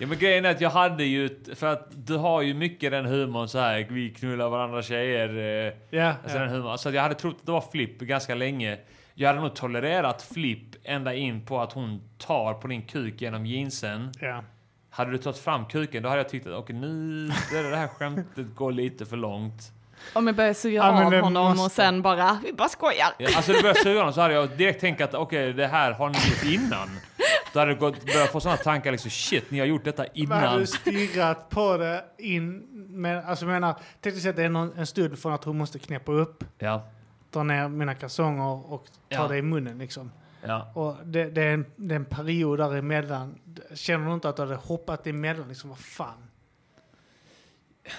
Ja men grejen är att jag hade ju, för att du har ju mycket den humorn så här vi knullar varandra tjejer. eh, Ja, alltså ja. Den humorn. Så att jag hade trott att det var flipp ganska länge. Jag hade nog tolererat flipp ända in på att hon tar på din kuk genom jeansen. Ja. Hade du tagit fram kuken, då hade jag tyckt att okej, nu, det det här skämtet går lite för långt. Om jag börjar suga Ja, men av det honom och måste- sen bara, vi bara skojar. Ja, Alltså du började suga honom så hade jag direkt tänkt att okej, det här har ni gjort innan. Då hade jag gått- börjat få sådana tankar liksom shit, ni har gjort detta Man hade innan. du stirrat på det in... Med, alltså jag menar, tänk dig att det är någon, en stund från att hon måste knäppa upp, Ja, ta ner mina kalsonger och ta Ja. det i munnen liksom. ja. Och det, det, är en, det är en period däremellan. Känner du inte att du hade hoppat emellan liksom, vad fan?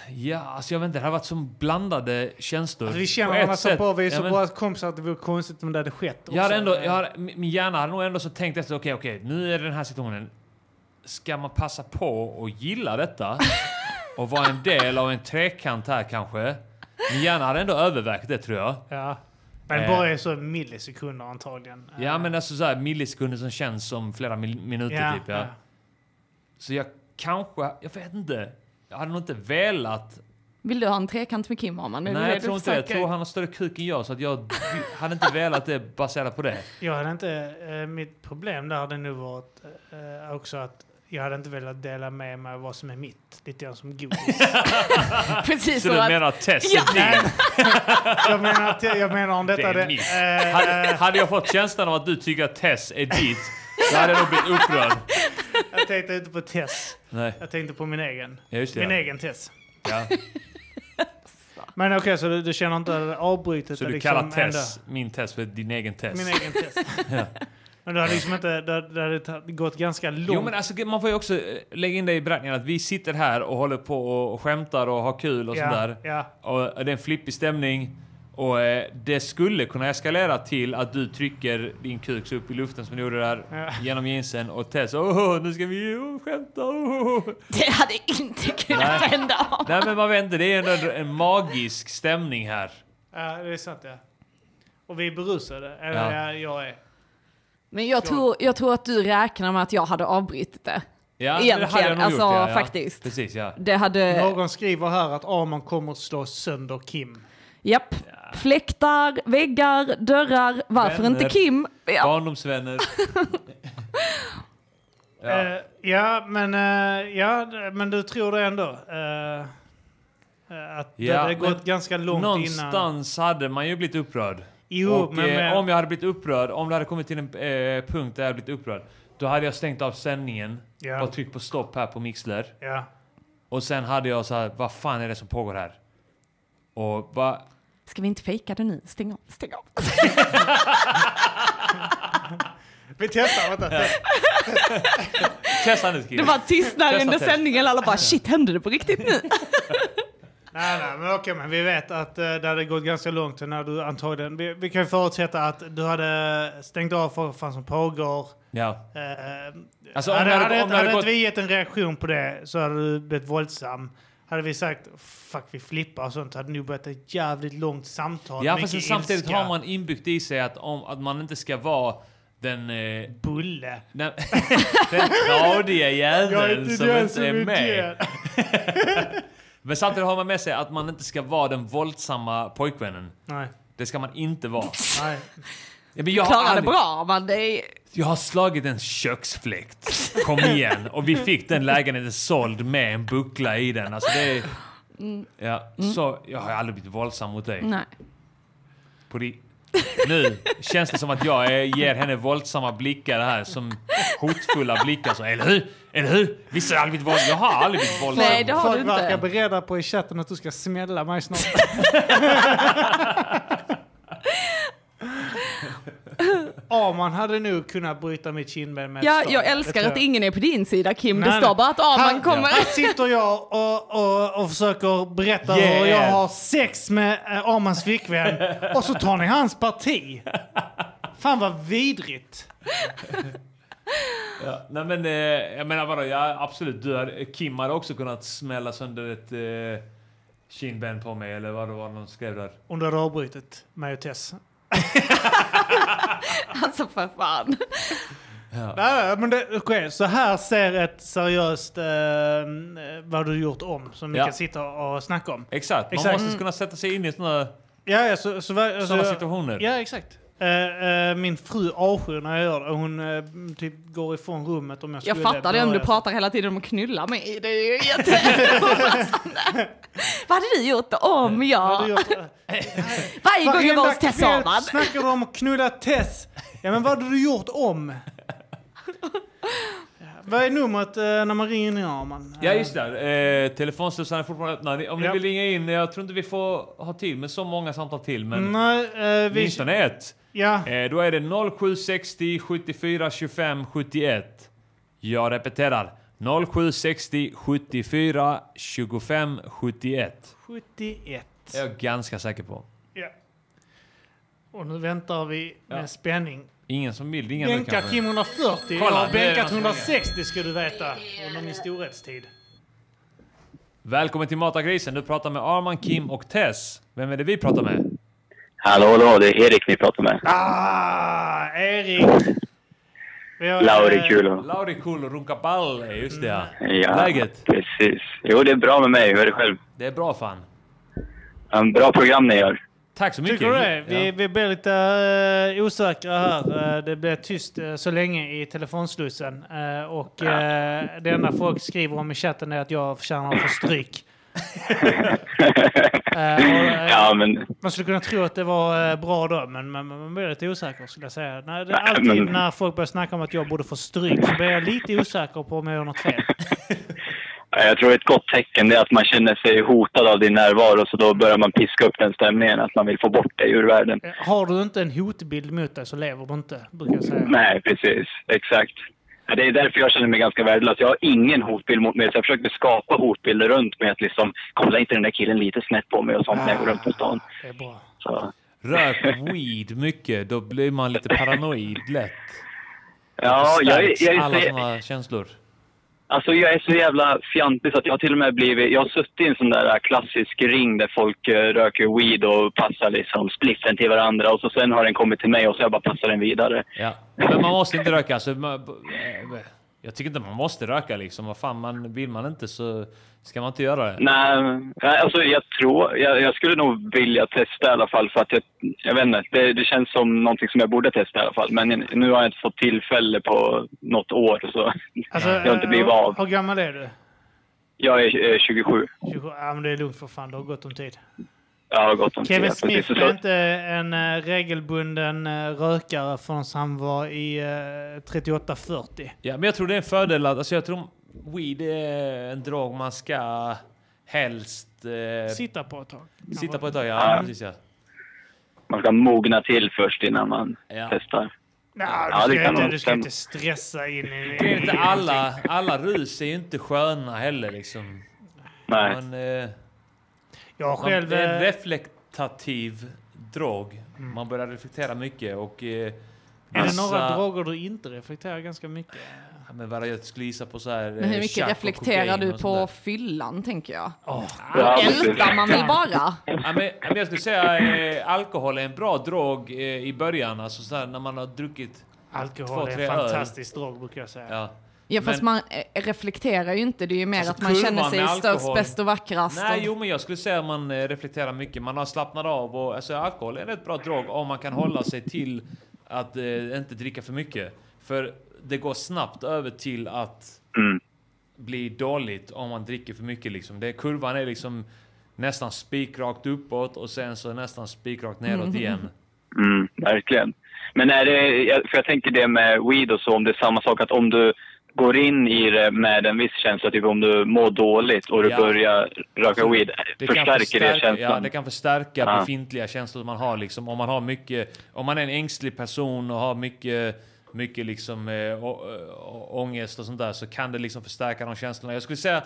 Ja, alltså jag vet inte, det har varit som blandade känslor. Alltså, vi På känner ett varandra så sätt- bra, vi är ja, så men- bra kompisar att det vore konstigt om det hade skett. Jag hade också. ändå, jag hade, min min hjärna hade nog ändå så tänkt efter, okej, okej, nu är det den här situationen. Ska man passa på och gilla detta? Och vara en del av en trekant här kanske? Min hjärna hade ändå övervägt det tror jag. Ja. Men Eh. bara i så millisekunder antagligen. Ja, men alltså så här millisekunder som känns som flera mil- minuter Ja, typ. Ja. ja. Så jag kanske, jag vet inte. Jag hade nog inte velat. Vill du ha en trekant med Kim Arman? Är det nej, det jag du tror inte det. Jag försöker? tror han har större kuk än jag så att jag hade inte velat det baserat på det. Jag hade inte, eh, mitt problem där hade nu varit eh, också att jag hade inte velat dela med mig av vad som är mitt. Lite grann som godis. Precis så du menar Tess Ja. är din? jag, menar, att- jag menar om Det detta... är Det mitt. eh, Hade, hade jag fått känslan av att du tycker att Tess är ditt, då hade jag nog blivit upprörd. jag tänkte inte på Tess. Nej. Jag tänkte på min egen. Ja, just det, min ja. egen Tess. Ja. Men okej, så du, du känner inte avbrutet? Så du liksom kallar ändå- Tess, min Tess, för din egen Tess? Min egen Tess. ja. Men du hade liksom inte... Du, hade- du hade ta- gått ganska långt. Jo men alltså man får ju också eh, lägga in det i beräkningen att vi sitter här och håller på och skämtar och har kul och Ja, sådär. ja. Och eh, det är en flippig stämning. Och eh, det skulle kunna eskalera till att du trycker din kuk så upp i luften som du gjorde där Ja. genom jeansen och Tess åh nu ska vi ju skämta. åh." Det hade inte kunnat Nej. hända. Nej men man vet inte, det är ändå en magisk stämning här. Ja, det är sant ja. Och vi är berusade. Ja. Eller ja. jag är. Men jag tror, jag tror att du räknar med att jag hade avbrutit det. Ja, men det hade Egentligen, jag nog alltså gjort, ja, ja. faktiskt. Precis, ja. Det hade... Någon skriver här att Arman kommer att slå sönder Kim. Japp. Fläktar, väggar, dörrar. Varför Vänner, inte Kim? Ja. Barndomsvänner. Ja, ja, men, eh, ja d- men du tror det ändå? eh, eh, att det hade men gått ganska långt innan. Någonstans hade man ju blivit upprörd. Jo, och, men- eh, men- om jag hade blivit upprörd, om det hade kommit till en eh, punkt där jag hade blivit upprörd, då hade jag stängt av sändningen Ja. och tryckt på stopp här på Mixler. Ja. Och sen hade jag så här, vad fan är det som pågår här? Och va? Ska vi inte fejka det nu? Stäng av, stäng av. Vi testar, vänta. Testa nu Kim. Det var tystnad Testa, under testa. sändningen. Alla bara shit, hände det på riktigt nu? Nej, nej, men okej, men vi vet att eh, det hade gått ganska långt när du antagligen... Vi, vi kan ju förutsätta att du hade stängt av för vad fan som pågår. Ja. Eh, Alltså, om hade, det hade- hade, om det hade, hade gått- inte vi gett en reaktion på det så hade du blivit våldsam. Hade vi sagt fuck vi flippar och sånt hade det nog börjat ett jävligt långt samtal. Ja, mycket fast sen samtidigt ilska. har man inbyggt i sig att, om, att man inte ska vara den... Eh, Bulle. Den, den tradiga Jag är jäveln inte som den inte som är är med. Men samtidigt har man med sig att man inte ska vara den våldsamma pojkvännen. Nej. Det ska man inte vara. Nej. Ja, men Du jag, har klarade det aldrig, bra, men det är... jag har slagit en köksfläkt. Kom igen. Och vi fick den lägenheten såld med en buckla i den. Alltså det är, Mm. ja, så, jag har aldrig blivit våldsam mot dig. Nej. På di- nu känns det som att jag är, ger henne våldsamma blickar här som hotfulla blickar. Så, eller hur? Eller hur? Visst har jag aldrig blivit våldsam? Jag har aldrig blivit våldsam. Folk verkar beredda på i chatten att du ska smälla mig snart. Arman hade nog kunnat bryta mitt kindben med ett Ja, slag. jag Det tror älskar jag. att ingen är på din sida Kim. Nej, det står nej. bara att Arman Här- kommer. Här sitter jag och, och, och försöker berätta Yeah. hur jag har sex med eh, Armans flickvän och så tar ni hans parti. Fan vad vidrigt. Ja, nej men eh, jag menar vadå, ja, absolut. Du hade, Kim hade också kunnat smälla sönder ett eh, kindben på mig eller vad det var någon skrev där. Om du hade avbrutit mig och Tess. Alltså för fan. Ja. Nej, nej, men det, okej, så här ser ett seriöst eh, vad du gjort om som ni Ja. kan sitta och snacka om. Exakt, man Exakt. måste Mm. kunna sätta sig in i sådana Ja, ja, så, så, var- alltså, Sådana situationer. Ja, exakt. Eh, eh, min fru avskyr när jag gör det. Hon eh, typ går ifrån rummet om Jag jag skulle fattar det om du börja. pratar hela tiden om att knulla mig. Det är ju jätte... Vad hade du gjort om jag... Varje gång jag var hos kväll Tessaman. snackar de om att knulla Tess. Ja, men vad hade du gjort om? Ja, Vad är numret eh, när man ringer in Arman? Ja just det, eh, telefonslussarna är fortfarande öppna. Ni- Om ni vill ringa in, jag tror inte vi får ha till med så många samtal till men... Nej, eh, vi... Åtminstone ett. Ja. Eh, då är det 0760 74 25 71. Jag repeterar. 0760 74 25 71. 71. Det är jag ganska säker på. Och nu väntar vi med spänning. Ingen som vill ringa nu Bänka kanske? Kim 140. Kolla, jag har det är bänkat någon som ringer. 160 ska du veta. Under min storhetstid. Välkommen till Mata grisen. Du pratar med Arman, Kim och Tess. Vem är det vi pratar med? Hallå, hallå, det är Erik ni pratar med. Ah, Erik! Vi har, eh, Laurikulo. Laurikulo Runkaballe, just det ja. Ja, Läget? precis. Jo, det är bra med mig. Hur är det själv? Det är bra fan. En bra program ni gör. Tack så mycket. Tycker du det? Vi, Ja. vi blir lite eh, osäkra här. Eh, det blev tyst eh, så länge i telefonslussen. Eh, och eh, det enda folk skriver om i chatten är att jag förtjänar att få stryk. Eh, och, eh, Ja, men- Man skulle kunna tro att det var eh, bra då, men men- men man blir lite osäker skulle jag säga. Nej, det är Nej, alltid men- när folk börjar snacka om att jag borde få stryk så blir jag lite osäker på om jag gör något fel. Jag tror ett gott tecken det är att man känner sig hotad av din närvaro, så då börjar man piska upp den stämningen att man vill få bort dig ur världen. Har du inte en hotbild mot dig så lever du inte, brukar jag säga. Nej, precis. Exakt. Ja, Det är därför jag känner mig ganska värdelös. Jag har ingen hotbild mot mig, så jag försöker skapa hotbilder runt mig. Att liksom, kolla inte den där killen lite snett på mig och sånt när jag går runt på stan. Det är bra. Så. Rök weed mycket, då blir man lite paranoid lätt. Ja, Det jag är- förstärks jag är- alla sådana känslor. Alltså jag är så jävla fjantig så att jag har till och med blivit... Jag har suttit i en sån där äh, klassisk ring där folk eh, röker weed och passar liksom spliffen till varandra och så sen har den kommit till mig och så jag bara passar den vidare. Ja. Men man måste inte röka. Alltså, man, eh, jag tycker inte man måste röka liksom. Vad fan, man, vill man inte så ska man inte göra det. Nej, nej, alltså jag tror... Jag, jag skulle nog vilja testa i alla fall för att jag... Jag vet inte, det, det känns som någonting som jag borde testa i alla fall. Men nu har jag inte fått tillfälle på något år så Alltså, jag har inte blivit eh, av. Hur gammal är du? Jag är eh, 27. 27? Ja, men det är lugnt för fan, du har gott om tid. Jag har gått om tid, Kevin precis. Smith Så- blev inte en eh, regelbunden eh, rökare förrän han var i eh, 38-40. Ja, men jag tror det är en fördel att... Alltså jag tror weed är en drog man ska helst... Eh, Sitta på ett tag. Sitta på ett tag, ja. Ja. Precis, ja. Man ska mogna till först innan man testar. Nej, Ja, du det ska, kan inte, nog du ska stämma. inte stressa in i... Det är inte alla, alla rus är ju inte sköna heller liksom. Nej. Man, eh, Jag själv, man, det är en eh, Mm. reflektativ drog. Man börjar reflektera mycket och... Eh, Är det vissa- några droger du inte reflekterar ganska mycket? Ja, Men vad jag skulle gissa på så här... eh, Men hur mycket reflekterar du på fyllan, tänker jag? Ja, Ältar man väl precis. bara? Ja, men, ja, men jag skulle säga eh, alkohol är en bra drog eh, i början. Alltså så här, när man har druckit Alkohol två, är tre en öl. fantastisk drog brukar jag säga. Ja. Ja, fast Men- man eh, reflekterar ju inte. Det är ju mer Alltså, att man känner kurvan sig med störst, alkohol. bäst och vackrast. Nej, och- jo, men jag skulle säga att man eh, reflekterar mycket. Man har slappnat av och alltså, alkohol är en rätt bra drog om man kan hålla sig till att eh, inte dricka för mycket. För det går snabbt över till att Mm, bli dåligt om man dricker för mycket. Liksom. Det, kurvan är liksom nästan spikrakt uppåt och sen så nästan spikrakt neråt igen. Mm, verkligen. Men är det, jag- för jag tänker det med weed och så, om det är samma sak att om du går in i det med en viss känsla, typ om du mår dåligt och du Ja. Alltså, börjar röka weed, förstärker det känslan? Ja, det kan förstärka Ja. befintliga känslor man har. Liksom, om, man har mycket, om man är en ängslig person och har mycket, mycket liksom, eh, å, å, ångest och sånt där så kan det liksom förstärka de känslorna. Jag skulle säga,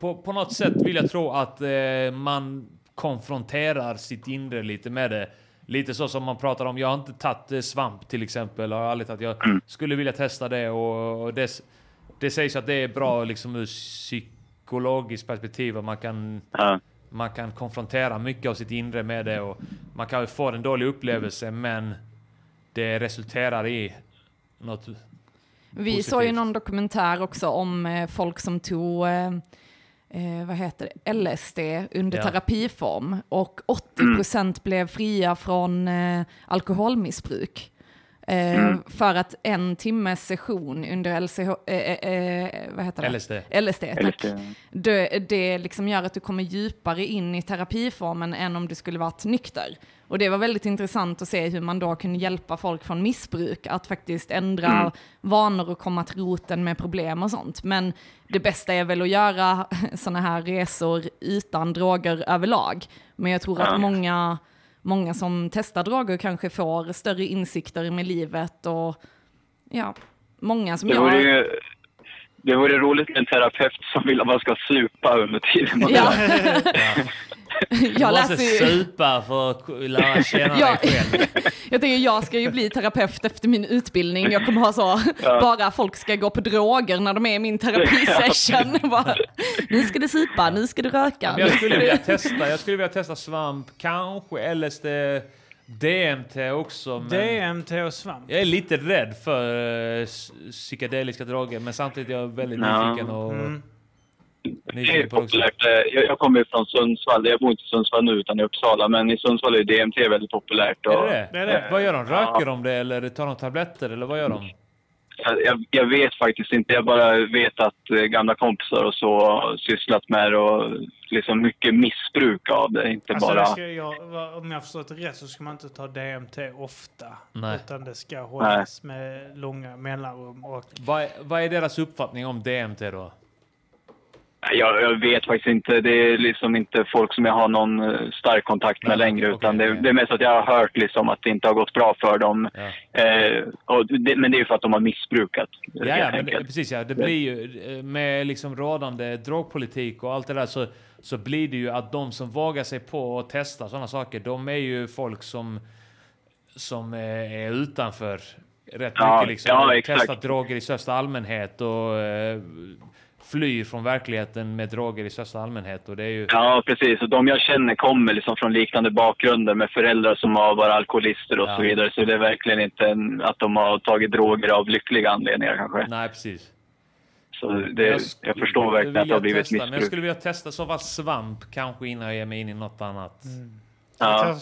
på, på något sätt vill jag tro att eh, man konfronterar sitt inre lite med det. Lite så som man pratar om, jag har inte tagit eh, svamp till exempel. Har jag aldrig tagit. Jag Mm. skulle vilja testa det och, och det, s- det sägs att det är bra liksom ur psykologiskt perspektiv. Att man kan man kan konfrontera mycket av sitt inre med det och man kan ju få en dålig upplevelse men det resulterar i något Vi positivt. såg ju någon dokumentär också om eh, folk som tog eh, eh, vad heter det, LSD under Ja. Mm. terapiform och 80 procent blev fria från eh, alkoholmissbruk. Eh, Mm. För att en timmes session under LCH, eh, eh, eh, vad heter det? LSD. LSD, tack. LSD. Det, det liksom gör att du kommer djupare in i terapiformen än om du skulle varit nykter. Och det var väldigt intressant att se hur man då kunde hjälpa folk från missbruk att faktiskt ändra Mm. vanor och komma till roten med problem och sånt. Men det bästa är väl att göra sådana här resor utan droger överlag. Men jag tror Ja. att många, många som testar droger kanske får större insikter med livet och ja, många som Det Alltså, jag. vore ju... Det vore roligt med en terapeut som vill att man ska supa under tiden man Ja. du jag måste läser ju... supa för att k- lära känna Ja. dig själv. Jag tänker jag ska ju bli terapeut efter min utbildning. Jag kommer ha så, Ja. bara folk ska gå på droger när de är i min terapisession. Bara, Nu ska du supa, nu ska du röka. Men jag nu ska skulle du- vilja testa, jag skulle vilja testa svamp, kanske LSD, DMT också. Men DMT och svamp. Jag är lite rädd för eh, s- psykedeliska droger, men samtidigt är jag väldigt Ja. nyfiken och... Mm. Det är Nyfiken på det också. populärt. Eh, Jag, jag kommer ju från Sundsvall. Jag bor inte i Sundsvall nu utan i Uppsala. Men i Sundsvall är ju DMT väldigt populärt. Är Och, det det? eh, Vad gör de? ja. Röker de det eller tar de tabletter eller vad gör de? Jag, jag vet faktiskt inte. Jag bara vet att eh, gamla kompisar och så har sysslat med det och liksom mycket missbruk av det. Inte Alltså, bara... det ska jag, vad- om jag har förstått det rätt så ska man inte ta DMT ofta. Nej. Utan det ska hållas med långa mellanrum. Och Vad, vad är deras uppfattning om DMT då? Jag, jag vet faktiskt inte. Det är liksom inte folk som jag har någon eh, stark kontakt med längre. utan det, det är mest att jag har hört liksom att det inte har gått bra för dem. Eh, och det, men det är ju för att de har missbrukat. eh, Ja, ja, helt men det, enkelt. precis ja. Det blir ju, eh, med liksom rådande drogpolitik och allt det där så, så blir det ju att de som vågar sig på att testa sådana saker, de är ju folk som, som eh, är utanför rätt Ja, mycket. Liksom. ja, De exakt. Testar droger i största allmänhet och eh, flyr från verkligheten med droger i största allmänhet. Och det är ju, Ja, precis. Och de jag känner kommer liksom från liknande bakgrunder med föräldrar som har varit alkoholister och Ja. så vidare. Så det är verkligen inte en, att de har tagit droger av lyckliga anledningar kanske. Nej, precis. Så Alltså, det, jag, sk- förstår verkligen att vill det har jag blivit testa, Men jag missbruk. skulle vilja testa så fall svamp kanske innan jag ger mig in i något annat. Mm. Mm. Ja.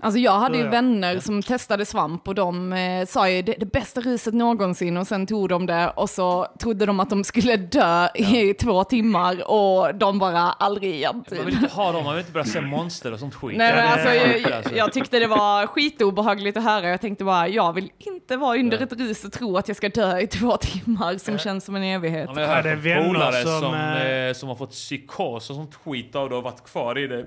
Alltså jag hade Ja, ju ja. vänner som testade svamp och de eh, sa ju det, det bästa ruset någonsin och sen tog de det och så trodde de att de skulle dö i två timmar och de bara aldrig igen. Man vill inte ha dem, man vill inte börja se monster och sånt skit. Nej, men Ja, alltså, det är jag, fan alltså. jag- jag tyckte det var skitobehagligt att höra. Jag tänkte bara, jag vill inte vara under ett rus och tro att jag ska dö i två timmar som känns som en evighet. Ja, men jag har det är hört vänner om polare som, som, som, eh, eh, som har fått psykos och sånt skit av det och varit kvar i det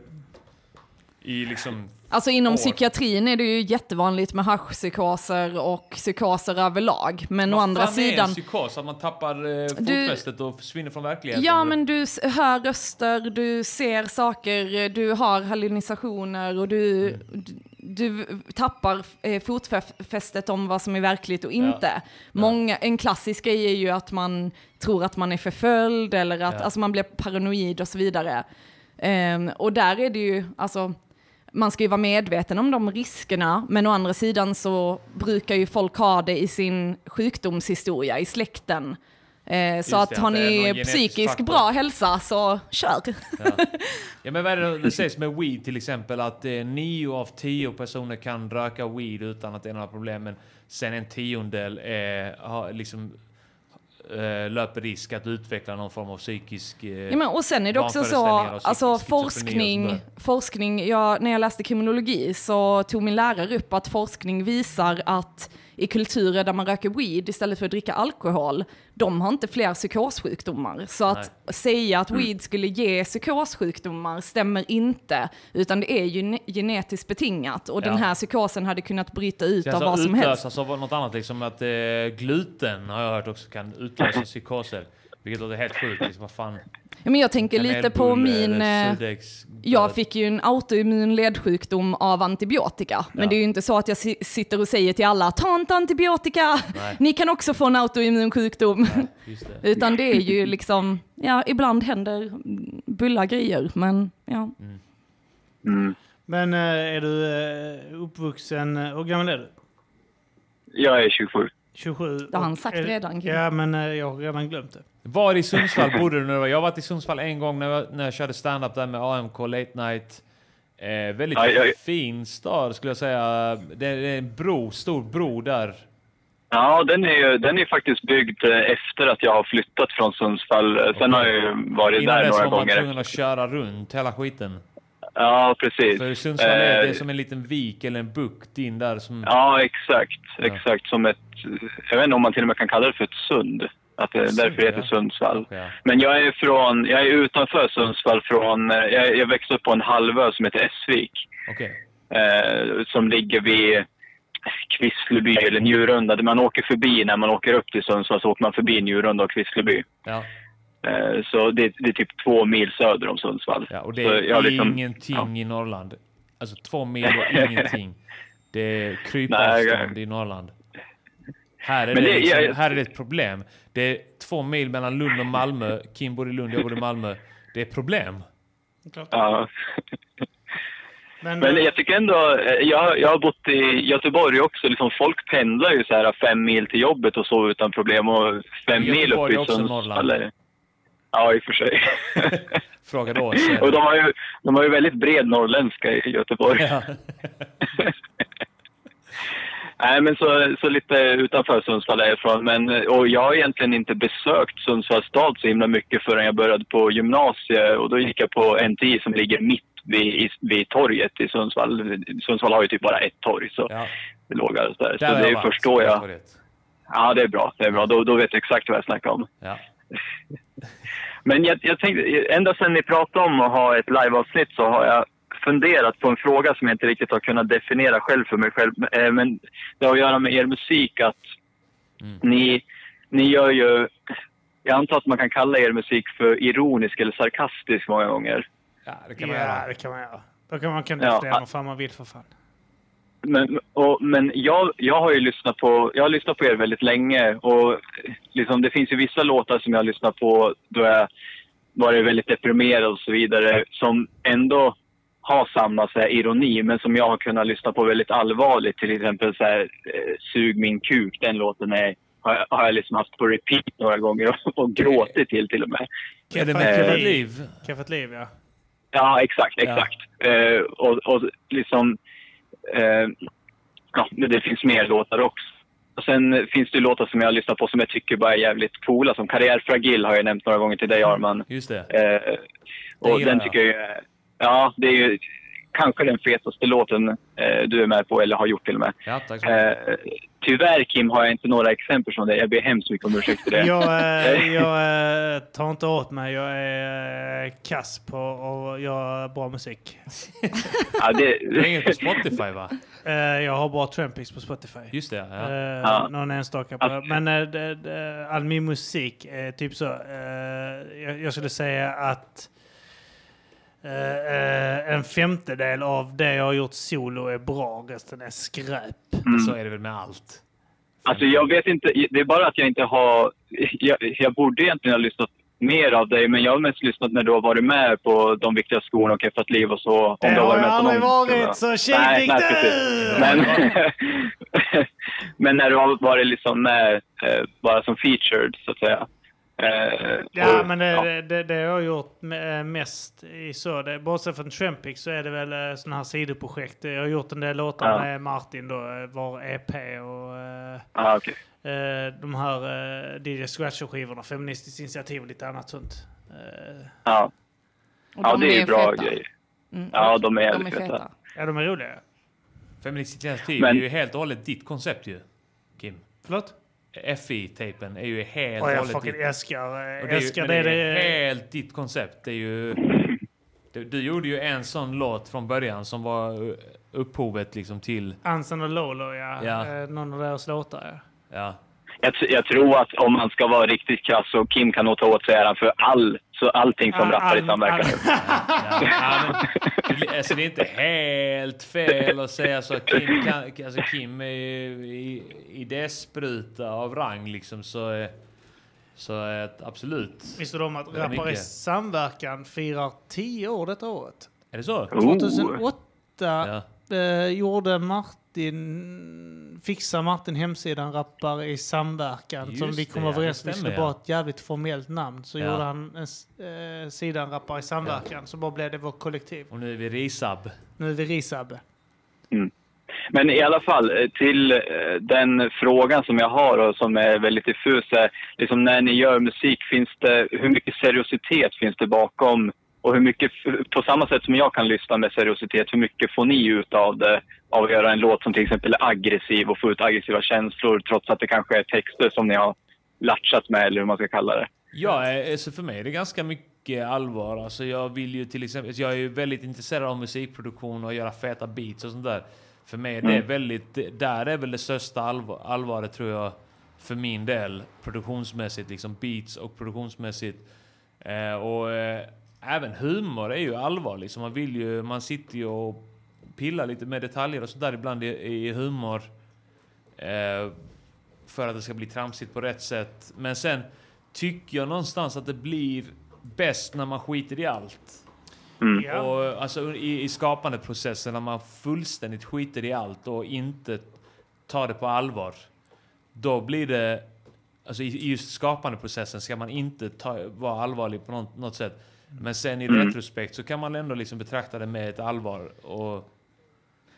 i liksom... Alltså inom år. psykiatrin är det ju jättevanligt med haschpsykoser och psykoser överlag. Men å Vad andra fan är en sidan... psykos? Att man tappar eh, Du- fotfästet och försvinner från verkligheten? Ja, men du s- hör röster, du ser saker, du har hallucinationer och du, d- du, tappar eh, fotfästet om vad som är verkligt och inte. Många, en klassisk grej är ju att man tror att man är förföljd eller att Ja. alltså man blir paranoid och så vidare. Ehm, och där är det ju, alltså, man ska ju vara medveten om de riskerna, men å andra sidan så brukar ju folk ha det i sin sjukdomshistoria, i släkten. Eh, Just så att det, har att det är någon ni genetisk psykisk faktor. bra hälsa så kör. Ja, men vad är det det sägs med weed till exempel? Att eh, nio av tio personer kan röka weed utan att det är några problem. Men sen en tiondel eh, har, liksom, eh, löper risk att utveckla någon form av psykisk... Eh, Ja, men, och sen är det också så, vanföreställningar och alltså psykisk schizofreni forskning, och sådär. forskning jag, när jag läste kriminologi så tog min lärare upp att forskning visar att i kulturer där man röker weed istället för att dricka alkohol, de har inte fler psykossjukdomar. Så att säga att Mm. weed skulle ge psykossjukdomar stämmer inte, utan det är ju ne- genetiskt betingat och den Ja. här psykosen hade kunnat bryta ut Sen av så vad som helst. utlösas av något annat, liksom att eh, gluten har jag hört också kan utlösa psykoser. Vilket låter helt sjukt. Liksom, vad fan. Ja, men jag tänker lite på Kanelbulle min... eller eh, surdegsbröd. Jag fick ju en autoimmun ledsjukdom av antibiotika. Men Ja. det är ju inte så att jag si- sitter och säger till alla, ta inte antibiotika! Nej. Ni kan också få en autoimmun sjukdom. just det. Utan det är ju liksom, ja, ibland händer bulla grejer, men ja. Mm. Men eh, är du eh, uppvuxen, hur gammal är du? Jag är 27. 27. Det har han sagt eh, redan. Ja, men eh, jag har redan glömt det. Var i Sundsvall bodde du när du var? Jag har varit i Sundsvall en gång när jag, när jag körde stand-up där med AMK Late Night. Eh, väldigt Aj, aj. fin stad skulle jag säga. Det är, det är en bro, stor bro där. Ja, den är ju den är faktiskt byggd eh, efter att jag har flyttat från Sundsvall. Eh, Sen har jag ju varit Innan där dess några var man gånger. tvungen att köra runt hela skiten. Ja, precis. För Sundsvall är, det är Eh, som en liten vik eller en bukt in där som... Ja, exakt. Exakt. Som ett... Jag vet inte om man till och med kan kalla det för ett sund. Att det Sund, därför heter ja. Sundsvall. Men jag är, från, jag är utanför Sundsvall. Från, eh, jag, jag växte upp på en halvö som heter Essvik. Okej. eh, som ligger vid Kvissleby eller Njurunda. Där man åker förbi när man åker upp till Sundsvall så åker man förbi Njurunda och Kvissleby. Ja. Eh, så det, det är typ två mil söder om Sundsvall. Ja, och det Så jag har är liksom- ingenting i Norrland. Alltså två mil och ingenting. Det är Nej, krypavstånd i Norrland. Här är, det, Men det- liksom, jag- här är det ett problem. Det är två mil mellan Lund och Malmö. Kim bor i Lund, jag bor i Malmö. Det är problem. Ja. Men, Men jag tycker ändå, eh, jag, jag har bott i Göteborg också, liksom folk pendlar ju så här fem mil till jobbet och så utan problem och fem mil upp Göteborg i är också Norrland. eller- Ja, i och för sig. Fråga då. säger och de jag. har, ju, de har ju väldigt bred norrländska i Göteborg. Ja. Nej, men så, så lite utanför Sundsvall är jag ifrån. Men, och jag har egentligen inte besökt Sundsvalls stad så himla mycket förrän jag började på gymnasiet. Och då gick jag på NTI som ligger mitt vid, i- vid torget i Sundsvall. Sundsvall har ju typ bara ett torg, så det låg alltså där. Där så har det jag varit, förstår jag. torget. Ja, det är bra. Det är bra. Då, då vet jag exakt vad jag snackar om. Ja. Men jag, jag tänkte, ända sedan ni pratade om att ha ett liveavsnitt så har jag funderat på en fråga som jag inte riktigt har kunnat definiera själv för mig själv. Eh, Men det har att göra med er musik att ni, ni gör ju... Jag antar att man kan kalla er musik för ironisk eller sarkastisk många gånger. Ja, det kan man göra. det kan man göra. Då kan man kan Ja. definiera vad fan man vill för fan. Men, och, men jag, jag har ju lyssnat på, jag har lyssnat på er väldigt länge och liksom, det finns ju vissa låtar som jag har lyssnat på då jag varit väldigt deprimerad och så vidare som ändå har samma så här, ironi men som jag har kunnat lyssna på väldigt allvarligt. Till exempel så här, eh, Sug min kuk, den låten är, har, jag, har jag liksom haft på repeat några gånger och, och gråtit till till och med. Är det Eh, med Kevin Liv? Kaffe ett liv, ja. Ja, exakt. exakt. Eh, och, och liksom... Eh, ja, men det finns mer låtar också. Och sen finns det ju låtar som jag lyssnar på som jag tycker bara är jävligt coola. Som Karriär Fragil har jag nämnt några gånger till Mm. dig, Arman. Just det. Eh, och gillar den jag. tycker jag är- Ja, det är ju kanske den fetaste låten eh, du är med på, eller har gjort till och med. Ja, tack så mycket. Eh, tyvärr, Kim, har jag inte några exempel från dig. Jag ber hemskt mycket om ursäkt för det. Jag, eh, Eh, jag eh, tar inte åt mig. Jag är eh, kass på att göra bra musik. ja, det... Det är inget på Spotify va? Eh, jag har bara Trampix på Spotify. Just det, ja. Eh, Ja. Någon enstaka. På. Men eh, det- det- all min musik är typ så. eh, jag, jag skulle säga att eh, eh, en femtedel av det jag har gjort solo är bra. Resten är skräp. Mm. Så är det väl med allt. Alltså jag vet inte, det är bara att jag inte har... Jag, jag borde egentligen ha lyssnat mer av dig, men jag har mest lyssnat när du har varit med på De viktiga skorna och Keffat liv och så. Om Det du har varit jag med på aldrig någon- varit, så Nej, tjej nej, dig! precis. Men, men när du har varit liksom med, eh, bara som featured, så att säga. Eh, Ja, och- men det, det- Det, det jag har gjort me- eh, mest i så, det, bortsett från Trampix så är det väl sådana här sidoprojekt. Jag har gjort en del låtar Ja. med Martin då, eh, var EP och eh, Ah, okej. eh, de här eh, DJ Scratcher-skivorna, Feministiskt initiativ och lite annat sånt. Eh, Ja. Och ja, de det är, är bra feta. grejer. Mm. Ja, de är De jävligt är feta. feta. ja, de är roliga. Feministiskt initiativ Men- är ju helt och hållet ditt koncept ju, Kim. Förlåt? FI-tejpen är ju helt Och och jag hållet fucking ditt. älskar, eh, Och det är ju- men älskar det. det är det helt ditt koncept. Det är ju... Du, du gjorde ju en sån låt från början som var eh, upphovet liksom till... Ansen och Lolo, ja. Ja. Eh, Någon av deras låtar, ja. Ja. Jag, tr- jag tror att om man ska vara riktigt krass så Kim kan nog ta åt sig äran för all, så allting som Ah, rappar i all- samverkan. Ja, ja, men, det blir- alltså det är inte helt fel att säga så. Kim, kan, alltså Kim är ju i, i det spruta av rang liksom så... eh, Så att absolut. Visste du om att Det är Rappare i mycket. samverkan firar 10 år detta året? Är det så? 2008 Ja. eh, gjorde Martin Martin, Fixa Martin hemsidan rappar i samverkan Just som vi kom det, ja, överens det om. Vi skulle stämmer, bara ja. ett jävligt formellt namn. Så Ja. gjorde han en, s- eh, sidan rappar i samverkan. Så bara blev det vårt kollektiv. Och nu är vi Risab. Nu är vi Risabbe. Men i alla fall, eh, till eh, den frågan som jag har och som är väldigt diffus är, liksom när ni gör musik, finns det, hur mycket seriositet finns det bakom? Och hur mycket, f- på samma sätt som jag kan lyssna med seriositet, hur mycket får ni ut av det? Av att göra en låt som till exempel är aggressiv och få ut aggressiva känslor trots att det kanske är texter som ni har latchat med eller hur man ska kalla det. Ja, eh, så för mig är det ganska mycket allvar. Alltså jag vill ju till exempel... alltså, Jag är ju väldigt intresserad av musikproduktion och göra feta beats och sånt där. För mig är det Mm. väldigt... Där är väl det största allvar, allvaret tror jag, för min del, produktionsmässigt. Liksom beats och produktionsmässigt. Eh, och eh, även humor är ju allvar. Liksom. Man vill ju... Man sitter ju och pillar lite med detaljer och sånt där ibland i, i humor. Eh, för att det ska bli tramsigt på rätt sätt. Men sen tycker jag någonstans att det blir bäst när man skiter i allt. Mm. Ja. Och, alltså, i, I skapandeprocessen när man fullständigt skiter i allt och inte tar det på allvar. Då blir det... Alltså i, i just skapandeprocessen ska man inte ta, vara allvarlig på något, något sätt. Men sen i Mm. retrospekt så kan man ändå liksom betrakta det med ett allvar. Och,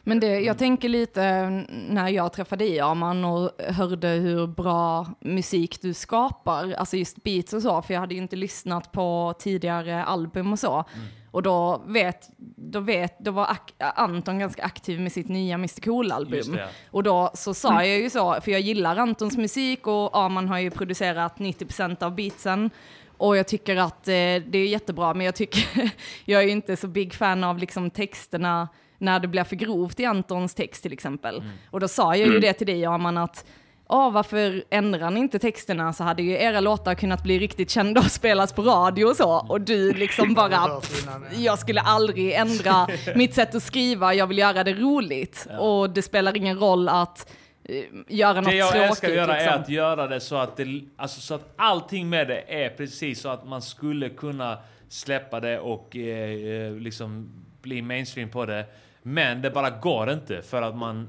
Men det, jag tänker lite eh, när jag träffade dig Arman och hörde hur bra musik du skapar, alltså just beats och så, för jag hade ju inte lyssnat på tidigare album och så. mm. Och då vet, då vet, då var ak- Anton ganska aktiv med sitt nya Mr Just Cool-album. det, ja. Och då så sa jag ju så, för jag gillar Antons musik och Arman har ju producerat 90% av beatsen. Och jag tycker att eh, det är jättebra, men jag, tycker, jag är ju inte så big fan av liksom texterna när det blir för grovt i Antons text till exempel. Och då sa jag ju Mm. det till dig Arman att Ja, varför ändrar ni inte texterna så hade ju era låtar kunnat bli riktigt kända och spelas på radio och så. Och du liksom bara, pff, jag skulle aldrig ändra mitt sätt att skriva, jag vill göra det roligt. Och det spelar ingen roll att eh, göra något Det jag tråkigt. älskar att göra liksom. är att göra det så att, det, alltså, så att allting med det är precis så att man skulle kunna släppa det och eh, eh, liksom bli mainstream på det. Men det bara går inte för att man...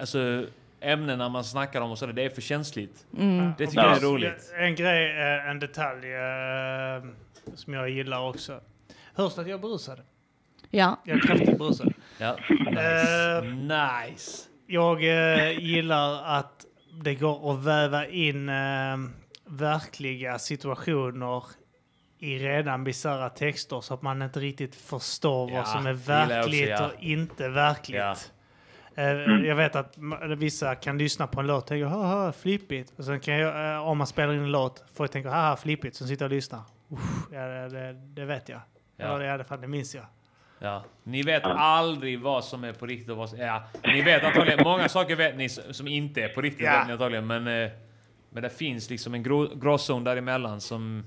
Alltså ämnena man snackar om och sådär, det är för känsligt. Mm. Det tycker jag är roligt. En grej, eh, en detalj eh, som jag gillar också. Hörs det att jag är berusad? Ja. Jag är kraftigt berusad. Ja, Eh, nice. Jag eh, gillar att det går att väva in eh, verkliga situationer i redan bisarra texter så att man inte riktigt förstår Ja, vad som är det gillar jag också, verkligt ja. och inte verkligt. Ja. Eh, Mm. Jag vet att ma- eller vissa kan lyssna på en låt och tänka haha flippigt. Och sen kan jag, eh, om man spelar in en låt, får jag tänka haha flippigt. Sen sitter jag och lyssnar. Uff, ja, det, det, det vet jag. Ja. Eller i alla fall, det minns jag. Ja. Ni vet aldrig vad som är på riktigt och vad som... Ja, ni vet antagligen... Många saker vet ni som som inte är på riktigt, Ja. vet ni antagligen. Men, eh, men det finns liksom en grå, gråzon däremellan som...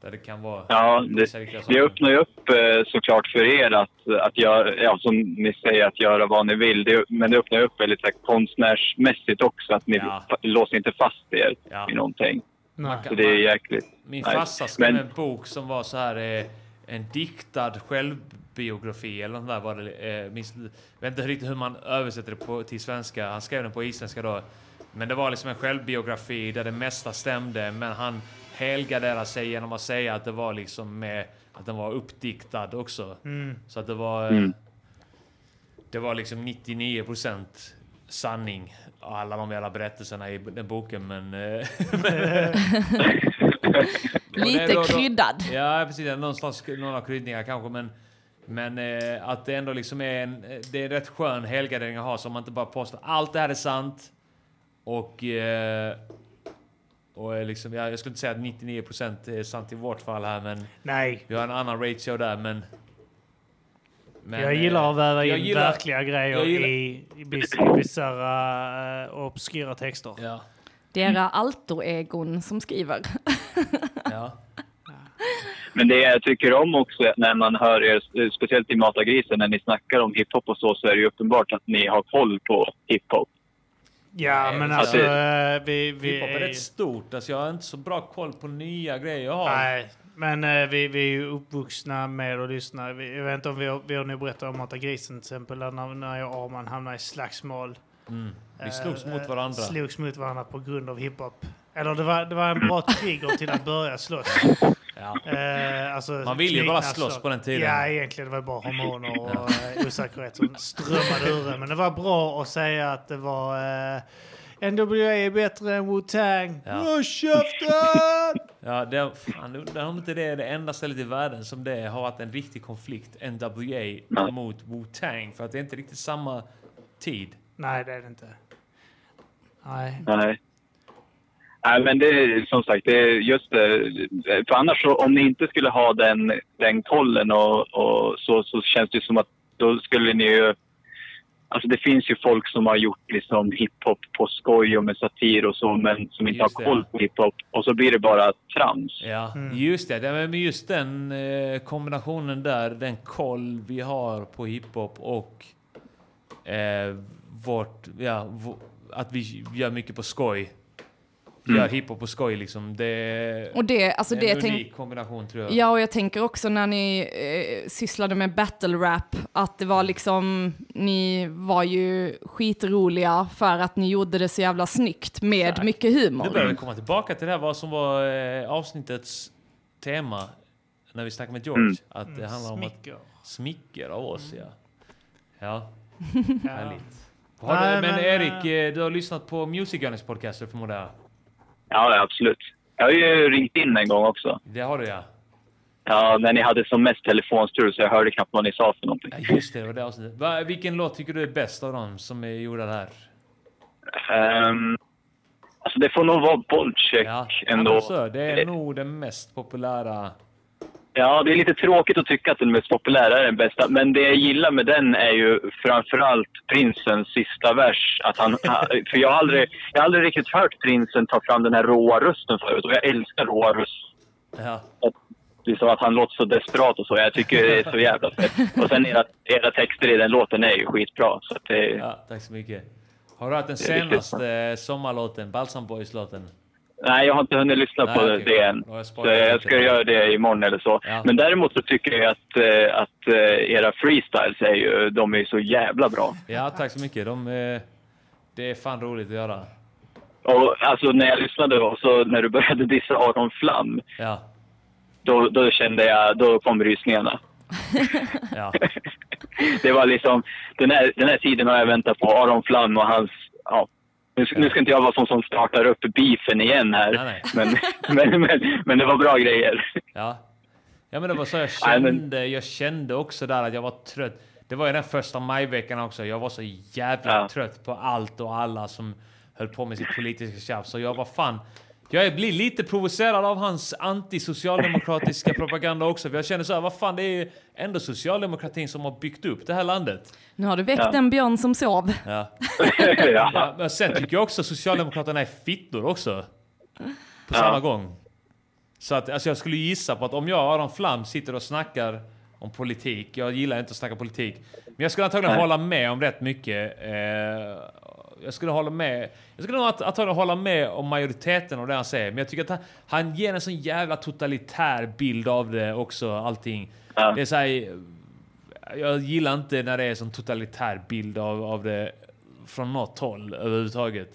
Där det kan vara... Ja, det, vissa riktiga det saker. öppnar ju upp eh, såklart för er att, att göra, ja, som ni säger, att göra vad ni vill. Det, men det öppnar ju upp väldigt så här, konstnärsmässigt också, att ni fa- låser inte fast er i någonting. Man Så kan- det är jäkligt Min nice. farsa skrev Men- en bok som var så här eh, en diktad självbiografi eller nåt där var det. Eh, minst, jag vet inte riktigt hur man översätter det på, till svenska. Han skrev den på isländska då. Men det var liksom en självbiografi där det mesta stämde, men han helgarderade sig genom att säga att det var liksom med att den var uppdiktad också. Mm. Så att det var... eh, Mm. Det var liksom 99% sanning. Alla de jävla berättelserna i den boken, men... eh, Och det är Lite då- då- kryddad. Ja, precis. Någonstans några kryddningar kanske, men... Men eh, att det ändå liksom är en... eh, Det är en rätt skön helgardering att ha, så man inte bara påstår allt det här är sant. Och... Eh, och eh, liksom, ja, jag skulle inte säga att 99% är sant i vårt fall här, men... Nej. Vi har en annan ratio där, men... jag eh, gillar att väva jag in gillar- verkliga grejer jag gillar- i, i bis- i bisarra eh, och obskyra texter. Ja. Det är era alter-egon som skriver. Men det jag tycker om också är när man hör er, eh, speciellt i Matagrisen, när ni snackar om hiphop och så, så är det ju uppenbart att ni har koll på hiphop. Ja, men alltså... eh, vi, vi Hiphop är är- rätt stort, alltså jag har inte så bra koll på nya grejer jag har. Nej, Men eh, vi, vi är ju uppvuxna med att lyssna. Vi, jag vet inte om vi har, vi har nu berättat om Mata Grisen till exempel, där när, när jag och Arman hamnade i slagsmål. Mm. Vi Eh, slogs mot eh, varandra. Slogs mot varandra på grund av hiphop. Eller det var, det var en bra trigger till att börja slåss. Eh, alltså, Man vill ju bara knivknappsslag. slåss på den tiden. Ja, egentligen. Det var bara hormoner och eh, osäkerhet som strömmade ur en. Men det var bra att säga att det var... Eh, NWA är bättre än Wu-Tang. Ja. Håll käften! Ja, det, fan, undrar om inte det är det enda stället i världen som det har varit en riktig konflikt. NWA mot Wu-Tang. För att det är inte riktigt samma tid. Nej, det är det inte. Nej. Nej. Nej, men det är som sagt, det är just det. För annars, så, om ni inte skulle ha den, den kollen och, och så, så känns det som att då skulle ni ju... Alltså det finns ju folk som har gjort liksom hiphop på skoj och med satir och så, men som inte Just har det. koll på hiphop. Och så blir det bara trams. Ja, just det. Ja, men just den eh, kombinationen där, den koll vi har på hiphop och eh, vårt, ja, vå- att vi gör mycket på skoj. Gör hiphop på skoj liksom. Det är Och det- alltså en det unik tänk- kombination tror jag. Ja, och jag tänker också när ni eh, sysslade med battle rap, att det var Mm. liksom, ni var ju skitroliga för att ni gjorde det så jävla snyggt med Tack. mycket humor. Nu börjar vi komma tillbaka till det här vad som var eh, avsnittets tema när vi snackade med George. Mm. Att det Mm, handlar om smicker. Mm. att smicker av oss, ja. Ja, Ja. härligt. Har Nej, du, men, men, Erik, eh, du har lyssnat på Music Gunners podcast, jag förmodar jag? Ja, ja, absolut. Jag har ju ringt in en gång också. Det har du ja. Ja, när ni hade som mest telefonstrul så jag hörde knappt vad ni sa för någonting. Ja, Just det, det var det avsnittet. Va, vilken låt tycker du är bäst av dem som är gjorda där? Ehm, alltså det får nog vara Bollcheck Ja, ändå. men så, det är nog den mest populära. Ja, det är lite tråkigt att tycka att den mest populära är den bästa, men det jag gillar med den är ju framförallt Prinsens sista vers. Att han, för jag har, aldrig, jag har aldrig riktigt hört Prinsen ta fram den här råa rösten förut, och jag älskar råa röst. Ja. Liksom att han låter så desperat och så. Jag tycker det är så jävla fett. Och sen era, era texter i den låten är ju skitbra. Så att det, Ja, tack så mycket. Har du hört den Eh. Det är riktigt senaste sommarlåten, Balsam Boys-låten? Nej, jag har inte hunnit lyssna Nej, på okej. det än. Då har jag Så sparat jag lite. ska göra det imorgon eller så. Ja. Men däremot så tycker jag att, eh, att eh, era freestyles är ju, de är ju så jävla bra. Ja, tack så mycket. De, eh, det är fan roligt att göra. Och alltså när jag lyssnade då, så när du började dissa Aron Flam, Ja, då, då kände jag, då kom rysningarna. ja. Det var liksom, den här, den här tiden har jag väntat på Aron Flam och hans, ja. Nu, ska- nu ska inte jag vara sån som startar upp beefen igen här. Nej, Men, men, men, men det var bra grejer. Ja. Ja men det var så jag Nej, men- kände. Jag kände också där att jag var trött. Det var ju den första majveckan också. Jag var så jävla trött på allt och alla som höll på med sitt politiska tjafs. Så jag var fan... Jag blir lite provocerad av hans antisocialdemokratiska propaganda också. För jag känner så här, vad fan, det är ju ändå socialdemokratin som har byggt upp det här landet. Nu har du väckt Ja. en björn som sov. Ja. Ja, men sen tycker jag också att Socialdemokraterna är fittor också. På Ja. samma gång. Så att, alltså jag skulle gissa på att om jag och Aron Flam sitter och snackar om politik, jag gillar inte att snacka politik, men jag skulle antagligen Nej. hålla med om rätt mycket. Eh, jag skulle hålla med. Jag skulle nog att- antagligen hålla med om majoriteten av det han säger, men jag tycker att han, han ger en sån jävla totalitär bild av det också, allting. Det är så här, jag gillar inte när det är en sån totalitär bild av, av det från något håll överhuvudtaget.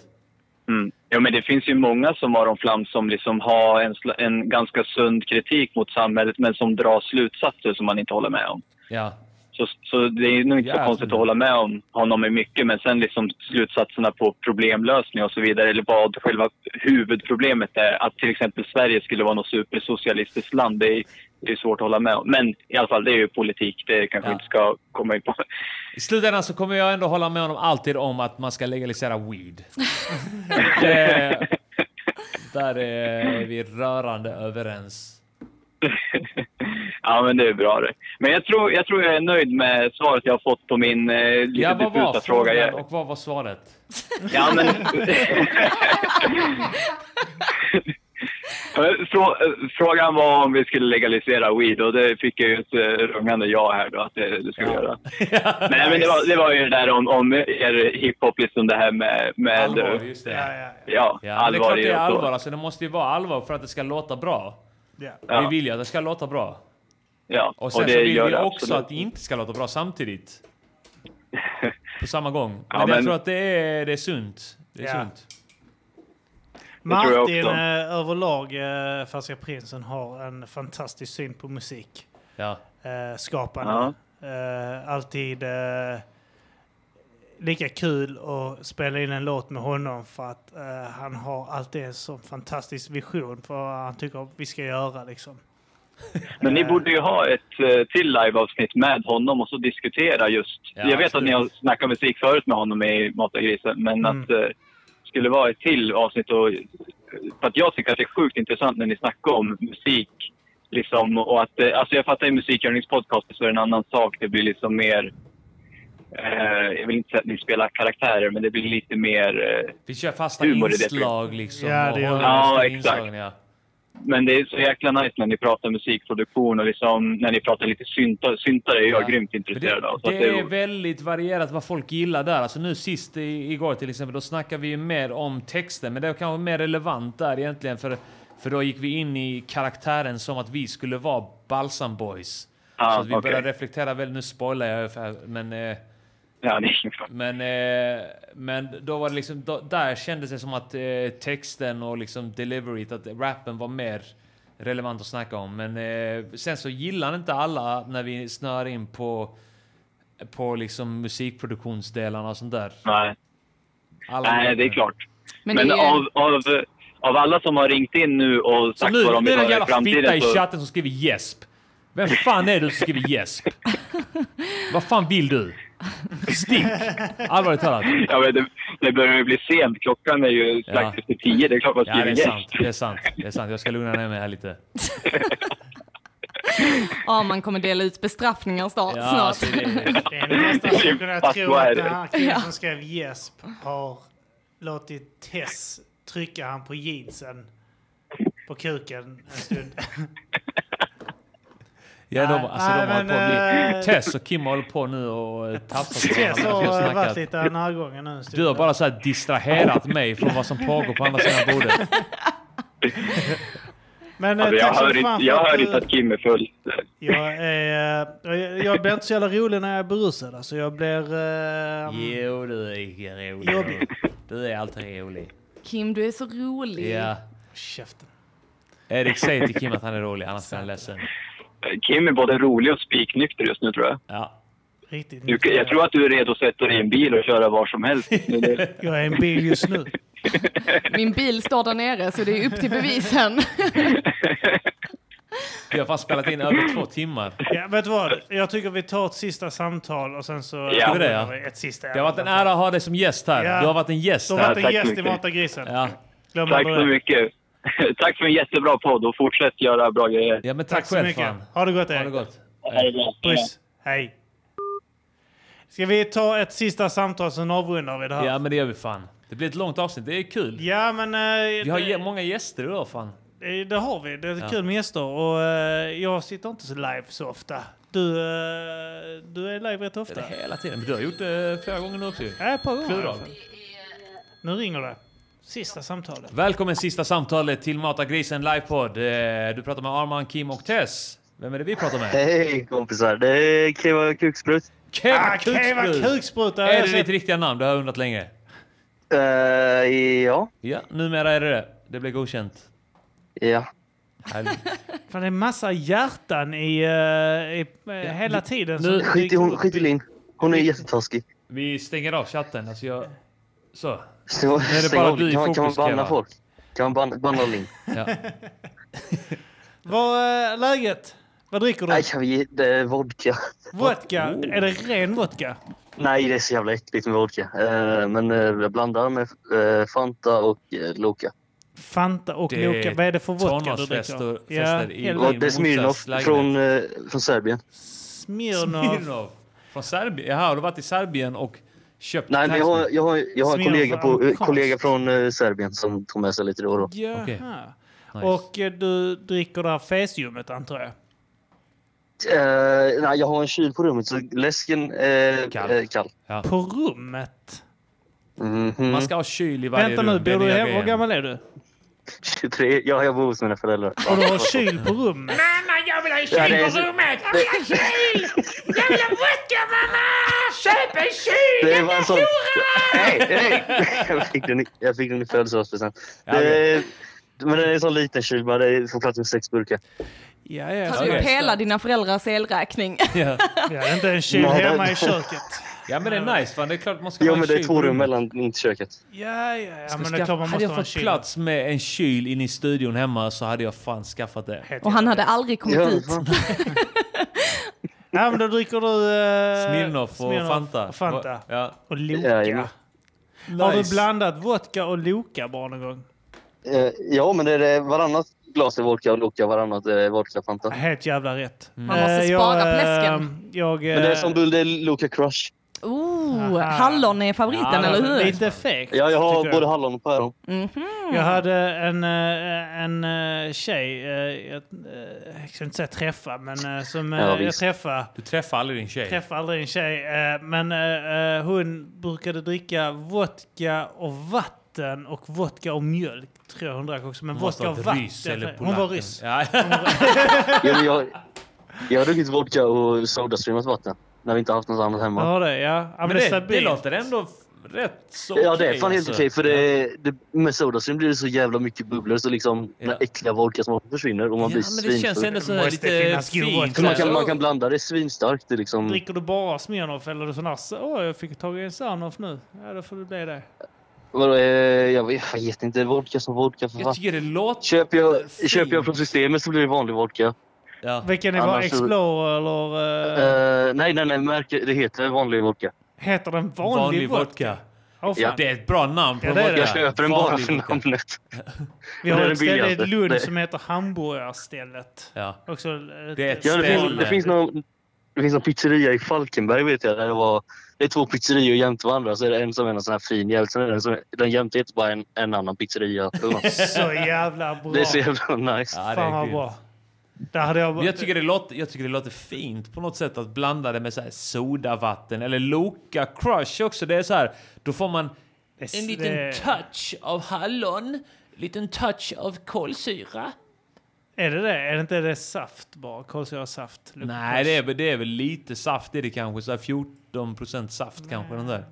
Mm. Ja, men det finns ju många som Aron Flam som liksom har en, sl- en ganska sund kritik mot samhället men som drar slutsatser som man inte håller med om. Ja. Så, så det är nog inte så Jävlar. konstigt att hålla med om honom i mycket men sen liksom slutsatserna på problemlösning och så vidare eller vad själva huvudproblemet är. Att till exempel Sverige skulle vara något supersocialistiskt land, det är, det är svårt att hålla med om. Men i alla fall, det är ju politik. Det kanske Ja. inte ska komma in på. I slutändan så kommer jag ändå hålla med honom alltid om att man ska legalisera weed. det, där är vi rörande överens. Ja, men det är bra det. Men jag tror, jag tror jag är nöjd med svaret jag har fått på min eh, lite Ja, vad var diffusa fråga. frågan Jag, och vad var svaret? ja, men... Eh, Frå, frågan var om vi skulle legalisera weed och det fick jag ju ett eh, rungande ja här då att det, det skulle vi göra. Nej, men det var, det var ju det där om, om er hiphop, liksom det här med... med Allvar, just det. Ja, Ja, men det är allvar klart det är och så. allvar. Alltså, det måste ju vara allvar för att det ska låta bra. Vi vill ju att det ska låta bra. Ja, Och sen och det så vill gör vi det också absolut. att det inte ska låta bra samtidigt. På samma gång. Men, men- jag tror att det är, det är sunt. Det är Ja. sunt. tror jag Martin också. eh, överlag, eh, Färska Prinsen, har en fantastisk syn på musik. Ja. Eh, skapande. Eh, alltid eh, lika kul att spela in en låt med honom för att eh, han har alltid en sån fantastisk vision för vad han tycker att vi ska göra. Liksom. Men Eh. ni borde ju ha ett eh, till liveavsnitt med honom och så diskutera just... jag vet att ni har snackat musik förut med honom i Mata grisen, men Mm. att eh, skulle vara ett till avsnitt och... eh, För att jag tycker att det är sjukt intressant när ni snackar om musik. Liksom, och att, eh, alltså jag fattar i musikgörningspodcasten så är det en annan sak. Det blir liksom mer... Eh, jag vill inte säga att ni spelar karaktärer, men det blir lite mer... Eh, Vi kör fasta humor i det. inslag liksom. Ja, det och gör håller vi. Ja, fasta exakt. inslagen, ja. Men det är så jäkla nice när ni pratar musikproduktion och liksom, när ni pratar lite syntar. Syntare är jag Ja. grymt För intresserad av. Så att Det är väldigt varierat vad folk gillar där. Alltså nu sist i, igår till exempel, då snackade vi ju mer om texten, men det var kanske mer relevant där egentligen. För, för då gick vi in i karaktären som att vi skulle vara Balsam Boys. Ah, så att vi okej. började reflektera väldigt... Nu spoilar jag, för- men... Eh, Ja, det men, eh, men då var det liksom... Då, där kändes det som att eh, texten och liksom deliveryt, att rappen var mer relevant att snacka om. Men eh, sen så gillar inte alla när vi snör in på, på liksom musikproduktionsdelarna och sånt där. Nej. Alla Nej, gillar det är inte. klart. Men Men, det är- av, av, av alla som har ringt in nu och Så sagt nu, vad de nu vill är det en höra i jävla fitta framtiden i så... chatten som skriver gäsp. Vem fan är du som skriver gäsp? Vad fan vill du? Stick! Allvarligt talat. Ja, men det, det börjar ju bli sent. Klockan är ju strax Ja. efter tio. Det är klart man Ja, skriver det är gäst. sant. Det är sant. Det är sant. Jag ska lugna ner mig här lite. Ja, man kommer dela ut bestraffningar snart. Ja, snart. alltså, det- Det är nästan så jag kunde Fast tro vad är att det? den här killen Ja. som skrev Jesp har låtit Tess trycka han på jeansen på kuken en stund. Ja, de, alltså, de nej, håller på men, att eh, bli... Tess och Kim håller på nu och eh, tafsar på Tess varandra. Vi har har varit snackat. lite närgången nu en stund. Du har bara så här distraherat mig från vad som pågår på andra sidan bordet. Men, eh, Alltså, jag tack som hör, fan inte, för jag att hör du- inte att Kim är full. Jag, är, eh, jag, jag blir inte så jävla rolig när jag är berusad. Alltså jag blir... Eh, Jo, du är rolig. Jobbig. Du är alltid rolig. Kim, du är så rolig. Ja. Käften. Erik säger till Kim att han är rolig, annars blir han ledsen. Kim är både rolig och spiknykter just nu, tror jag. Ja. Riktigt. Du, jag tror att du är redo att sätta dig i en bil och köra var som helst. Det- det- Jag är en bil just nu. Min bil står där nere så det är upp till bevisen. Vi har fan spelat in över två timmar. Ja, vet du vad? Jag tycker vi tar ett sista samtal och sen så... Ska vi det, ja? Ett sista. Det har varit en ära att ha dig som gäst här. Ja. Du har varit en gäst Du har här. varit en gäst i Mata grisen. Ja. Glöm Tack aldrig så det. mycket. Tack för en jättebra podd och fortsätt göra bra grejer. Ja, men Tack så mycket. Ha det gott, Erik. Ha det gott. Puss. Hej. Ska vi ta ett sista samtal, sen avrundar vi det här? Ja, men det gör vi fan. Det blir ett långt avsnitt. Det är kul. Ja, men... eh, Vi har det- ge- många gäster idag fan. Eh, Det har vi. Det är Ja. kul med gäster. Och eh, jag sitter inte så live så ofta. Du, eh, du är live rätt ofta. Hela tiden. Men du har gjort det flera gånger nu också ju. Ja, ett par gånger i alla Plural. fall. Nu ringer det. Sista samtalet. Välkommen sista samtalet till Mata grisen livepodd. Eh, Du pratar med Arman, Kim och Tess. Vem är det vi pratar med? Hej kompisar, det är Keva Kuksprut. Keva Ah, Keva Kukspruta! Är Jag det ser- ditt riktiga namn? Det har jag undrat länge. Eh, ja. Ja, numera är det det. Det blev godkänt. Ja. Härligt. Fan, det är massa hjärtan i, eh, i eh, hela tiden. som- skit, i hon, skit i Linn. Hon är jättetaskig. Vi stänger av chatten. Alltså jag... Så. Så, Nu är det stäng bara av. du i kan, man- kan man fokus, banna Keva. folk? Kan man banna, banna Linn? Ja. Vad eh, är läget? Vad dricker du? Nej, jag vet, det är vodka. Vodka? Är det ren vodka? Nej, det är så jävla äckligt med vodka. Eh, men eh, jag blandar med eh, Fanta och eh, Loka. Fanta och Det är Loka. Vad är det för vodka du dricker? tonårsfester- fester i- Och helvete. det är Smirnoff alltså, lägenhet. från, eh, från Serbien. Smirnoff. Från Serbien? Jaha, har du varit i Serbien och köpt... Nej, men jag har, taxfree? jag har, jag har en Smirnoff kollega, på, eh, amerikanskt. kollega från eh, Serbien som tog med sig lite då och då. Jaha. Okej. Nice. Och eh, du dricker det här fesiumet antar jag? Eh, nej, jag har en kyl på rummet så läsken är kall. kall. På rummet? Mhm. Mm. Man ska ha kyl i varje Vänta rum. nu, det är bor du nya hemma? Hur grejen. gammal är du? 23. Ja, jag bor hos mina föräldrar. Och du har kyl på rummet. Mamma, jag vill ha Ja, kyl det är- på rummet! Jag vill ha kyl! Jag vill ha vodka, mamma! Köp en kyl! Det Jag var en vill sån- ha Nej, nej! Jag fick den i- jag fick den i födelsedagspresent. Det- Men den är en sån liten kyl bara. Det får plats med sex burkar. Ja, Tar du upp hela dina föräldrars elräkning? Ja. är inte en kyl Nej, det- hemma i köket. Ja men det är nice fan. Det är klart man ska Jo, ha en men det är kyl två på rum rummet. mellan, inte köket. Ja, ja, ja. Ska Men det är skaffa- klart man hade måste jag ha en fått kyl. plats med en kyl inne i studion hemma så hade jag fan skaffat det. Och han hade aldrig kommit Ja, ut. Nej, men då dricker du... eh, Smirnoff och Fanta. Och, Fanta. Ja. och Loka. Har du blandat vodka och Loka bara någon gång? Eh, Ja, men det är eh, varannat glas är vodka och Loka, varannat eh, är vodka Fanta. Helt jävla rätt. Mm. Eh, Man måste spara fläsken. Jag, eh, Men det är som Bulde Loka Crush. Oh, hallon är favoriten, Ja, eller hur? Lite fegt. Ja, jag har tycker både hallon och päron. Jag hade en, eh, en eh, tjej, eh, jag eh, jag ska inte säga träffa, men eh, som eh, Ja, jag visst. träffade. Du träffar aldrig din tjej. Träffade aldrig en tjej, eh, men eh, eh, hon brukade dricka vodka och vatten och vodka och mjölk tror jag hon drack också. Men Hon måste vodka ha varit och vatten. ryss eller hon var polacken. ryss. Ja. Hon var- Ja, men jag, jag har druckit vodka och sodastreamat vatten. När vi inte haft något annat hemma. Ja, det, ja. Ja, men Men det är det, det stabilt. låter ändå f- rätt så ja, det är okej, fan helt alltså. okej. För det, det, med sodastream blir det så jävla mycket bubblor så liksom den äckliga vodkasmaken försvinner och man Ja, blir men det känns svinfull. ändå så här Måste lite finnas god fint. alltså. vodka. Man kan, man kan blanda det svinstarkt. Det är liksom, Dricker du bara Smirnoff eller är du sån här, "Så, åh jag fick tag i en Sarnoff nu. Ja, då får det bli det. vadå, eh, jag, vet, jag vet inte, vodka som vodka för Jag fan. tycker det låter köper jag, köper jag från systemet så blir det vanlig vodka. Vilken är var Annars så- Explorer eller? eh, Eh, nej, nej, nej. Märke, det heter vanlig vodka. Heter den vanlig, vodka? Åh, fan. Ja. Det är ett bra namn på Ja, en det är vodka. det. Jag köper den bara Vanlig för vodka. namnet. Vi har Det ett är det ställe i billigaste. Lund Det- som heter Hamburgarstället. Ja. Också Det är Ja, det, finns, det, finns någon, det finns någon pizzeria i Falkenberg vet jag. Där det, var, det är två pizzerior jämte varandra. Så är det en som är en sån här fin jävel. Sen är det en som, den jämte heter bara en, en annan pizzeria. Så jävla bra. det är så jävla nice. Ja, det Fan är vad grymt. bra. Där hade jag... Men Jag tycker, det låter, jag tycker det låter fint på något sätt att blanda det med så här sodavatten eller Loka Crush också. Det är så här, då får man en liten touch av hallon, liten touch av kolsyra. Är det det? Är det inte det saft bara? Kolsyra saft? Lukt- Nej, det är, väl- det är väl lite saft i det kanske. Så här 14 procent saft kanske. Den där.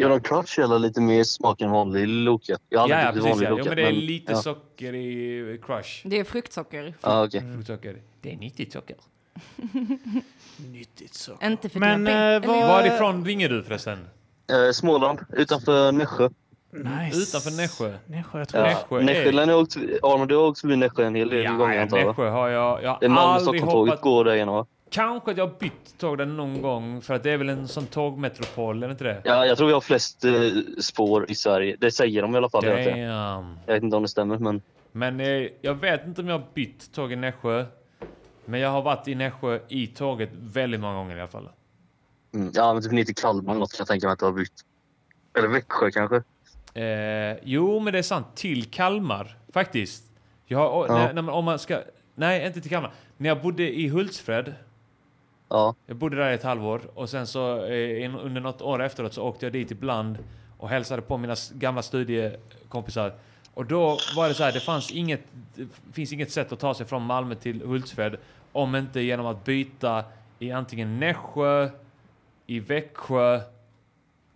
Ja, de crutchar lite mer smak än vanlig Loka. Jag har aldrig ja, ja, precis. Ja. Jo, druckit vanlig Loka. men det är men- lite ja. socker i eh, Crush. Det är fruktsocker. Ja, okej. Fruktsocker. Det är nyttigt socker. Nyttigt så. Inte för Men, diabetes. eh, vad- Varifrån ringer du förresten? Eh, Småland, utanför Nässjö. Nice. Utanför Nässjö? Nässjö, jag tror Ja. Nässjö är- Nässjö lär ni ha åkt... Arman, du har åkt förbi Nässjö en hel del gånger antar jag? va? Nässjö har jag... jag Det är har Malmö aldrig Stockholm-tåget hoppat... går där igenom va? Kanske att jag har bytt tåg där någon gång för att det är väl en sån tågmetropol, är det inte det? Ja, jag tror vi har flest eh, spår i Sverige. Det säger de i alla fall. hela tiden. Damn. Jag vet inte om det stämmer, men... Men eh, jag vet inte om jag har bytt tåg i Nässjö. Men jag har varit i Nässjö i tåget väldigt många gånger i alla fall. Mm, ja, men typ ner till Kalmar eller något kan jag tänka mig att du har bytt. Eller Växjö kanske? Eh, jo, men det är sant. Till Kalmar, faktiskt. Jag har, Ja. när, när man, om man ska, nej, inte till Kalmar. När jag bodde i Hultsfred. Ja. Jag bodde där i ett halvår. Och sen så eh, in- under något år efteråt så åkte jag dit ibland och hälsade på mina s- gamla studiekompisar. Och då var det så här, det fanns inget, det finns inget sätt att ta sig från Malmö till Hultsfred om inte genom att byta i antingen Nässjö, i Växjö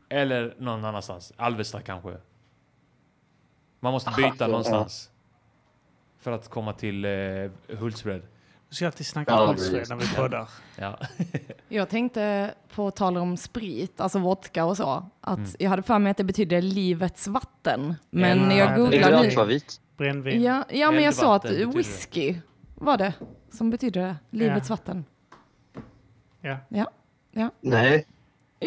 eller någon annanstans. Alvesta kanske. Man måste byta Ja. någonstans. För att komma till eh, Hultsfred. Du ska alltid snacka om Hultsfred när vi poddar. Ja. Jag tänkte på tal om sprit, alltså vodka och så, att Mm. jag hade för mig att det betyder livets vatten. Men Ja, jag det- Är det googlar nu. akvavit? Brännvin. Ja, ja men jag sa att Eldvatten betyder det. whisky var det som betyder det, livets vatten. Ja. Ja, ja. Nej. Eh,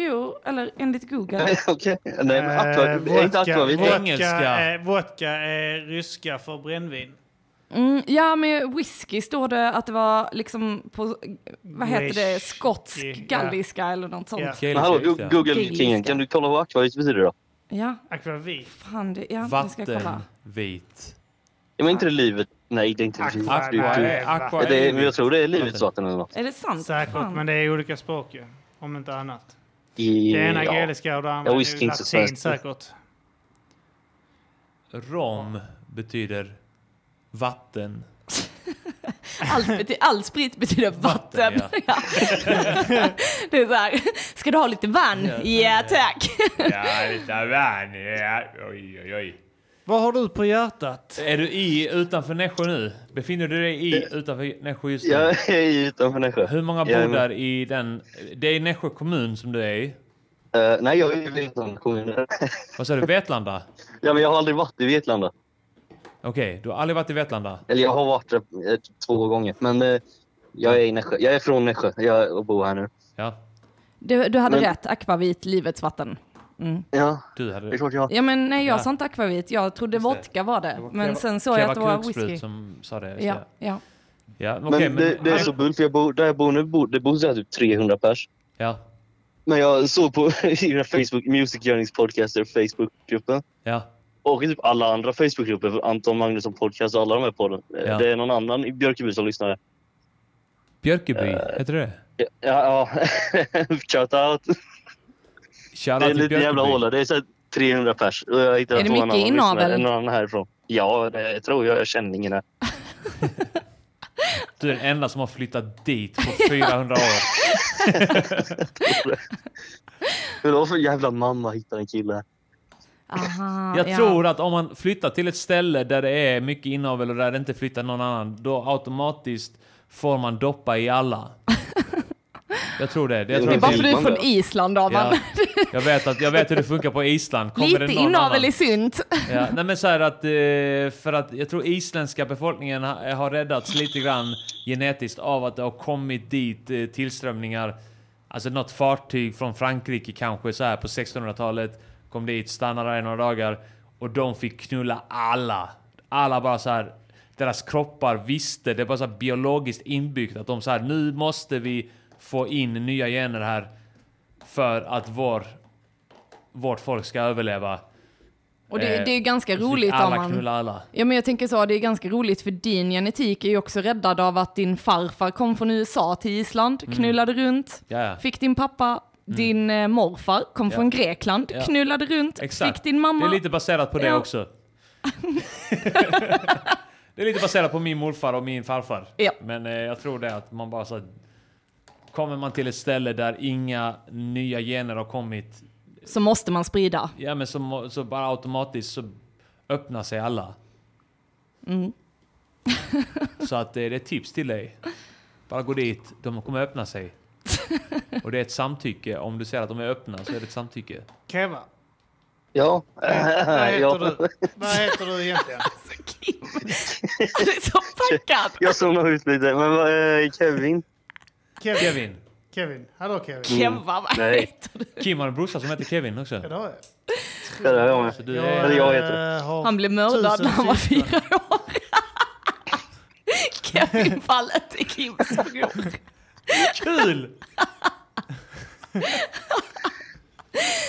Jo, eller enligt Google. Nej, okej. Nej, men aqua... Eh, är inte akvavit vodka, engelska? Är, vodka är ryska för brännvin. Mm, ja, men whisky står det att det var liksom på, vad heter det, Whisky, skotsk, ja. galliska eller något sånt. Men hallå, Gu- Google kingen. Kan du kolla vad akvavit betyder då? Ja. Akvavit. Fan, det, ja, nu ska jag kolla. Vattenvit. Ja, men inte det livet? Nej, det är inte livet. Aqua- Det är- nej, aqua- det är, men jag tror det är livets vatten eller något. Är det sant? Säkert, Fan. men det är olika språk ju. Om inte annat. I- Det ena ja. gaeliska och det andra Ja, är whisky ju inte så latin svenskt. säkert. Rom betyder vatten. Allt bety- all sprit betyder vatten. Vatten, ja. det är så här, ska du ha lite vann? Ja. Ja tack. Ja, lite vän. Ja. Oj, oj, oj. Vad har du på hjärtat? Är du i utanför Nässjö nu? Befinner du dig i utanför Nässjö just nu? Jag är utanför Nässjö. Hur många Jag är- bor där i den? Det är Nässjö kommun som du är i? Eh, nej, jag är i Vetlanda kommun. Vad sa du? Vetlanda? ja, men jag har aldrig varit i Vetlanda. Okej, du har aldrig varit i Vetlanda? Eller jag har varit där eh, två gånger. Men eh, jag är i Nässjö. Jag är från Nässjö jag, och bor här nu. Ja. Du, du hade Men- rätt, akvavit, livets vatten. Mm. Ja. Du hade... Det är klart jag har. Ja men nej, jag Ja. sa inte akvavit, jag trodde vodka var det. men sen såg jag att det var whisky. som Mm, sa det. Ja, ja. ja Men, okej, det, det är så bull, för jag bor, där jag bor nu bor, det bor så här typ 300 pers. Ja. Men jag såg på i den här Facebook, Music Journeys Podcaster Facebookgruppen. Ja. Och i typ alla andra Facebookgrupper, för Anton Magnusson Podcast och alla de här podden. Eh, Ja. Det är någon annan i Björkeby som lyssnar. Björkeby, Eh. heter det? Ja, ja. shout out. Shout det är out en till liten jävla Björkeby. håla. Det är så här 300 pers. Och jag hittade Är det på en mycket annan lyssnare, inavel? en annan härifrån. Ja, det tror jag. Jag känner ingen här. Du är den enda som har flyttat dit på 400 år. Hur då för jävla mamma hittar en kille? Oh, Aha, Jag ja. tror att om man flyttar till ett ställe där det är mycket inavel och där det inte flyttar någon annan, då automatiskt får man doppa i alla. Jag tror det. Jag tror Det är att bara för du är från Island, Adam. Ja, jag, vet att, jag vet hur det funkar på Island. Kommer Lite det någon annan- inavel är synt. Ja, nej men så här att, eh, för att jag tror isländska befolkningen ha- eh, har räddats lite grann genetiskt av att det har kommit dit eh, tillströmningar. Alltså något fartyg från Frankrike kanske så här på 1600-talet kom dit, stannade där i några dagar och de fick knulla alla. Alla bara så här. Deras kroppar visste, det är bara så här biologiskt inbyggt att de så här nu måste vi få in nya gener här för att vår, vårt folk ska överleva. Och det, Eh, det är ju ganska så fick roligt om alla man... knulla alla. Ja men jag tänker så, det är ganska roligt för din genetik är ju också räddad av att din farfar kom från USA till Island, Mm. knullade runt, Ja, ja. Mm. fick din pappa, din eh, morfar kom Ja. från Grekland, Ja. knullade runt, Exakt. fick din mamma. Det är lite baserat på det Ja. också. det är lite baserat på min morfar och min farfar. Ja. Men eh, jag tror det att man bara så här- Kommer man till ett ställe där inga nya gener har kommit, Så måste man sprida. ja men så, må- så bara automatiskt så öppnar sig alla. Mm. Så att eh, det är ett tips till dig. Bara gå dit, de kommer öppna sig. Och det är ett samtycke, om du ser att de är öppna så är det ett samtycke. Keva, Ja. vad Ja. Mm. heter, du? vad heter du egentligen? Han är så packad! Jag zonade ut lite. Men vad är Kevin? Mm. Kevin. Kevin. Kevin. Hallå Kevin. Kim har en brorsa som heter Kevin också. Ja, det har jag. Ja, det har jag med. Så du Eller jag heter Eh, har Han blev mördad tusen när han var syskon. fyra år. Kevinfallet är Kims bror. Kul!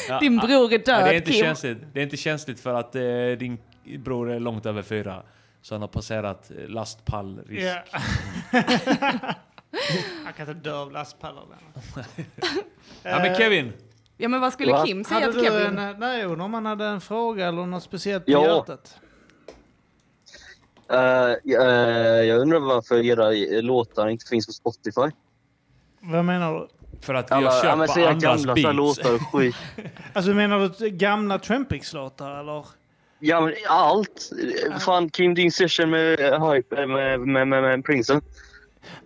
Ja, Din ah, bror är ja, död, det, är inte Kim. känsligt. det är inte känsligt för att eh, din bror är långt över fyra. Så han har passerat eh, lastpallrisk. Ja. Han kan inte dö av lastpallarna. Ja, men Kevin. Eh, Ja men vad skulle Va? Kim säga Hade till du Kevin? En, nej, jag undrar om han hade en fråga eller något speciellt på Ja. hjärtat. Eh, eh, jag undrar varför era eh, låtar inte finns på Spotify. Vad menar du? För att Alla- ja, men så här gamla så här låtar och skit. Alltså menar du gamla Trampix-låtar eller? Ja, men allt. Fan, Kim, din session med, eh, Hype, eh, med, med, med, med Prinsen.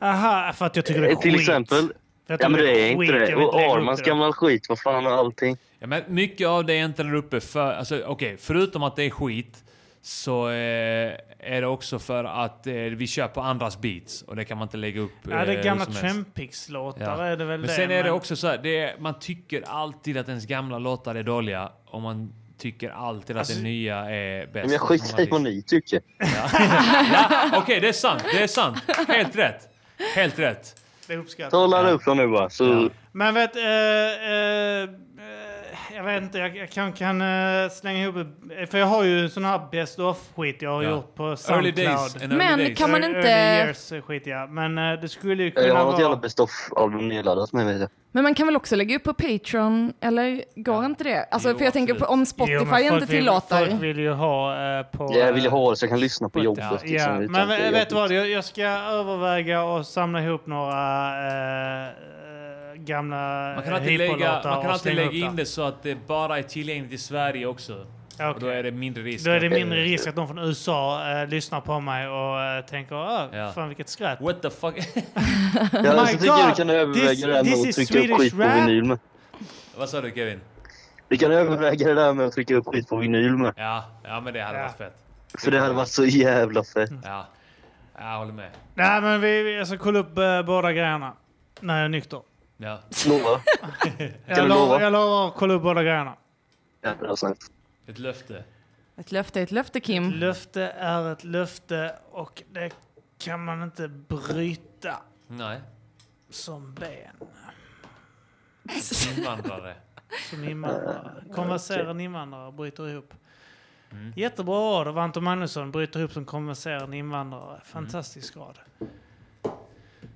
Aha, för att jag tycker det är Eh, Till skit. exempel. För att Ja, jag men tycker det är skit, inte jag det. vill Och lägga upp Armans det. gamla skit, vad fan och allting. Ja, men mycket av det är inte där uppe för... Alltså, okej, förutom att det är skit så eh, är det också för att eh, vi kör på andras beats och det kan man inte lägga upp Ja, det eh, är gamla hur som helst. Trampix-låtar är det väl men det, sen är det men- också så här, det är, man tycker alltid att ens gamla låtar är dåliga och man tycker alltid att det Alltså- nya är bäst. Men jag skiter i vad ni tycker. Ja. ja, Okej, det är sant. Det är sant. Helt rätt. Helt rätt. Det uppskattar Ta och ladda upp dem nu bara. Så... Men vet, eh, eh, eh, jag vet inte, jag, jag kan, kan eh, slänga ihop... För jag har ju sån här best of-skit jag har Ja. gjort på Early Soundcloud. days and early Men days. kan man Early- inte- Early years-skit, ja. Men eh, det skulle ju kunna Jag har något vara... jävla best of-album nedladdat med mig. vet jag. Men man kan väl också lägga upp på Patreon, eller går inte det? Alltså, för jag tänker på om Spotify Jo, men folk inte vill- tillåter. folk vill ju ha eh, på... eh, Jag vill ju ha det så jag kan lyssna på jobbet. Ja, liksom, utan att men det är vet du vad? jobbigt. Jag, jag ska överväga och samla ihop några eh, eh, gamla Man kan alltid lägga, man kan alltid lägga in det. det så att det bara är tillgängligt i Sverige också. Och då är det mindre risk. Då är det att- mindre risk att de från USA eh, lyssnar på mig och eh, tänker "Ah, Ja. fan vilket skratt. What the fuck? Ja, Oh så tycker jag du kan överväga det här med att trycka upp skit på vinyl med. Vad sa du Kevin? Du kan överväga det där med att trycka upp skit på vinyl med. Ja, ja men det hade varit fett. För det hade varit så jävla fett. Ja, jag håller med. Nej men vi, vi- jag ska kolla upp eh, båda grejerna när jag är nykter. Ja. Lova. Jag lovar, jag lovar att kolla upp båda grejerna. Jävla snällt. Ett löfte. Ett löfte är ett löfte, Kim. Ett löfte är ett löfte och det kan man inte bryta Nej. som ben. Invandrare. Som Eh, invandrare. Konverserande invandrare bryter ihop. Mm. Jättebra rad av Anton Magnusson, bryter ihop som konverserande invandrare. Fantastisk rad. Mm.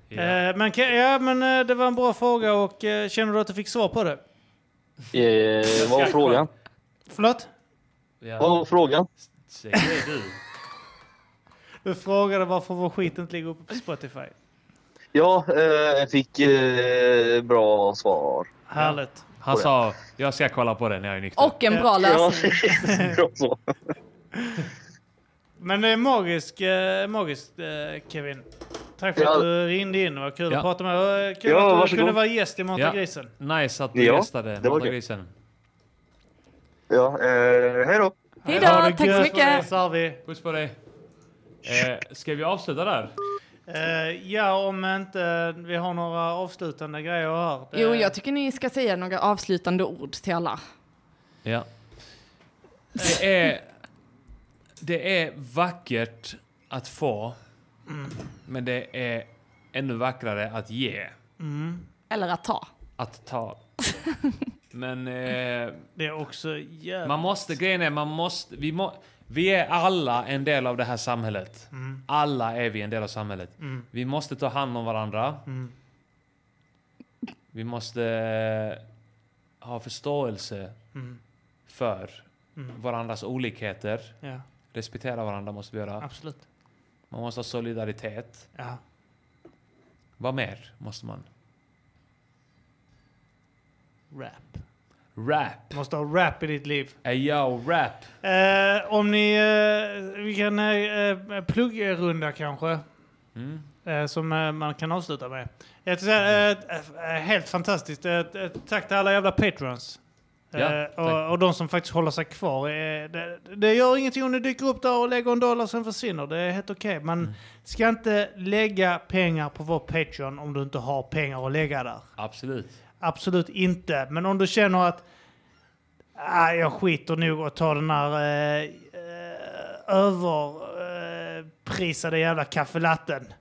Ja. Eh, men, kan- ja, men eh, det var en bra fråga och eh, känner du att du fick svar på det? Eh, vad var frågan? Förlåt? Vad var frågan? Säg det du. Du frågade varför vår skit inte ligger uppe på Spotify. Ja, eh, jag fick eh, bra svar. Härligt. Han sa, jag ska kolla på den när jag är nykter. Och en bra lösning. Men det är magiskt, eh, magiskt eh, Kevin. Tack för Ja. att du ringde in. Vad kul Ja. att prata med dig. Kul Ja, att du varsågod. kunde vara gäst i Mata Ja. grisen. Nice att du Ja, gästade det var kul. Matagrisen. Ja, eh, hej då. Hej då, Ha det tack så gött. mycket. Puss på dig. Eh, ska vi avsluta där? Eh, ja, om inte vi har några avslutande grejer här. Det- Jo, jag tycker ni ska säga några avslutande ord till alla. Ja. Det är, det är vackert att få, Mm. men det är ännu vackrare att ge. Mm. Eller att ta. Att ta. Men... Eh, det är också jävligt... Man måste, grejen är, man måste... Vi, må, vi är alla en del av det här samhället. Mm. Alla är vi en del av samhället. Mm. Vi måste ta hand om varandra. Mm. Vi måste eh, ha förståelse Mm. för Mm. varandras olikheter. Ja. Respektera varandra måste vi göra. Absolut. Man måste ha solidaritet. Ja. Vad mer måste man? Rap. Rap. Måste ha rap i ditt liv. Ey yo, rap. Eh, om ni... Eh, vi kan eh, pluggrunda kanske. Mm. Eh, som eh, man kan avsluta med. Jag ska säga, eh, eh, helt fantastiskt. Eh, eh, tack till alla jävla patrons. Eh, Ja, och, och de som faktiskt håller sig kvar. Eh, det, det gör ingenting om du dyker upp där och lägger en dollar och sen försvinner. Det är helt okej. Man Mm. ska inte lägga pengar på vår Patreon om du inte har pengar att lägga där. Absolut. Absolut inte. Men om du känner att ah, jag skiter nog och tar den här eh, eh, överprisade eh, prisade jävla kaffelatten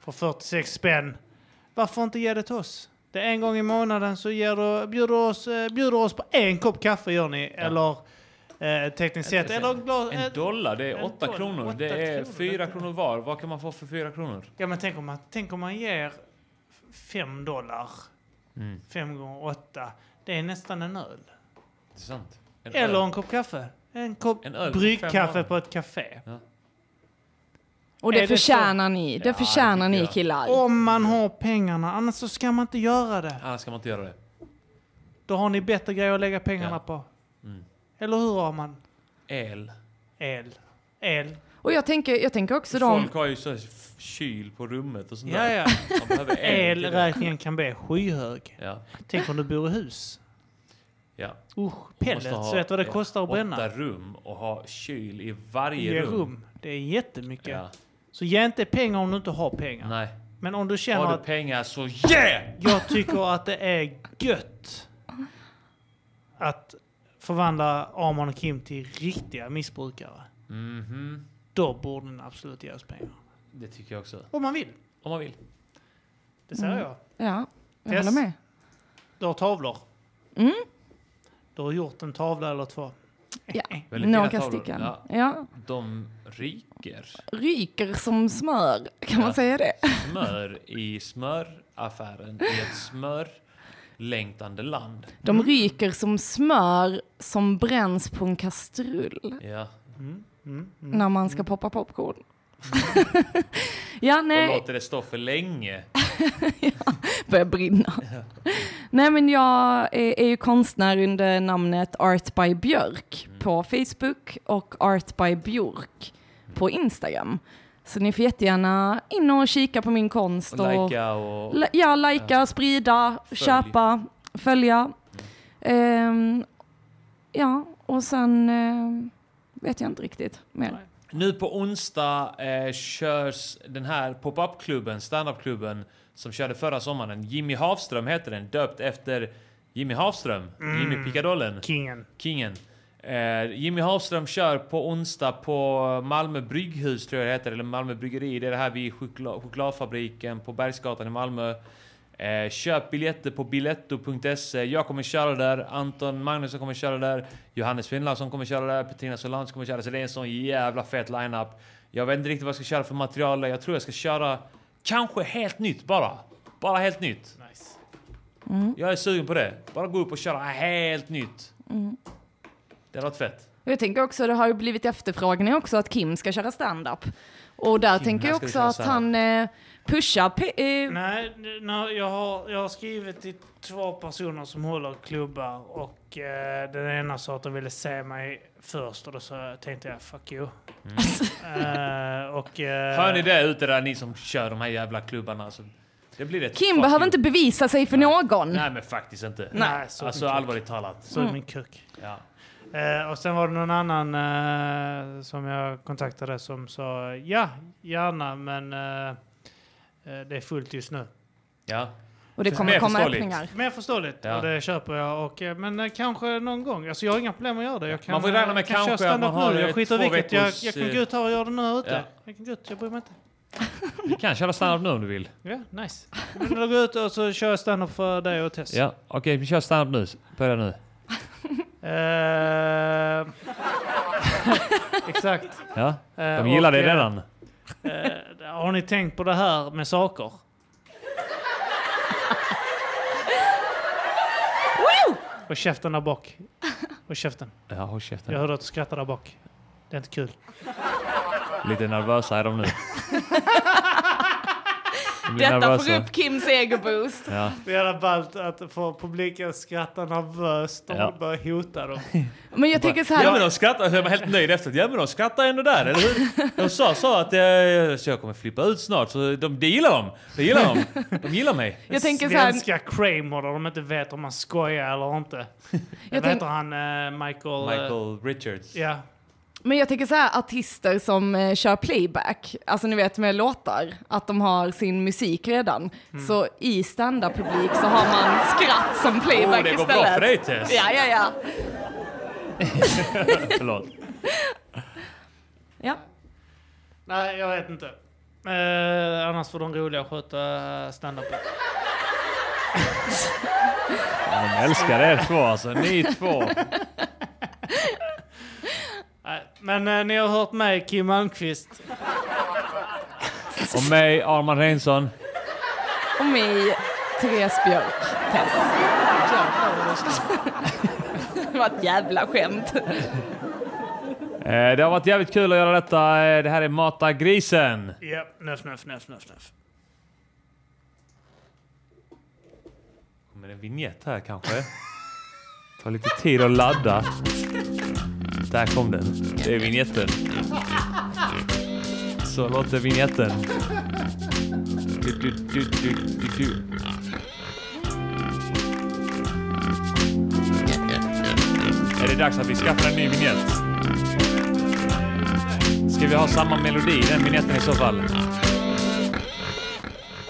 för 46 spänn. Varför inte ge det till oss? Det är en gång i månaden så ger du, bjuder, oss, eh, bjuder oss på en kopp kaffe gör ni. Eller eh, tekniskt sett. Eller glas, en dollar, det är en åtta dollar, kronor. åtta det är kronor, fyra kronor var. Vad kan man få för fyra kronor? Ja, men tänk om man, tänk om man ger 5 dollar. Mm. 5 gånger 8. Det är nästan en öl. Det är sant. En Eller öl. en kopp kaffe. En kopp En öl för fem bryggkaffe öl. på ett café. Och Är det det förtjänar ni. Det Ja, det förtjänar tycker ni jag. killar. Om man har pengarna, annars så ska man inte göra det. Annars ska man inte göra det. Då har ni bättre grejer att lägga pengarna på. Mm. Eller hur har man? El. El. El. Och jag tänker, jag tänker också de... Folk har ju så f- kyl på rummet och sånt Ja, där. ja. Man behöver el. till det. Elräkningen kan bli skyhög. Ja. Tänk om du bor i hus. Ja. Usch, Man måste pellets. ha, Vet du vad det ja, kostar att bränna? Åtta rum och ha kyl i varje I rum. Det är jättemycket. Ja. Så ge inte pengar om du inte har pengar. Nej. Men om du känner Har att du pengar så yeah! jag tycker att det är gött att förvandla Arman och Kim till riktiga missbrukare. Mhm. Då borde ni absolut ge oss pengar. Det tycker jag också. Om man vill. Om man vill. Det säger Mm. jag. Ja, jag Tess. håller med. Du har tavlor. Mm. Du har gjort en tavla eller två. Ja, Väldigt fina några tavlor. stycken. Ja. Ja. De ryker. Ryker som smör, kan Ja. man säga det? Smör i smöraffären i ett smörlängtande land. De ryker som smör som bränns på en kastrull Ja. Mm, när man ska poppa popcorn. Mm. ja, nej. Och låter det stå för länge. börjar brinna. Nej men jag är, är ju konstnär under namnet Art by Björk Mm. på Facebook och Art by Björk på Instagram. Så ni får jättegärna in och kika på min konst. Och likea och- Li- Ja, likea, sprida, köpa, följa. Mm. Ehm, ja, och sen ehm, vet jag inte riktigt mer. Nu på onsdag eh, körs den här pop-up-klubben, stand-up-klubben som körde förra sommaren. Jimmy Havström heter den, döpt efter Jimmy Havström, Mm. Jimmy Pickadollen. Kingen. Kingen. Eh, Jimmy Havström kör på onsdag på Malmö brygghus, tror jag det heter, eller Malmö bryggeri. Det är det här vid chokla- chokladfabriken på Bergsgatan i Malmö. Eh, köp biljetter på biletto.se. Jag kommer köra där, Anton Magnusson kommer köra där, Johannes Finnlagsson kommer köra där, Petrina Solange kommer köra där. Så det är en sån jävla fet lineup. Jag vet inte riktigt vad jag ska köra för material. där. Jag tror jag ska köra kanske helt nytt bara. Bara helt nytt. Jag är sugen på det. Bara gå upp och köra helt nytt. Mm. Det hade varit fett. Och Jag tänker också, det har ju blivit efterfrågan också att Kim ska köra stand-up. Och där Kim, tänker jag han ska också köra att stand-up. han eh, pushar... Pe- eh, Nej, nej jag, har, jag har skrivit till två personer som håller klubbar och eh, den ena sa att de ville se mig först och då så tänkte jag fuck you. Eh, och, eh, Mm. Hör ni det ute där, ni som kör de här jävla klubbarna? Alltså, det blir ett Kim fuck behöver you. inte bevisa sig för någon. Nej men faktiskt inte. Nej, så alltså mycket. allvarligt talat. Så Mm. min kuk. Ja. Eh, och sen var det någon annan eh, som jag kontaktade som sa ja, gärna, men eh, eh, det är fullt just nu. ja. Och det Känns kommer mer komma förståeligt. öppningar. Mer förståeligt, Ja. och det köper jag. Och, eh, men eh, kanske någon gång. Alltså, jag har inga problem att göra det. Jag kan, Man får ju räkna med eh, kan köra kanske att stand-up man har, nu. eh, Jag skiter i två vilket. Jag, veckors, jag kan eh, gå ut här och göra det nu här ute. ja. Jag kan gå ut, jag bryr mig inte. Du kan köra stand-up nu om du vill. Ja, nice. Men då går jag ut och så kör jag stand-up för dig och Tess. Ja, okej vi kör stand-up nu. Börja nu. Eh, Exakt. Ja, de Eh, gillar och, dig eh, redan. eh, har ni tänkt på det här med saker? och käften där bak. Och käften. Ja, håll käften. Jag hörde att du skrattade där bak. Det är inte kul. Lite nervösa är de nu. De blir Detta får nervösa. upp Kims egoboost. Ja. Det är jävla ballt att få publiken skratta nervöst och Ja. börjar hota dem. Men jag tycker så här- Ja men de skrattar, jag var helt nöjd efteråt. Ja men de skrattar ändå där, eller hur? De sa, sa att eh, så jag kommer flippa ut snart, så de, det gillar de. Det gillar de. De gillar mig. Jag tänker så här- Svenska Kramer där de inte vet om man skojar eller inte. Jag Jag tänk- vet han eh, Michael... eh, Michael Richards. Ja. Men jag tänker så här, artister som eh, kör playback, alltså ni vet med låtar, att de har sin musik redan. Mm. Så i standup-publik så har man skratt som playback Oh, det istället. går bra för dig, Tess. Ja, ja, ja. Förlåt. Nej, jag vet inte. Eh, annars får de roliga sköta standupen. Ja, de älskar er två alltså, ni två. Nej, Men eh, ni har hört mig, Kim Malmqvist. Och mig, Arman Reinsson. Och mig, Therese Björk, Tess. Det var ett jävla skämt. Eh, det har varit jävligt kul att göra detta. Eh, Det här är Mata grisen. Ja, nöff, nöff, nöff, nöff, nöff. Kommer en vignett här kanske? Ta lite tid att ladda. Där kom den. Det är vignetten. Så låter vignetten. Du, du, du, du, du, du. Är det dags att vi skaffar en ny vignett? Ska vi ha samma melodi i den vignetten i så fall?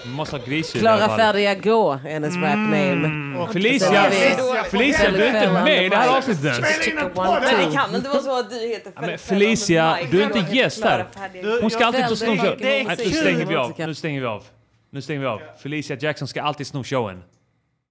Vi måste ha grisljud i alla Klara fall. färdiga gå är hennes rap Mm. name. Och Felicia- Felicia, du är inte med i det här avsnittet. Men det kan inte vara så att du heter Ja, Men Eh, Felicia, du är inte gäst här. Du, Hon ska jag alltid få ställde sno en showen. fucking Nej, Nu motsägelse. stänger vi av. Nu stänger vi av. Nu stänger vi av. Felicia Jackson ska alltid sno showen.